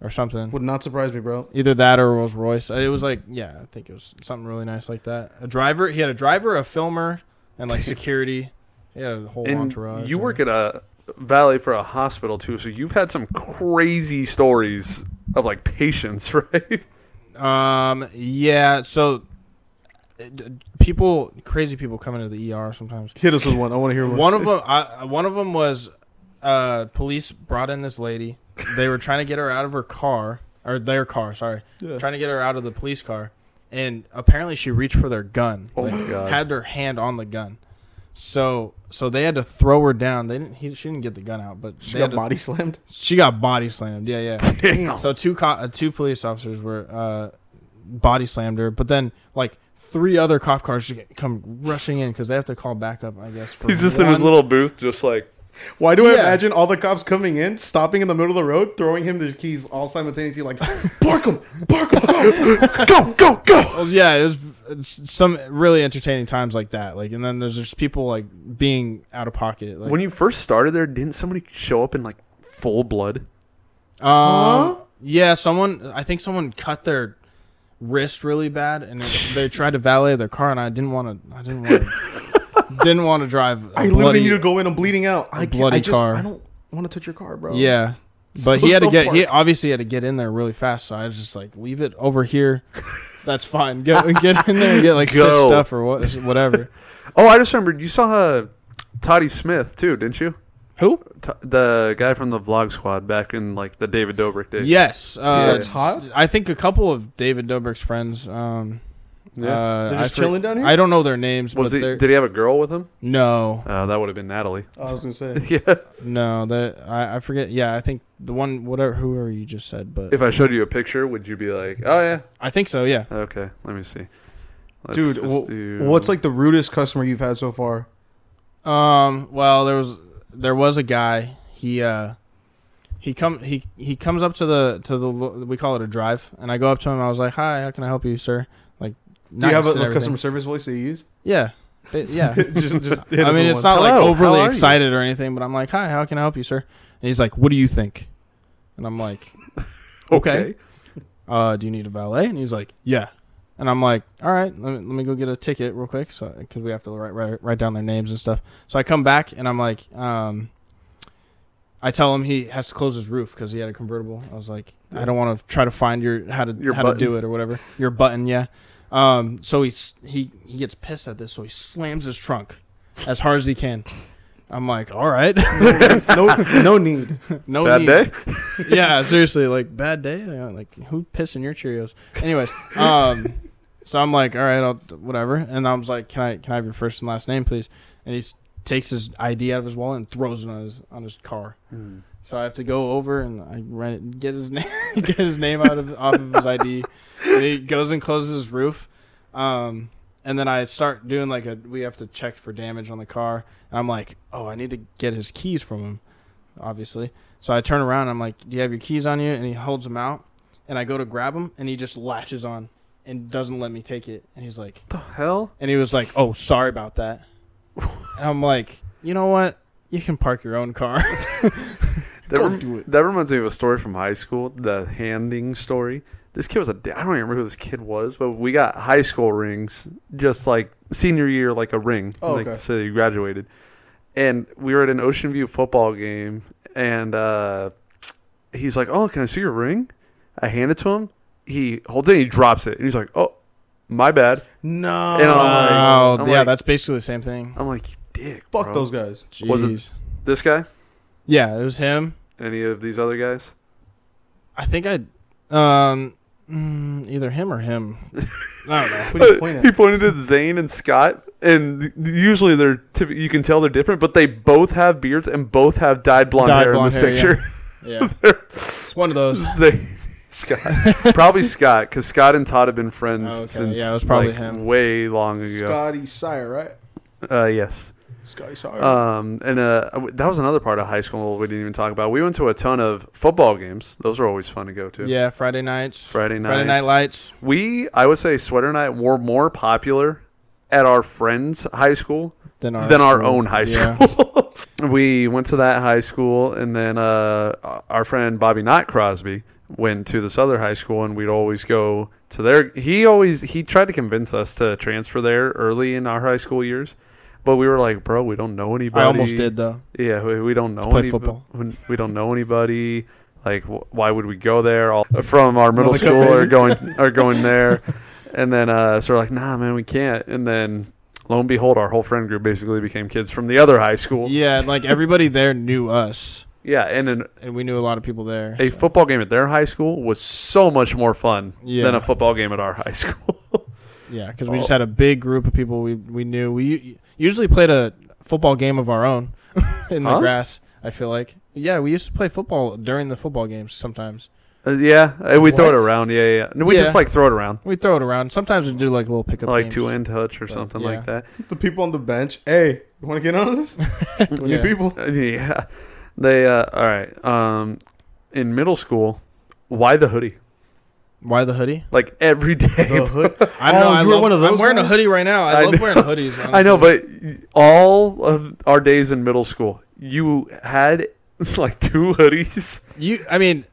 C: or something.
B: Would not surprise me, bro.
C: Either that or Rolls Royce. It was like yeah, I think it was something really nice like that. A driver. He had a driver, a filmer, and like security. He had a whole
A: And
C: entourage.
A: you
C: there.
A: work at a valet for a hospital too, so you've had some crazy stories of like patients, right?
C: Um. Yeah. So, uh, d- people, crazy people come into the ER sometimes.
B: Hit us with one. I want to hear one.
C: One of them. I, one of them was. Uh, police brought in this lady. They were trying to get her out of her car or their car. Sorry,
B: Yeah.
C: trying to get her out of the police car, and apparently she reached for their gun.
A: Oh my God.
C: Had her hand on the gun. So, so they had to throw her down. They didn't. He, she didn't get the gun out, but
B: She
C: they
B: got
C: had to-
B: body slammed.
C: she got body slammed. Yeah, yeah.
A: Damn.
C: So two co- uh, two police officers were uh, body slammed her, but then like three other cop cars should come rushing in because they have to call backup, I guess. For
A: He's just in his
C: one-
A: little booth, just like
B: Why do I
C: Yeah.
B: imagine all the cops coming in, stopping in the middle of the road, throwing him the keys all simultaneously, like bark him, bark him, go,
A: go, go, go.
C: Well, yeah, it was it's some really entertaining times like that. Like, and then there's just people like being out of pocket. Like,
A: When you first started there, didn't somebody show up in like full blood?
C: um, yeah, someone I think someone cut their wrist really bad, and it, they tried to valet their car, and I didn't want to. I didn't want. didn't want to drive. a
B: I
C: bloody-
B: literally need to go in. I'm bleeding out. I can't.
C: bloody
B: I just.
C: car.
B: I don't want to touch your car, bro.
C: Yeah. But
B: So-
C: he had to
B: so
C: get he
B: far.
C: obviously had to get in there really fast, so I was just like, leave it over here. That's fine. Get get in there and get like
A: Go.
C: stitched up or what whatever.
A: Oh, I just remembered you saw uh, Toddy Smith too, didn't you?
C: Who?
A: T- the guy from the Vlog Squad back in like the David Dobrik days.
C: Yes. Uh,
B: it's hot?
C: I think a couple of David Dobrik's friends. Um,
A: Yeah.
C: uh,
B: They're just
C: I
B: chilling down here?
C: I don't know their names.
A: Was
C: but
A: he?
C: they're-
A: Did he have a girl with him?
C: no,
A: Uh, that would have been Natalie.
B: Oh, I was gonna say.
A: yeah.
C: no. That I, I forget. Yeah, I think the one whatever whoever you just said, but
A: If I showed you a picture, would you be like, "Oh yeah,
C: I think so. Yeah.
A: okay"? Let me see. Let's
B: Dude,
A: just
B: wh-
A: do-
B: what's like the rudest customer you've had so far?
C: Um. Well, there was there was a guy. He uh, he come he he comes up to the to the l- we call it a drive, and I go up to him. I was like, "Hi, how can I help you, sir?" Like,
B: Do you have a,
C: nice and
B: a
C: everything.
B: customer service voice that you use?
C: Yeah. It- yeah.
B: just, just hit
C: I
B: us
C: mean,
B: with
C: it's
B: one.
C: not like
A: Hello, how
C: overly
A: are you?
C: excited or anything, but I'm like, "Hi, how can I help you, sir?" And he's like, "What do you think?" And I'm like, okay. uh, do you need a valet? And he's like, yeah. And I'm like, all right, let me, let me go get a ticket real quick, so because we have to write, write write down their names and stuff. So I come back and I'm like, um, I tell him he has to close his roof because he had a convertible. I was like, I don't want to try to find your how to
A: Your
C: how to do it or whatever. Your button, yeah. Um, so he's he he gets pissed at this, so he slams his trunk as hard as he can. I'm like, all right,
B: no, no need.
C: no
A: Bad
C: need
A: day.
C: yeah, seriously, like bad day. you know, Like who pissing your Cheerios? Anyways, um, so I'm like, all right, I'll whatever. And I was like, can I can I have your first and last name, please? And he s- takes his ID out of his wallet and throws it on his on his car.
A: Hmm.
C: So I have to go over and I run it, get his name, get his name out of off of his ID. And he goes and closes his roof. Um, and then I start doing like a we have to check for damage on the car. And I'm like, oh, I need to get his keys from him. obviously. So I turn around. I'm like, "Do you have your keys on you?" And he holds them out, and I go to grab them, and he just latches on and doesn't let me take it. And he's like,
A: the hell?
C: and he was like, "Oh, sorry about that." and I'm like, "You know what? You can park your own car."
A: That,
C: Go
A: rem-
C: do it.
A: that reminds me of a story from high school, the handing story. This kid was a da- I don't even remember who this kid was, but we got high school rings, just like senior year, like a ring,
B: Oh,
A: like
B: okay.
A: so you graduated. And we were at an Ocean View football game, and uh, he's like, "Oh, can I see your ring?" I hand it to him. He holds it, and he drops it, and he's like, "Oh, my bad."
B: No.
A: And I'm like-
C: Oh,
A: I'm
C: yeah,
A: like-
C: that's basically the same thing.
A: I'm like, "You dick,
B: Fuck
A: bro."
B: those guys.
A: Was it-
C: Jeez.
A: This guy,
C: Yeah, it was him.
A: any of these other guys?
C: I think I, um, mm, either him or him. I don't know.
B: What do you
A: Uh,
B: point
A: He
B: at?
A: pointed at Zane and Scott, and usually they're typ- you can tell they're different, but they both have beards and both have dyed blonde
C: Dyed
A: hair
C: blonde
A: in
C: hair,
A: this picture.
C: Yeah, it's one of those.
A: They- Scott, probably Scott, because Scott and Todd have been friends
C: Oh, okay.
A: since
C: Yeah, it was probably
A: like,
C: him.
A: way long ago.
B: Scotty Sire, right?
A: Uh, yes.
B: Scotty Sire.
A: Um, and uh, w- that was another part of high school we didn't even talk about. We went to a ton of football games. Those are always fun to go to.
C: Yeah, Friday nights.
A: Friday nights.
C: Friday night lights.
A: We, I would say, sweater night were more popular at our friends' high school
C: Than our
A: than our
C: school.
A: own high
C: Yeah.
A: school. we went to that high school, and then uh, our friend Bobby Knott Crosby went to this other high school, and we'd always go to their. He always he tried to convince us to transfer there early in our high school years, but we were like, "Bro, we don't know anybody."
C: I almost did though.
A: Yeah, we, we don't know
C: play
A: any,
C: football.
A: We, we don't know anybody. Like, wh- why would we go there? All from our middle
B: Another
A: school
B: company.
A: are going are going there, and then uh, so we're like, nah, man, we can't. And then lo and behold, our whole friend group basically became kids from the other high school. Yeah,
C: Yeah, like everybody there knew us,
A: and an,
C: and we knew a lot of people there.
A: a
C: so.
A: football game at their high school was so much more fun
C: Yeah.
A: than a football game at our high school.
C: Yeah, because
A: Oh.
C: we just had a big group of people we we knew. We u- usually played a football game of our own in the
A: Huh?
C: grass. I feel like yeah, we used to play football during the football games. Sometimes
A: Uh, yeah, and we throw it
B: What?
A: around. Yeah, yeah. No, we
C: Yeah.
A: just like throw it around,
C: we throw it around. Sometimes we do like little pickup
A: like
C: games.
A: two in touch or
C: But,
A: something
C: yeah.
A: like that.
B: the people on the bench. Hey, you want to get on this? We
C: Yeah.
B: need people.
A: yeah. They uh all right. Um in middle school, why the hoodie?
C: Why the hoodie?
A: Like every day.
B: The hood.
C: I don't
B: Oh,
C: know. I
B: you were
C: love,
B: one of
C: I'm
B: those
C: wearing a
B: guys?
C: hoodie right now. I,
A: I
C: love
A: know.
C: wearing hoodies. Honestly.
A: I know, but all of our days in middle school, you had like two hoodies.
C: you. I mean,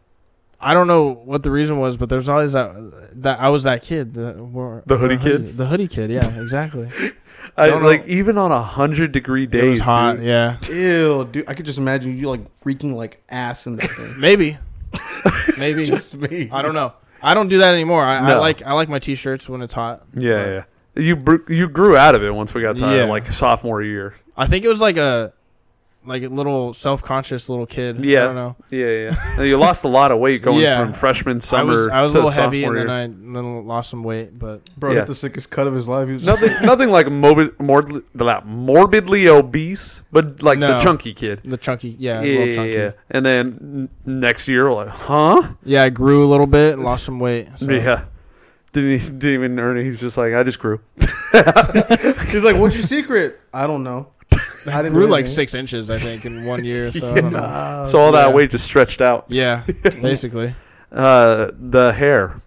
C: I don't know what the reason was, but there's always that that I was that kid. The, wore,
A: The
C: wore a
A: hoodie kid?
C: The hoodie kid. Yeah, exactly.
A: I,
C: Don't know.
A: like even on a hundred degree days.
C: it was hot.
A: dude.
C: Yeah,
B: Ew, dude. I could just imagine you like reeking like ass in this thing.
C: maybe, maybe.
B: just me.
C: I don't know. I don't do that anymore. I, I
A: No.
C: like I like my t-shirts when it's hot.
A: Yeah, yeah. You br- you grew out of it once we got tired,
C: Yeah.
A: like sophomore year.
C: I think it was like a like a little self-conscious little kid.
A: Yeah.
C: I don't know.
A: Yeah, yeah. And you lost a lot of weight going
C: Yeah.
A: from freshman summer.
C: I was I was a
A: to
C: little heavy and
A: sophomore
C: then
A: year.
C: I and then lost some weight, but
B: Bro,
A: Yeah.
B: hit the sickest cut of his life. He was just-
A: nothing, nothing like morbid, morbid, morbidly obese, but like the
C: No.
A: chunky kid.
C: the chunky, yeah, a
A: yeah,
C: little
A: yeah,
C: chunky.
A: yeah.
C: Yeah.
A: And then n- next year, we're like, huh?
C: I grew a little bit, and lost some weight. So.
A: Yeah. Didn't, he, didn't even earn it. He was just like, I just grew.
B: He's like, "What's your secret?" I don't know. I
C: I
B: didn't
C: grew
B: do
C: like
B: anything.
C: six inches, I think, in one year. So I don't know.
A: so all that
C: Oh, yeah.
A: weight just stretched out.
C: Yeah, basically.
A: Uh, the hair.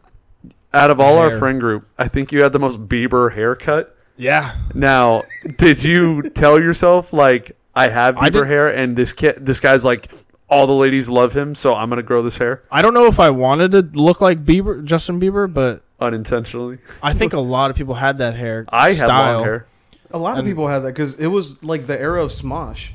A: Out of all our
C: Hair.
A: friend group, I think you had the most Bieber haircut.
C: Yeah,
A: Now, did you tell yourself like I have
C: I
A: Bieber
C: did-
A: hair and this kid, this guy's like all the ladies love him, so I'm gonna grow this hair
C: I don't know if I wanted to look like Bieber, Justin Bieber, but
A: unintentionally?
C: I think a lot of people had that hair.
A: I have
C: style.
A: long hair.
B: A lot of
C: And-
B: people had that because it was like the era of Smosh.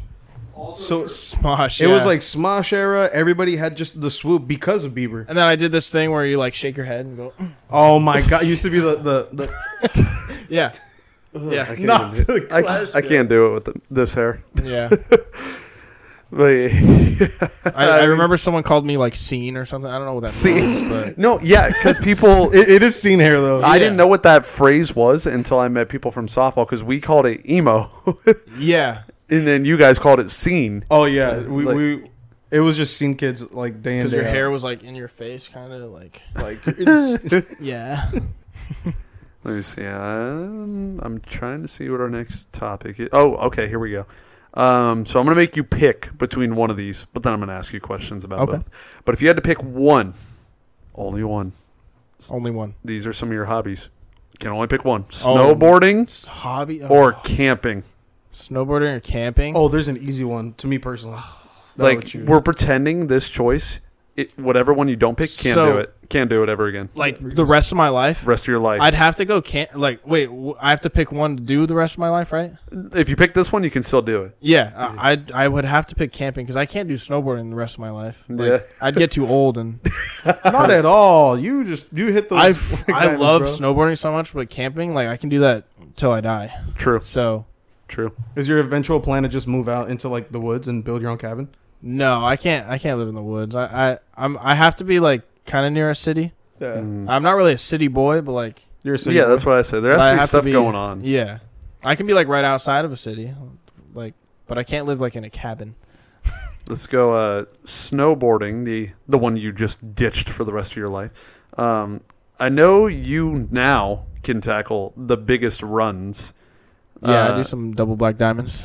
B: So
C: Smosh.
B: it was
C: yeah.
B: like Smosh era. Everybody had just the swoop because of Bieber.
C: And then I did this thing where you like shake your head and go, "Mm."
B: Oh my god! Used to be the the, the
C: yeah, yeah,
A: can't even do it. I, I can't do it with the, this hair.
C: yeah.
A: But
C: I, I remember someone called me like scene or something. I don't know what that
A: Scene.
C: means, but
A: no, yeah, because people.
B: it, it is seen hair though.
A: I didn't know what that phrase was until I met people from softball because we called it emo,
C: yeah,
A: and then you guys called it scene.
B: oh yeah, we,
A: Like-
B: we it was just seen kids like day in
C: because
B: day
C: your
B: out.
C: hair was like in your face, kind of like
B: like it's-
C: yeah.
A: um, Let me see. I'm, I'm trying to see what our next topic is. Oh, okay, here we go. Um, so I'm going to make you pick between one of these, but then I'm going to ask you questions about
C: Okay.
A: both. But if you had to pick one, only one.
C: Only one
A: These are some of your hobbies. You can only pick one:
C: Oh.
A: snowboarding
C: S- hobby
A: or
C: oh,
A: camping.
C: snowboarding or camping.
B: Oh, there's an easy one to me personally. That I would
A: Like
B: choose.
A: we're pretending this choice, it, whatever one you don't pick, can't
C: So-
A: do it. Can't do it ever again.
C: like the rest of my life.
A: Rest of your life.
C: I'd have to go camp. Like, wait, w- I have to pick one to do the rest of my life, right?
A: if you pick this one, you can still do it.
C: Yeah, I I'd, I would have to pick camping because I can't do snowboarding the rest of my life. Like,
A: Yeah.
C: I'd get too old, and
B: not at all. You just you hit those.
C: I I
B: diamonds,
C: love
B: bro.
C: snowboarding so much, but camping, like, I can do that till I die.
A: True.
C: So
A: True.
B: Is your eventual plan to just move out into like the woods and build your own cabin?
C: no, I can't I can't live in the woods. I I I'm, I have to be like kind of near a city.
B: Yeah,
A: Mm.
C: I'm not really a city boy, but like,
B: you're a
A: So
B: city
A: yeah,
B: boy.
A: that's what I said. There
C: but
A: has to
C: I
A: be
C: have
A: stuff going on.
C: Yeah, I can be like right outside of a city, like, but I can't live like in a cabin.
A: Let's go uh, snowboarding, the the one you just ditched for the rest of your life. Um, I know you now can tackle the biggest runs.
C: Yeah,
A: Uh,
C: I do some double black diamonds.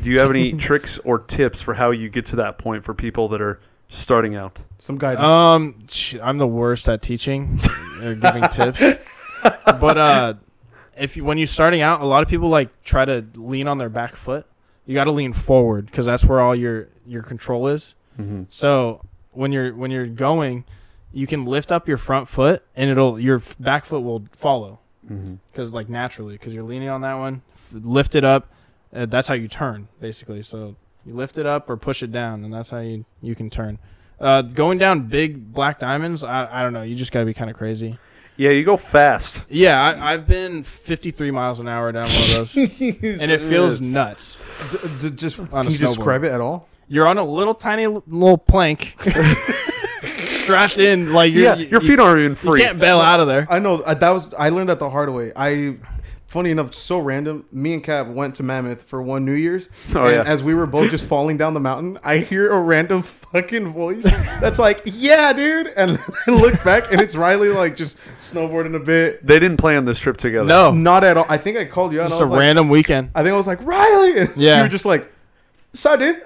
A: Do you have any tricks or tips for how you get to that point for people that are starting out?
B: some guidance.
C: Um, sh- I'm the worst at teaching or giving tips. But uh, if you, when you're starting out, a lot of people like try to lean on their back foot. You got to lean forward because that's where all your your control is.
A: Mm-hmm.
C: So when you're when you're going, you can lift up your front foot and it'll your f- back foot will follow
A: Mm-hmm.
C: because like naturally because you're leaning on that one. F- lift it up. Uh, that's how you turn basically. So you lift it up or push it down, and that's how you you can turn. Uh, going down big black diamonds, I, I don't know. You just gotta be kind of crazy.
A: Yeah, you go fast.
C: Yeah, I, I've been 53 miles an hour down one of those, and it feels nuts.
B: D- d- just
C: Uh, a
B: can you
C: snowboard.
B: describe it at all?
C: You're on a little tiny l- little plank, strapped in like you're,
A: yeah,
C: you-
A: your
C: you-
A: feet aren't even
C: You,
A: free.
C: can't bail out of there.
B: I know I, that was I learned that the hard way. I funny enough, so random. Me and Cap went to Mammoth for one New Year's,
A: Oh,
B: and
A: yeah.
B: as we were both just falling down the mountain, I hear a random fucking voice that's like, "Yeah, dude," and then I look back and it's Riley like just snowboarding a bit.
A: They didn't plan this trip together.
C: No,
B: Not at all. I think I called you out.
C: Oh. just
B: and I
C: a
B: was like,
C: random weekend.
B: I think I was like Riley, and
C: Yeah.
B: you were just like, "So, dude."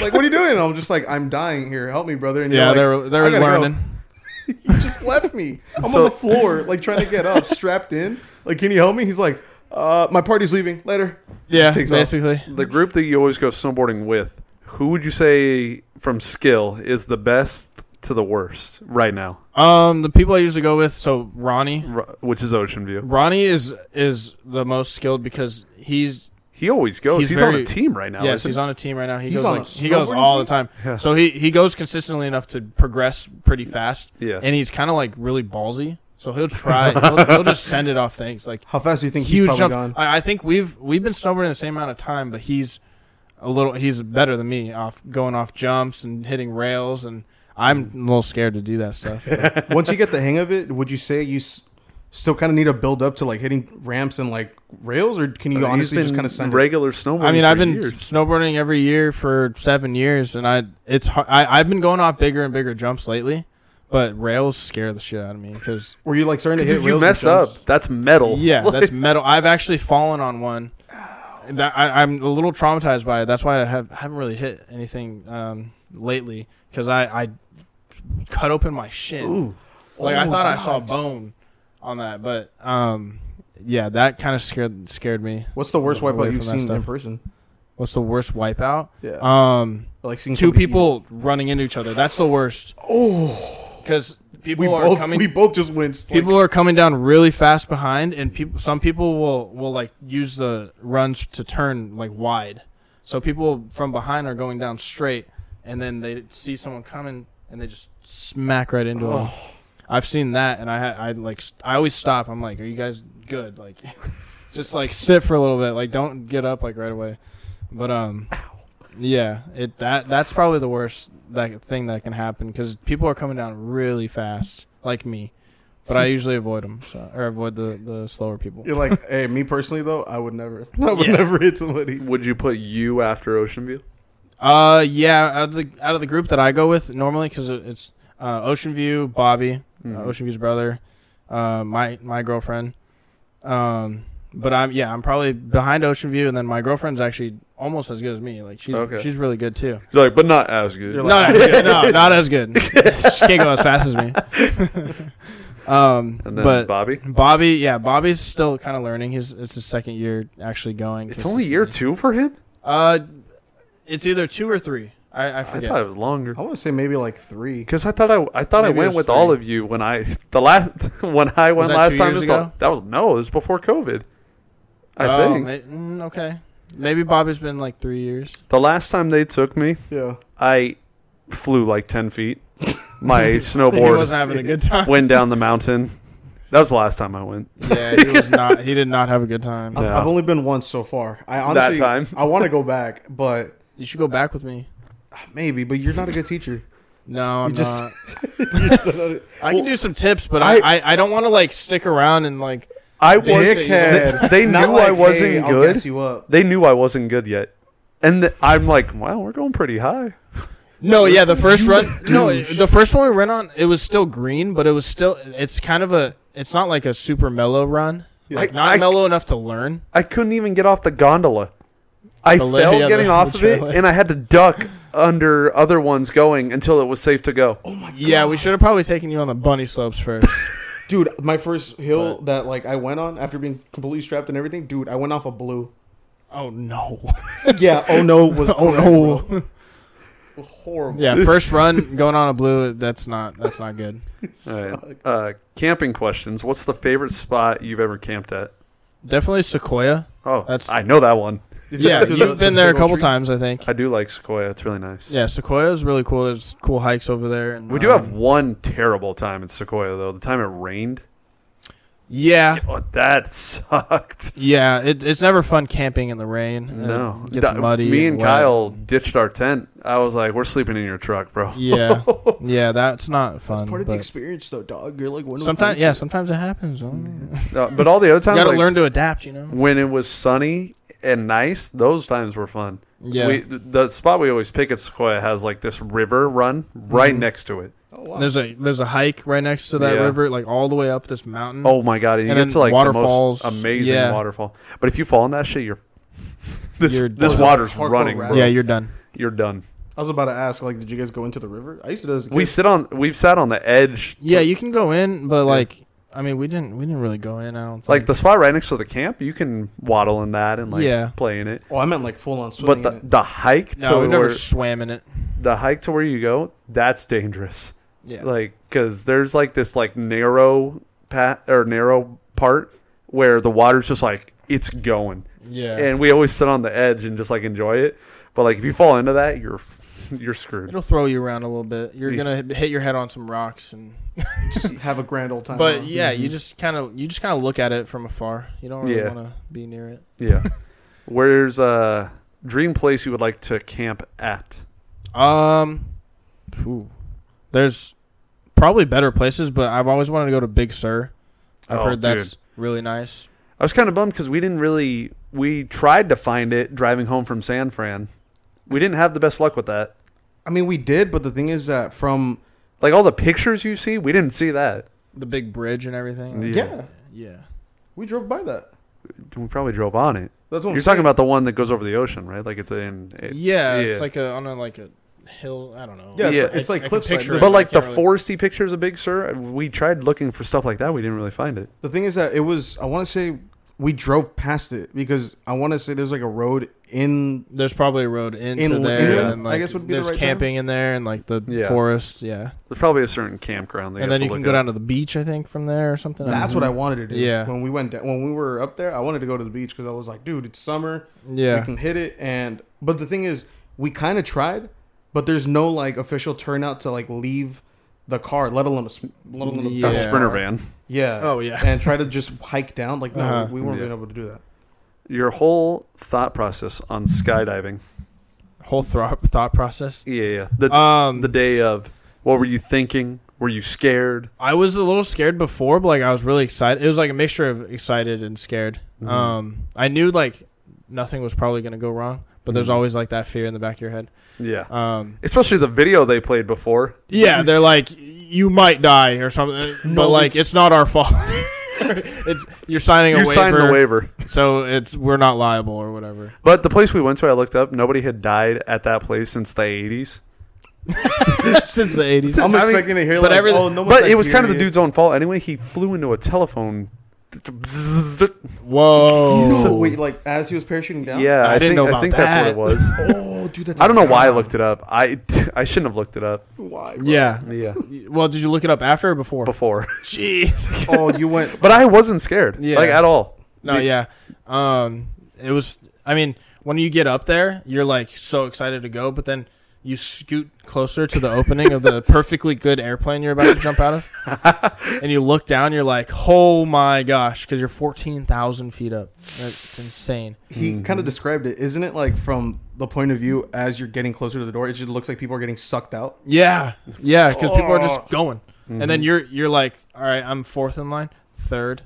B: like, what are you doing? And I'm just like, I'm dying here. Help me, brother. And you're
C: Yeah,
B: like,
C: they're
B: "I
C: they're
B: gotta go."
C: learning.
B: He just left me. I'm
A: So-
B: on the floor, like trying to get up, strapped in. Like, can you help me? He's like, uh, my party's leaving later.
C: Yeah,
B: takes off.
C: basically.
A: The group that you always go snowboarding with, who would you say from skill is the best to the worst right now?
C: Um, the people I usually go with, so Ronnie.
A: R- which is Ocean View.
C: Ronnie is is the most skilled because he's
A: He always goes. He's,
C: He's
A: on
C: very-
A: a team right now.
C: yes
A: isn't
C: he's on a team right now. He
B: He's
C: goes
B: on a
C: like he goes
B: snowboarding
C: all the
B: team?
C: time. So he he goes consistently enough to progress pretty fast.
A: he? yeah.
C: And he's kind of like really ballsy. So he'll try. he'll, he'll just send it off things like
B: How fast do you think
C: huge
B: he's probably
C: jumps.
B: gone?
C: I, I think we've we've been snowboarding the same amount of time, but he's a little he's better than me off going off jumps and hitting rails, and I'm a little scared to do that stuff.
B: Once you get the hang of it, would you say you s- still kind of need a build up to like hitting ramps and like rails, or can you
A: Uh, He's
B: honestly just
A: been
B: kind of send it?
A: regular snowboarding.
C: I mean,
A: for
C: I've been
A: years.
C: snowboarding every year for seven years, and I it's har I, I've been going off bigger and bigger jumps lately, but rails scare the shit out of me because
B: Were you like starting to
A: 'Cause
B: hit
A: if you
B: rails?
A: mess up, that's metal.
C: yeah, that's metal. I've actually fallen on one. That I, I'm a little traumatized by it. That's why I have haven't really hit anything um, lately because I, I cut open my shin. Like I
B: Oh,
C: thought I
B: gosh.
C: saw bone on that, but um, yeah, that kind of scared scared me.
B: What's the worst
C: Away
B: wipeout
C: from
B: you've
C: that
B: seen
C: stuff.
B: in person?
C: What's the worst wipeout?
B: Yeah,
C: Um.
B: like seeing
C: two
B: somebody eat.
C: people running into each other. That's the worst. Oh, because people
B: We
C: are
B: both
C: coming.
B: we both just winced. like-
C: people are coming down really fast behind, and people. Some people will will like use the runs to turn like wide. So people from behind are going down straight, and then they see someone coming, and they just smack right into
B: Oh.
C: them. I've seen that, and I ha- I like st- I always stop. I'm like, are you guys good? Like, just like sit for a little bit. Like, don't get up like right away. But um, yeah, it that that's probably the worst that thing that can happen because people are coming down really fast, like me. But I usually avoid them, so, or avoid the the slower people.
B: You're like, hey, me personally though, I would never, I would
C: Yeah.
B: never hit somebody.
A: Would you put you after Ocean View?
C: Uh, yeah, out of the out of the group that I go with normally, because it's uh, Ocean View, Bobby, uh, Ocean View's brother, uh, my my girlfriend, um, But I'm yeah, I'm probably behind Ocean View, and then my girlfriend's actually almost as good as me. Like she's
A: Okay.
C: she's really good too.
A: You're like, but not as good.
B: You're
C: No, not as good. no, not as good. she can't go as fast as me. um,
A: and then
C: but
A: Bobby.
C: Bobby, yeah, Bobby's still kind of learning. He's it's his second year actually going.
A: It's only year
C: consistently.
A: two for him.
C: Uh, it's either two or three. I, I
A: I
C: forget.
A: thought it was longer.
B: I want to say maybe like three.
A: Because I thought I, I thought I
C: Maybe it
A: went
C: was
A: with
C: three.
A: all of you when I the last when I went
C: that two
A: last time.
C: years
A: is the-
C: ago?
A: that was no, it was before COVID. I
C: Oh,
A: think
C: ma- mm, okay. Maybe Bobby's been like three years.
A: the last time they took me,
B: Yeah.
A: I flew like ten feet. My
C: He wasn't
A: snowboard
C: having a good time.
A: went down the mountain. That was the last time I went.
C: yeah, he was not. He did not have a good time.
A: Uh,
B: I've,
A: No.
B: I've only been once so far. I honestly,
A: time.
B: I want to go back, but
C: You should go back with me.
B: maybe. But you're not a good teacher.
C: No, I'm
B: You just-
C: not. I can do some tips, but I, I, I don't want to like stick around and like.
A: I
C: They
A: was.
C: say you went-
A: They, they knew
B: Not
A: I
B: like,
A: wasn't
B: hey, I'll
A: good.
B: gas you up.
A: They knew I wasn't good yet, and th- I'm like, wow, we're going pretty high.
C: No, yeah, the first run. No, the first one we ran on, it was still green, but it was still. It's kind of a. It's not like a super mellow run. Like
A: I-
C: not
A: I-
C: mellow enough to learn.
A: I couldn't even get off the gondola. I
C: The li-
A: fell
C: yeah, the-
A: getting
C: the
A: off of it,
C: trailer.
A: and I had to duck under other ones going until it was safe to go.
B: Oh,
C: Yeah, we should have probably taken you on the bunny slopes first.
B: Dude, my first hill that like I went on after being completely strapped and everything, dude, I went off a blue.
C: oh no.
B: Yeah. Oh no, was
C: Oh no.
B: it was horrible.
C: Yeah, first run going on a blue. That's not. That's not good.
A: All right.
B: Sucked.
A: Uh, camping questions. What's the favorite spot you've ever camped at?
C: Definitely Sequoia.
A: Oh,
C: That's-
A: I know that one.
B: Did you
C: Yeah,
B: go to the-
C: you've been
B: the
C: there a
B: big old
C: couple
B: tree?
C: times, I think.
A: I do like Sequoia. It's really nice.
C: Yeah, Sequoia is really cool. There's cool hikes over there. And,
A: We do have
C: um,
A: one terrible time in Sequoia though. The time it rained.
C: Yeah,
A: Oh, that sucked.
C: yeah. It, it's never fun camping in the rain. It
A: No,
C: gets
A: Th-
C: muddy.
A: Me and
C: wet.
A: Kyle ditched our tent. I was like, "We're sleeping in your truck, bro."
C: Yeah, yeah. That's not fun.
B: Part of the
C: but
B: experience, though, dog. You're like one of
C: Sometimes,
B: the
C: yeah. Sometimes it happens. I don't know.
A: No, but all the other
C: You
A: times,
C: gotta
A: like,
C: learn to adapt. You know.
A: when it was sunny and nice, those times were fun.
C: Yeah.
A: We, th- the spot we always pick at Sequoia has like this river run right
C: Mm-hmm.
A: next to it.
B: Oh, wow.
C: There's a there's a hike right next to that
A: Yeah.
C: river, like all the way up this mountain.
A: Oh my god! And you
C: And
A: get
C: then
A: to like
C: waterfalls.
A: the most amazing
C: Yeah.
A: waterfall. But if you fall in that shit, you're this,
C: You're
A: this
C: done.
A: water's
B: Hardcore
A: running.
B: rat.
A: Bro.
C: yeah. You're done.
A: you're done.
B: I was about to ask, like, did you guys go into the river? I used to do this.
A: We sit on. We've sat on the edge.
C: Yeah, you can go in, but like, I mean, we didn't we didn't really go in. I don't think.
A: like the spot right next to the camp. You can waddle in that and like
C: Yeah.
A: play in it.
B: Oh, I meant like full on swimming.
A: But the,
B: in it.
A: the hike
C: no, we
A: to
C: never
A: where,
C: swam in it.
A: the hike to where you go, that's dangerous.
C: Yeah.
A: like because there's like this like narrow path or narrow part where the water's just like it's going
C: yeah.
A: and we always sit on the edge and just like enjoy it but like if you fall into that you're you're screwed
C: It'll throw you around a little bit. You're
A: Yeah.
C: gonna hit your head on some rocks, and
B: just have a grand old time.
C: but
B: huh?
C: yeah, you just kind of you just kind of look at it from afar. You don't really
A: Mm-hmm. Yeah.
C: want to be near it.
A: yeah where's a dream place you would like to camp at
C: Um, phew. there's probably better places, but I've always wanted to go to Big Sur. I've
A: Oh,
C: heard that's really nice.
A: i was kind of bummed because we didn't really we tried to find it driving home from san fran we didn't have the best luck with that
B: I mean, we did, but the thing is that from
A: like all the pictures you see we didn't see that
C: The big bridge and everything.
A: Yeah.
B: yeah,
C: yeah.
B: we drove by that.
A: we probably drove on it
B: That's what I'm
A: You're talking
B: saying.
A: about the one that goes over the ocean, right? Like it's in. It,
C: yeah, It's like a on a like a hill. I don't know.
B: Yeah,
A: it's-
B: it's like
C: I can
B: cliffside,
C: picture
B: but
C: it,
A: But
C: I
A: like the
C: can't really-
A: foresty pictures of Big Sur, we tried looking for stuff like that. We didn't really find it.
B: The thing is that it was. I want to say we drove past it because I want to say there's like a road in.
C: There's probably a road into
B: In-
C: there,
A: yeah,
C: and like
B: I guess would be the
C: there's
B: right term.
C: camping in there, and like the
A: Yeah.
C: forest. Yeah,
A: There's probably a certain campground. That
C: and then
A: have
C: you
A: to
C: can
A: look
C: go
A: up.
C: down to the beach, I think, from there or something.
B: That's what I wanted to do.
C: Mm-hmm. Yeah.
B: When we went da- when we were up there, I wanted to go to the beach because I was like, dude, it's summer.
C: Yeah,
B: We can hit it, and but the thing is, we kind of tried, but there's no like official turnout to like leave the car, let alone a, sp- let alone a
A: Got a
C: Yeah.
A: sprinter van.
B: Yeah.
C: Oh, yeah.
B: And try to just hike down. Like no,
C: Uh-huh.
B: we weren't
A: Yeah.
B: being able to do that.
A: Your whole thought process on skydiving.
C: whole thro- thought process.
A: Yeah, yeah. The
C: Um,
A: the day of. What were you thinking? Were you scared?
C: I was a little scared before, but like I was really excited. It was like a mixture of excited and scared.
A: Mhm.
C: Um, I knew like nothing was probably gonna go wrong, but there's
A: Mhm.
C: always like that fear in the back of your head.
A: Yeah.
C: Um,
A: Especially the video they played before.
C: yeah, they're like you might die or something, but like it's not our fault. it's you're signing a
A: You
C: waiver,
A: signed the waiver.
C: so it's we're not liable or whatever.
A: But the place we went to, I looked up, nobody had died at that place since the 80s.
C: Since the eighties,
B: I'm
A: I mean,
B: expecting to hear
C: but
B: like,
C: everything-
B: oh, no one's
A: But it was kind of the
B: Nigerian.
A: dude's own fault anyway. He flew into a telephone.
C: Oh. whoa!
B: So wait, like as he was parachuting down.
A: Yeah,
C: I
A: I, think,
C: didn't know
A: I
C: about
A: think that's what
C: that.
A: it was.
B: Oh, dude, that's.
A: I don't know why I looked it up. I, I shouldn't have looked it up.
B: Why? bro?
C: yeah.
A: Yeah,
C: Well, did you look it up after or before?
A: before.
C: Jeez.
B: Oh, you went.
A: But I wasn't scared,
C: Yeah.
A: like at all.
C: No, yeah. Um, it was. I mean, when you get up there, you're like so excited to go, but then you scoot closer to the opening of the perfectly good airplane you're about to jump out of, and you look down. You're like, oh my gosh, because you're fourteen thousand feet up. That's insane.
B: He
A: Mm-hmm.
B: kind of described it. Isn't it like from the point of view as you're getting closer to the door? It just looks like people are getting sucked out.
C: Yeah, yeah, because people are just
B: Fuck.
C: going, and then you're you're like, all right, I'm fourth in line, third,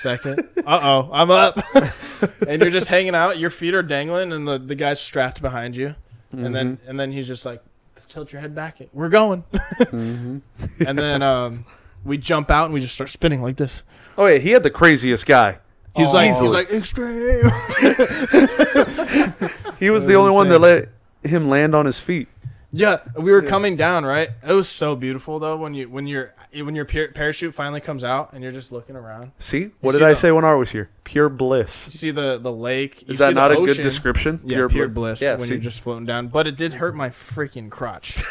C: second. uh oh, I'm up, and you're just hanging out. Your feet are dangling, and the, the guy's strapped behind you, and then and then he's just like, tilt your head back, we're going, Mm-hmm. and then um, we jump out and we just start spinning like this.
A: Oh yeah, he had the craziest guy.
C: He's like, Oh. he's
A: Easily.
C: like extreme.
A: He was
C: That
A: the
C: was
A: only one that
C: insane.
A: let him land on his feet.
C: Yeah, we were coming down, right? It was so beautiful though when you when your when your par- parachute finally comes out and you're just looking around.
A: See, what
C: see
A: did I
C: the-
A: say when I was here? Pure
C: You
A: bliss.
C: see the the lake. you
A: Is
C: see
A: that
C: the
A: not a good
C: ocean.
A: description?
C: Yeah, pure, bliss
A: Yeah,
C: when
A: see?
C: you're just floating down. But it did hurt my freaking crotch.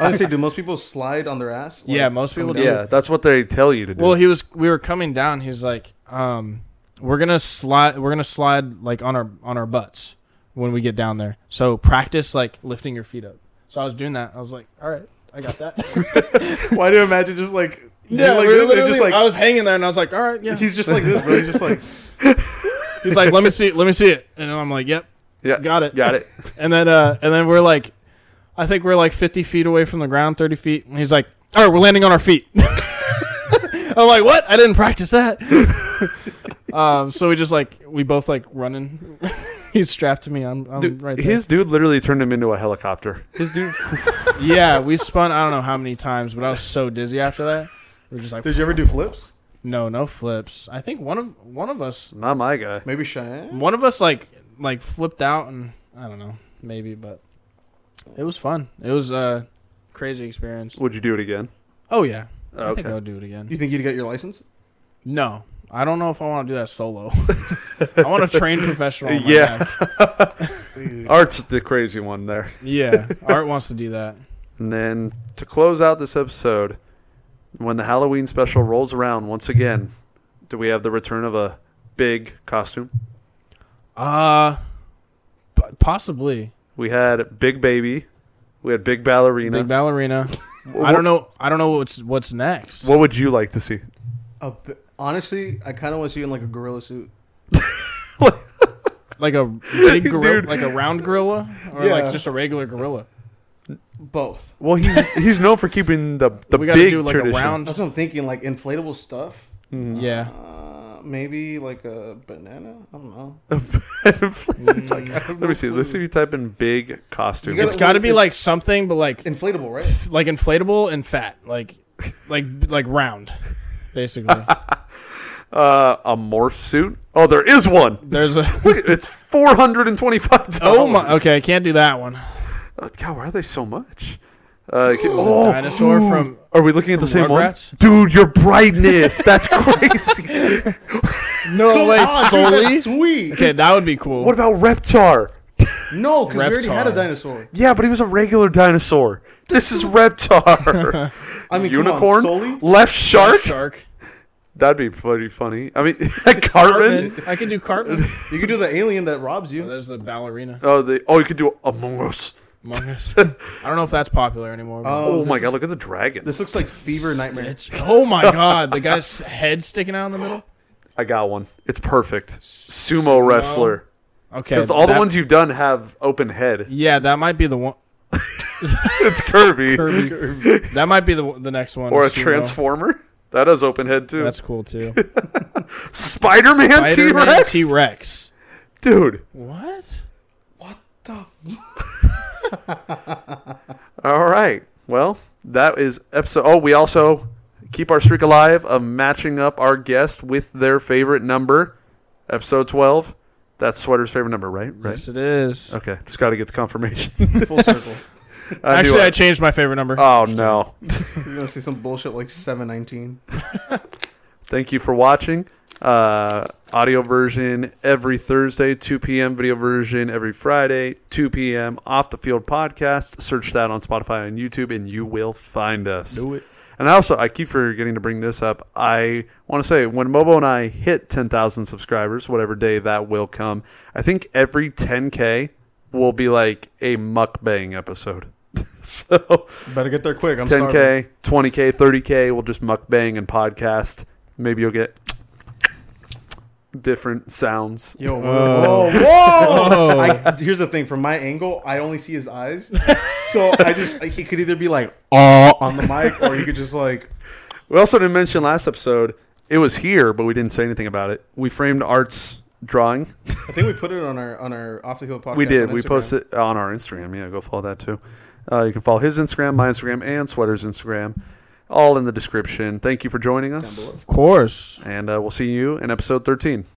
B: Honestly, do most people slide on their ass?
C: Yeah, most people
B: coming down?
A: yeah, that's what they tell you to do.
C: well, he was. We were coming down. He's like, um, "We're gonna slide. We're gonna slide like on our on our butts when we get down there. So practice like lifting your feet up." So I was doing that. I was like, "All right, I got that."
B: Why do you imagine just like? Yeah, like
C: we were
B: this, and
C: literally-
B: just like
C: I was hanging there, and I was like, "All right, yeah."
B: he's just like this, bro. He's just like.
C: He's like, "Let me see. Let me see it." And I'm like, "Yep,
A: yeah,
C: got it."
A: got it.
C: And then uh, and then we're like, I think we're like 50 feet away from the ground, 30 feet. And he's like, all right, we're landing on our feet. I'm like, what? I didn't practice that. um, so we just like we both like running. he's strapped to me. I'm, I'm
A: Dude,
C: Um, right there.
A: his dude literally turned him into a helicopter.
C: his dude. yeah, we spun. I don't know how many times, but I was so dizzy after that. We're just like,
B: Did you ever do flips?
C: no, no flips. I think one of one of us,
A: Not my guy.
B: Maybe Cheyenne.
C: one of us like like flipped out, and I don't know, maybe, but it was fun. It was a crazy experience.
A: Would you do it again?
C: Oh yeah, I think
A: Okay.
C: I'll do it again.
B: You think you'd get your license?
C: No, I don't know if I want to do that solo. I want to train professional. on my
A: Yeah.
C: back.
A: Art's the crazy one there.
C: yeah. Art wants to do that.
A: And then to close out this episode, when the Halloween special rolls around once again, do we have the return of a big costume?
C: Uh, p- possibly
A: We had Big Baby, we had Big Ballerina.
C: big ballerina. I don't know. I don't know what's what's next.
A: What would you like to see?
B: A b- honestly, I kind of want to see you in like a gorilla suit.
C: Like a big gorilla,
A: Dude.
C: like a round gorilla, or
B: Yeah.
C: like just a regular gorilla.
B: Both.
A: Well, he's he's known for keeping the the
C: we gotta
A: big
C: do like
A: tradition.
C: a round. Mm-hmm.
B: That's what I'm thinking. Like inflatable stuff.
C: Yeah.
B: Uh, maybe like a banana. I don't know. Mm.
A: Let me see. Let's see if you type in big costume.
B: You
C: It's got to be like something, but like
B: Inflatable, right?
C: like inflatable and fat, like like like round, basically.
A: uh, a morph suit. Oh, there is one.
C: There's a
A: Look, at- it's four hundred and twenty-five dollars. Oh,
C: oh my. Okay, I can't do that one.
A: God, why are they so much? Uh, can- oh,
C: dinosaur from
A: Are we looking at the
C: From
A: same one?
C: Rugrats?
A: Dude, your brightness. That's crazy.
C: No way
B: Ah, That's
C: Sully.
B: Sweet.
C: Okay, that would be cool.
A: what about Reptar?
B: No, because we already had a
C: Reptar.
B: dinosaur.
A: Yeah, but he was a regular dinosaur. This is Reptar.
B: I mean,
A: Unicorn?
B: Come on, Sully?
A: Left shark?
C: Shark.
A: That'd be pretty funny. I mean, Cartman?
C: Cartman. I could do Cartman.
B: You could do the alien that robs you.
C: There's the ballerina
A: Oh, they, oh, you could do Among Us.
C: among us. I don't know if that's popular anymore. but-
A: Oh,
B: this
A: my
B: is-
A: God, look at the dragon.
B: This looks like fever nightmare.
C: Stitch. Oh my god, the guy's head sticking out in the middle.
A: I got one. It's perfect. Sumo wrestler.
C: Okay,
A: Because all the
C: that-
A: ones you've done have open head.
C: Yeah, that might be the one.
A: It's Kirby.
C: That might be the the next one.
A: Or a
C: Sumo.
A: Transformer. That has open head, too.
C: That's cool too.
A: Spider-Man
C: Spider-Man
A: T-Rex?
C: T-Rex.
A: Dude.
C: What?
A: All right. Well, that is episode. Oh, we also keep our streak alive of matching up our guest with their favorite number. Episode 12. That's Sweater's favorite number, right? Right.
C: Yes, it is.
A: Okay, just got to get the confirmation.
B: Full circle.
A: I
C: Actually,
A: knew
C: I changed my favorite number.
A: I- oh, no.
B: You're gonna see some bullshit like seven nineteen.
A: Thank you for watching. Uh, audio version every Thursday, 2 p.m. Video version every Friday, 2 p.m. Off the Field podcast. Search that on Spotify and YouTube, and you will find us. Do it. And I also, I keep forgetting to bring this up. I want to say when Mobo and I hit 10,000 subscribers, whatever day that will come, I think every 10K will be like a mukbang episode. so
B: Better get there quick. I'm
A: 10
B: sorry.
A: k, 20 k, 30 k. We'll just mukbang and podcast. Maybe you'll get different sounds.
B: Yo,
C: Whoa.
B: whoa, Oh. whoa! I, here's the thing: from my angle, I only see his eyes, so I just like, he could either be like
A: uh,
B: "oh" on the mic, or you could just like
A: We also didn't mention last episode. It was here, but we didn't say anything about it. We framed Art's drawing.
B: I think we put it on our on our off the hill podcast.
A: we did.
B: on
A: We
B: Instagram.
A: posted it on our Instagram. Yeah, go follow that too. Uh, you can follow his Instagram, my Instagram, and Sweater's Instagram. All in the description. Thank you for joining us.
C: Of course.
A: And uh, we'll see you in episode 13.